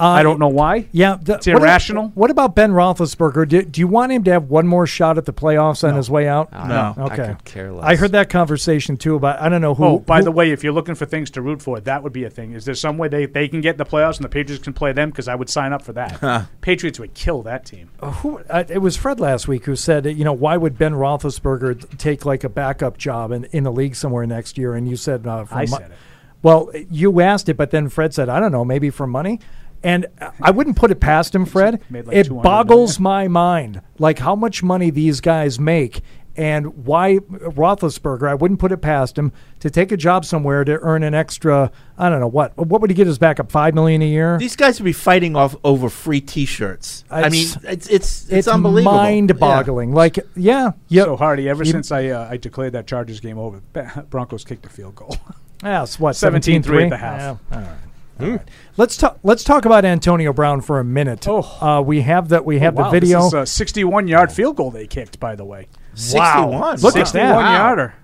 Uh, I don't know why. Yeah, the- It's irrational. What, a- what about Ben Roethlisberger? Do, do you want him to have one more shot at the playoffs on his way out? No. No. I Okay. could care less. I heard that conversation too about I don't know who. oh, by who- the way, if you're looking for things to root for, that would be a thing. Is there some way they, they can get in the playoffs and the Patriots can play them? Because I would sign up for that. Patriots would kill that team. who uh, it was Fred last week who said, you know, why would Ben Roethlisberger t- take like a backup job in, in the league somewhere next year? And you said, uh, for I mo- said it. Well, you asked it, but then Fred said, I don't know, maybe for money. And I wouldn't put it past him, Fred. Made like it 200 boggles my mind, like how much money these guys make, and why Roethlisberger. I wouldn't put it past him to take a job somewhere to earn an extra. I don't know what. What would he get his backup? Five million a year. These guys would be fighting off over free T-shirts. I mean, It's- it's it's it's, unbelievable. mind-boggling. Like, yeah, yeah. So Hardy, ever You- since I uh, I declared that Chargers game over, Broncos kicked a field goal. Yeah, it's what 17 17-3? at the half. Yeah, all right. Hmm. Let's talk. Let's talk about Antonio Brown for a minute. Oh, uh, we have that. We have Oh, wow, the video. This is uh, a 61 yard field goal they kicked, by the way. Wow. Look at that. Wow. yarder.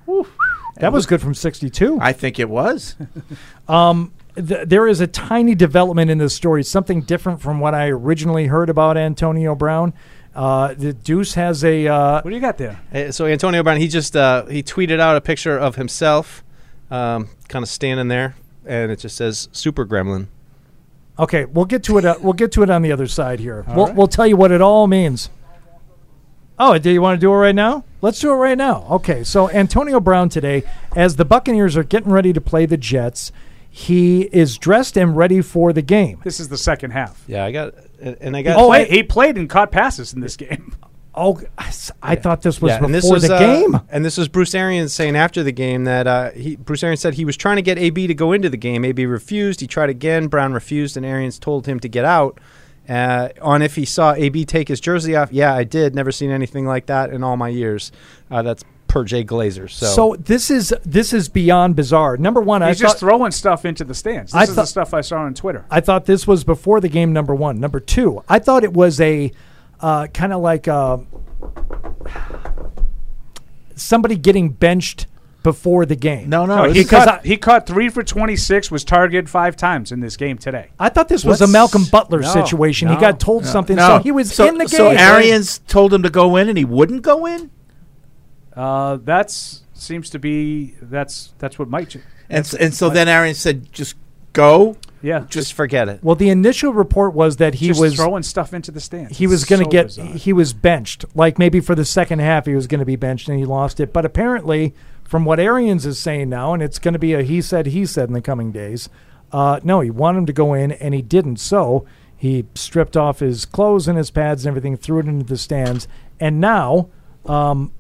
that was good from sixty-two. I think it was. um, th- there is a tiny development in this story. Something different from what I originally heard about Antonio Brown. Uh, the Deuce has a. Uh, what do you got there? eh, Uh, So Antonio Brown, he just uh, he tweeted out a picture of himself, um, kind of standing there, and it just says "Super Gremlin." Okay, we'll get to it. Uh, we'll get to it on the other side here. All We'll, right. we'll tell you what it all means. Oh, do you want to do it right now? Let's do it right now. Okay, so Antonio Brown today, as the Buccaneers are getting ready to play the Jets, he is dressed and ready for the game. This is the second half. Yeah, I got and I He, got. play- he played and caught passes in this game. Oh, I thought this was Yeah, before and this was the uh, game. and this was Bruce Arians saying after the game that uh, he, Bruce Arians said he was trying to get AB to go into the game. AB refused. He tried again. Brown refused, and Arians told him to get out. Uh, on if he saw AB take his jersey off. Yeah, I did. Never seen anything like that in all my years. Uh, that's per Jay Glazer. So, So. this is this is beyond bizarre. Number one, I He's just thought- throwing stuff into the stands. This I is the thought- stuff I saw on Twitter. I thought this was before the game. Number one, number two. I thought it was a uh, kind of like uh, somebody getting benched before the game. No, he because caught, he caught three for 26, was targeted five times in this game today. I, I thought this was a Let's- Malcolm Butler No, situation. no, he got told no. something, No. so he was So- in the game. So Arians told him to go in, and he wouldn't go in. Uh, that's seems to be that's that's what Mike. And s- and so then Arians said, "Just go." Yeah, just forget it. Well, the initial report was that he Just was throwing stuff into the stands. He was It's going to so get bizarre. he was benched. Like maybe for the second half, he was going to be benched and he lost it. But apparently, from what Arians is saying now, and it's going to be a he said he said in the coming days. Uh, no, he wanted him to go in and he didn't. So he stripped off his clothes and his pads and everything, threw it into the stands, and now um,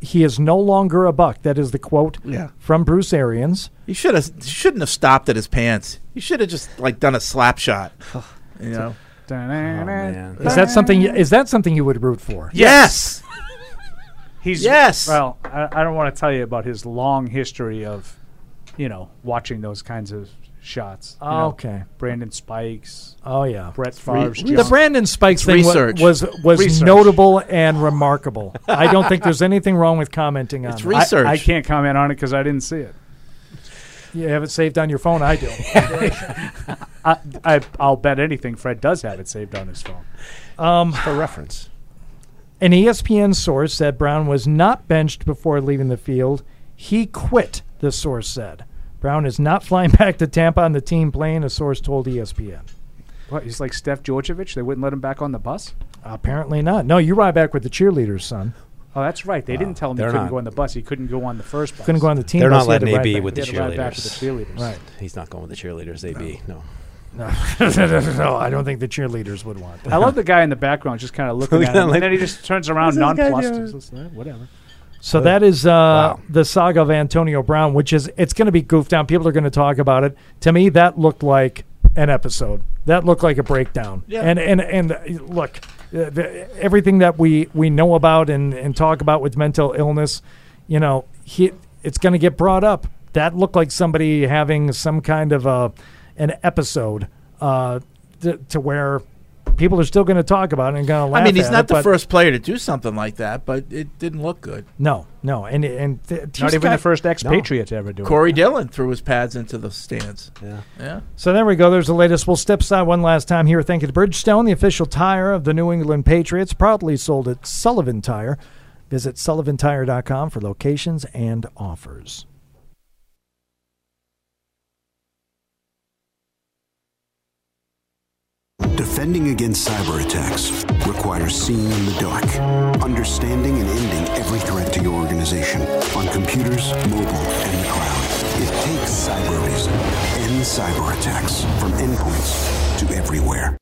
he is no longer a buck. That is the quote Yeah. from Bruce Arians. He should have shouldn't have stopped at his pants. He should have just like done a slap shot. You know. Is that something? Is that something you would root for? Yes. He's Yes. Well, I, I don't want to tell you about his long history of, you know, watching those kinds of shots. you know, Okay. Brandon Spikes. Oh yeah, Brett Favre's the Brandon Spikes thing wa- was was Research. notable and remarkable. I don't think there's anything wrong with commenting on It's it. research. I- I can't comment on it because I didn't see it. You have it saved on your phone. I do. I, I I'll bet anything Fred does have it saved on his phone. Um, for reference, an E ESPN source said Brown was not benched before leaving the field. He quit. The source said Brown is not flying back to Tampa on the team plane. A source told E ESPN. What? He's like Steph Georgievich. They wouldn't let him back on the bus. Apparently not. No, you ride back with the cheerleaders, son. Oh, that's right. They didn't tell him he they're couldn't not. go on the bus. He couldn't go on the first bus. Couldn't go on the team they're bus, not he had letting to ride AB back- with the he had to ride back with cheerleaders. the cheerleaders. Right. He's not going with the cheerleaders. AB, no. No, no, I don't think the cheerleaders would want that. I love the guy in the background just kind of looking Looking at him, at him like- and then he just turns around What's this guy nonplussed. doing? He's just like, Whatever. So that is uh, the saga of Antonio Brown, which is it's going to be goofed down. People are going to talk about it. To me, that looked like an episode. That looked like a breakdown. Yeah. And and and uh, look, uh, the, everything that we we know about and and talk about with mental illness, you know, he, it's going to get brought up. That looked like somebody having some kind of a an episode uh, to, to where people are still going to talk about it and going to laugh. I mean, he's at not it, the but- first player to do something like that, but it didn't look good. No, no, and and th- he's even got- the first expatriate to ever do it. Corey Dillon threw his pads into the stands. Yeah. Yeah. So there we go. There's the latest. We'll step aside one last time here. Thank you to Bridgestone, the official tire of the New England Patriots, proudly sold at Sullivan Tire. Visit sullivantire.com for locations and offers. Defending against cyber attacks requires seeing in the dark, understanding and ending every threat to your organization on computers, mobile, and the cloud. It takes cyber reason and cyber attacks from endpoints to everywhere.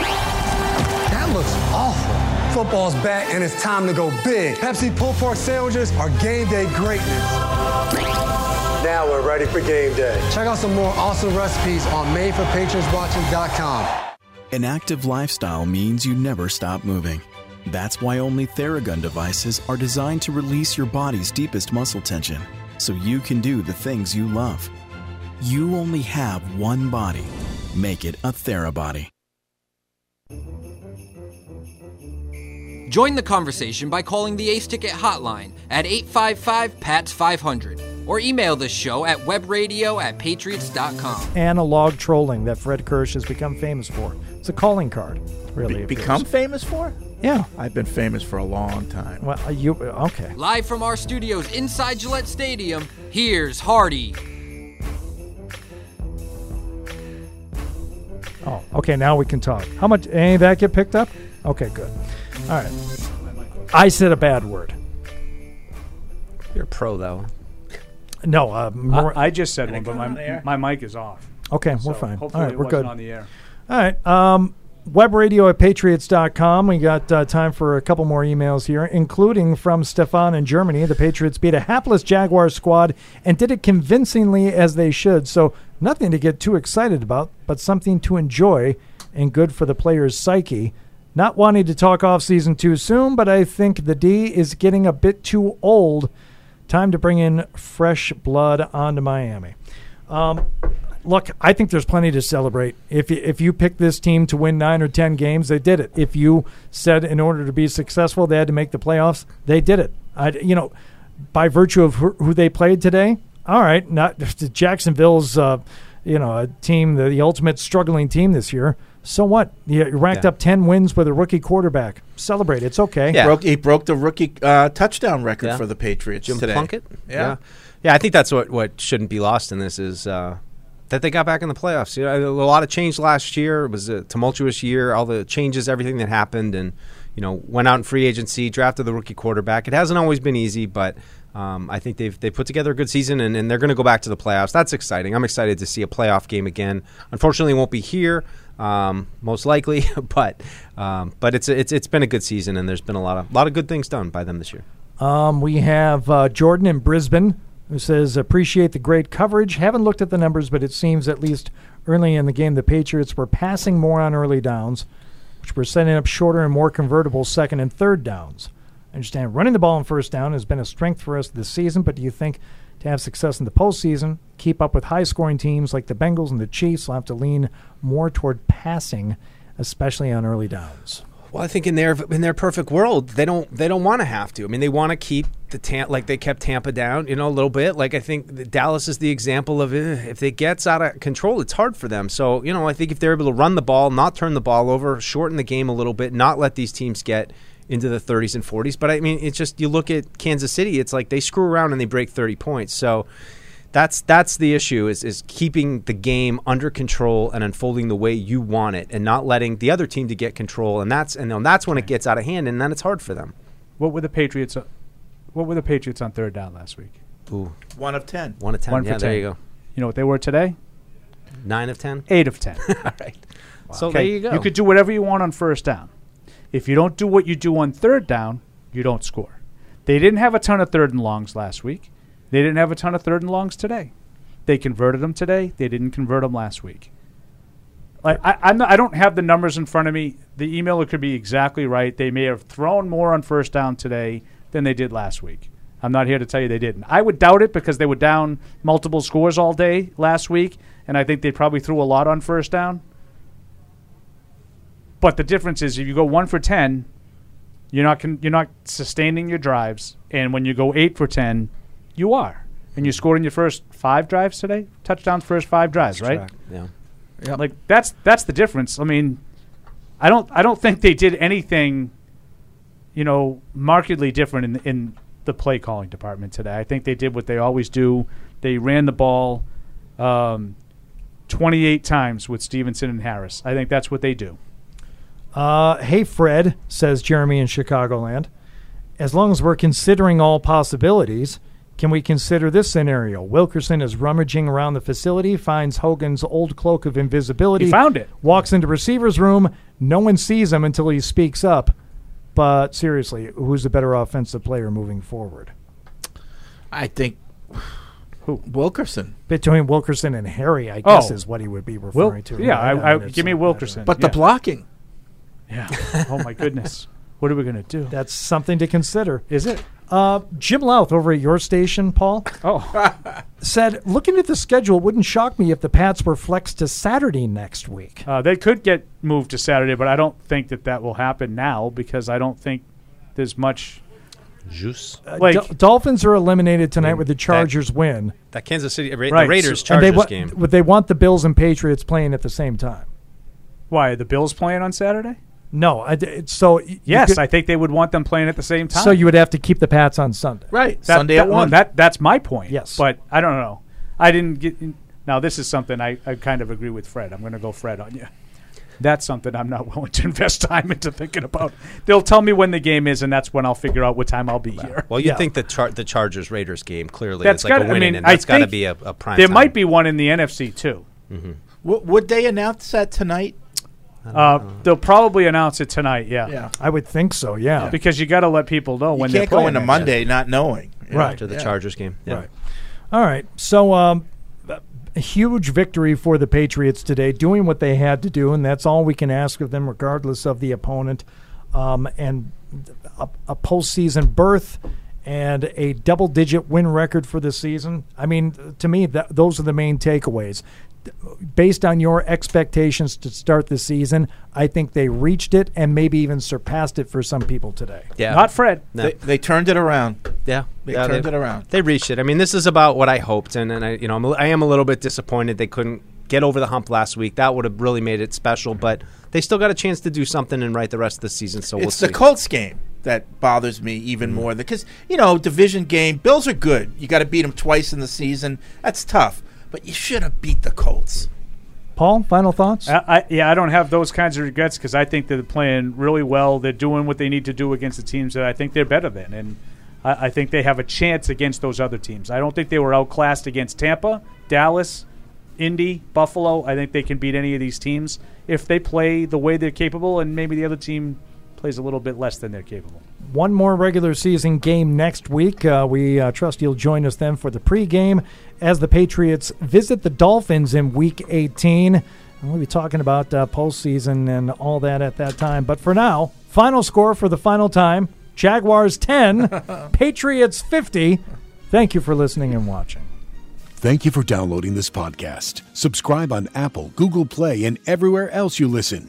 That looks awful. Football's back and it's time to go big. Pepsi pulled pork sandwiches are game day greatness. Now we're ready for game day. Check out some more awesome recipes on madeforpatronswatching.com. An active lifestyle means you never stop moving. That's why only Theragun devices are designed to release your body's deepest muscle tension so you can do the things you love. You only have one body. Make it a Therabody. Join the conversation by calling the Ace Ticket hotline at 855 PATS 500 or email this show at webradio at patriots.com. Analog trolling that Fred Kirsch has become famous for. It's a calling card, really. of Become his. famous for? Yeah. I've been famous for a long time. Well, uh, you okay? Live from our studios inside Gillette Stadium, here's Hardy. Oh, okay. Now we can talk. How much? Any of that get picked up? Okay, good. All right. I said a bad word. You're a pro though. No, uh, more- I, I just said one, but my, my mic is off. Okay, So we're fine. All Hopefully right, it we're wasn't good. on the air. All right. Um, web radio at patriots.com. We got uh, time for a couple more emails here, including from Stefan in Germany. The Patriots beat a hapless Jaguar squad and did it convincingly as they should. So, nothing to get too excited about, but something to enjoy and good for the player's psyche. Not wanting to talk off season too soon, but I think the D is getting a bit too old. Time to bring in fresh blood onto Miami. Um, look, I think there's plenty to celebrate. If you, if you pick this team to win nine or ten games, they did it. If you said in order to be successful they had to make the playoffs, they did it. I, you know, by virtue of who, who they played today, all right. Not Jacksonville's, uh, you know, a team the, the ultimate struggling team this year. So what? You you racked Yeah. up ten wins with a rookie quarterback. Celebrate. It's okay. He broke, he broke the rookie uh, touchdown record for the Patriots Jim today. Plunkett. Yeah. yeah, Yeah, I think that's what what shouldn't be lost in this is uh, that they got back in the playoffs. You know, a lot of change last year. It was a tumultuous year. All the changes, everything that happened, and you know, went out in free agency, drafted the rookie quarterback. It hasn't always been easy, but. Um, I think they've they put together a good season and, and they're going to go back to the playoffs. That's exciting. I'm excited to see a playoff game again. Unfortunately, it won't be here, um, most likely, but um, but it's it's it's been a good season and there's been a lot of lot of good things done by them this year. Um, we have uh, Jordan in Brisbane who says, Appreciate the great coverage. Haven't looked at the numbers, but it seems at least early in the game, the Patriots were passing more on early downs, which were setting up shorter and more convertible second and third downs. I understand running the ball on first down has been a strength for us this season, but do you think to have success in the postseason, keep up with high scoring teams like the Bengals and the Chiefs, will have to lean more toward passing, especially on early downs? Well, I think in their in their perfect world, they don't they don't want to have to. I mean, they want to keep the Tam- like they kept Tampa down, you know, a little bit. Like I think that Dallas is the example of eh, if it gets out of control, it's hard for them. So you know, I think if they're able to run the ball, not turn the ball over, shorten the game a little bit, not let these teams get into the 30s and 40s. But I mean, it's just you look at Kansas City, it's like they screw around and they break 30 points. So that's that's the issue is is keeping the game under control and unfolding the way you want it and not letting the other team to get control and that's and then that's when it gets out of hand and then it's hard for them. What were the Patriots? uh, What were the Patriots on third down last week? Ooh. One of ten. One of ten. One yeah, for there 10. you go. You know what they were today? Nine of ten. Eight of ten. All right. So there you go. You could do whatever you want on first down. If you don't do what you do on third down, you don't score. They didn't have a ton of third and longs last week. They didn't have a ton of third and longs today. They converted them today. They didn't convert them last week. Like I, I'm not, I don't have the numbers in front of me. The emailer could be exactly right. They may have thrown more on first down today than they did last week. I'm not here to tell you they didn't. I would doubt it because they were down multiple scores all day last week, and I think they probably threw a lot on first down. But the difference is if you go one for ten, you're not con- you're not sustaining your drives, and when you go eight for ten, you are, and you scored in your first five drives today, touchdowns first five drives, right? Correct. Yeah. Like that's that's the difference. I mean, I don't I don't think they did anything, you know, markedly different in in the play calling department today. I think they did what they always do. They ran the ball um, 28 times with Stevenson and Harris. I think that's what they do. Uh, hey, Fred, says Jeremy in Chicagoland. As long as we're considering all possibilities, can we consider this scenario? Wilkerson is rummaging around the facility, finds Hogan's old cloak of invisibility. He found it. Walks into receiver's room. No one sees him until he speaks up. But seriously, who's the better offensive player moving forward? I think who Wilkerson. Between Wilkerson and Harry, I guess, Oh. is what he would be referring Wil- to. yeah, I- mean, I- it's give me a matter Wilkerson, of- But the yeah. blocking. Yeah. oh my goodness. What are we going to do? That's something to consider. Is it? Uh, Jim Louth over at your station, Paul. Oh. said, looking at the schedule, it wouldn't shock me if the Pats were flexed to Saturday next week. Uh, they could get moved to Saturday, but I don't think that that will happen now because I don't think there's much juice. Uh, Like Dol- Dolphins are eliminated tonight with the Chargers win. That Kansas City Ra- Right, the Raiders And Chargers they wa- game. but they want the Bills and Patriots playing at the same time. why are the Bills playing on Saturday? No, I d so y- you Yes, could- I think they would want them playing at the same time. so you would have to keep the Pats on Sunday. Right. That- that one- That that's my point. Yes. but I don't know. I didn't get. Now this is something I, I kind of agree with Fred. I'm going to go Fred on you. That's something I'm not willing to invest time into thinking about. They'll tell me when the game is, and that's when I'll figure out what time I'll be here. Well, you Yeah. would think the char- the Chargers Raiders game clearly That's is like gotta- a I win mean, and I that's got to think be a, a prime. There might be one in the NFC too. Mm-hmm. W- would they announce that tonight? Uh, they'll probably announce it tonight. Yeah, Yeah. I would think so. Yeah, because you got to let people know when you they're can't go playing into it. Monday not knowing. you know? Right. to the Yeah. Chargers game. Yeah. Right. All right. So, um, a huge victory for the Patriots today, doing what they had to do, and that's all we can ask of them, regardless of the opponent. Um, and a, a postseason berth and a double digit win record for the season. I mean, to me, that, those are the main takeaways. Based on your expectations to start the season, I think they reached it and maybe even surpassed it for some people today. Yeah. Not Fred. No. They, they turned it around. Yeah, They Yeah, turned it around. They reached it. I mean, this is about what I hoped, and, and I, you know, I'm, a- I am a little bit disappointed they couldn't get over the hump last week. That would have really made it special, but they still got a chance to do something and right the rest of the season. So we'll it's see. the Colts game that bothers me even more because you know division game. Bills are good. You got to beat them twice in the season. That's tough, but you should have beat the Colts. Paul, final thoughts? I, I, yeah, I don't have those kinds of regrets because I think they're playing really well. They're doing what they need to do against the teams that I think they're better than, and I, I think they have a chance against those other teams. I don't think they were outclassed against Tampa, Dallas, Indy, Buffalo. I think they can beat any of these teams if they play the way they're capable, and maybe the other team plays a little bit less than they're capable. one more regular season game next week. Uh, we uh, trust you'll join us then for the pregame as the Patriots visit the Dolphins in Week 18. And we'll be talking about uh, postseason and all that at that time. But for now, final score for the final time: Jaguars 10, Patriots 50. Thank you for listening and watching. Thank you for downloading this podcast. Subscribe on Apple, Google Play, and everywhere else you listen.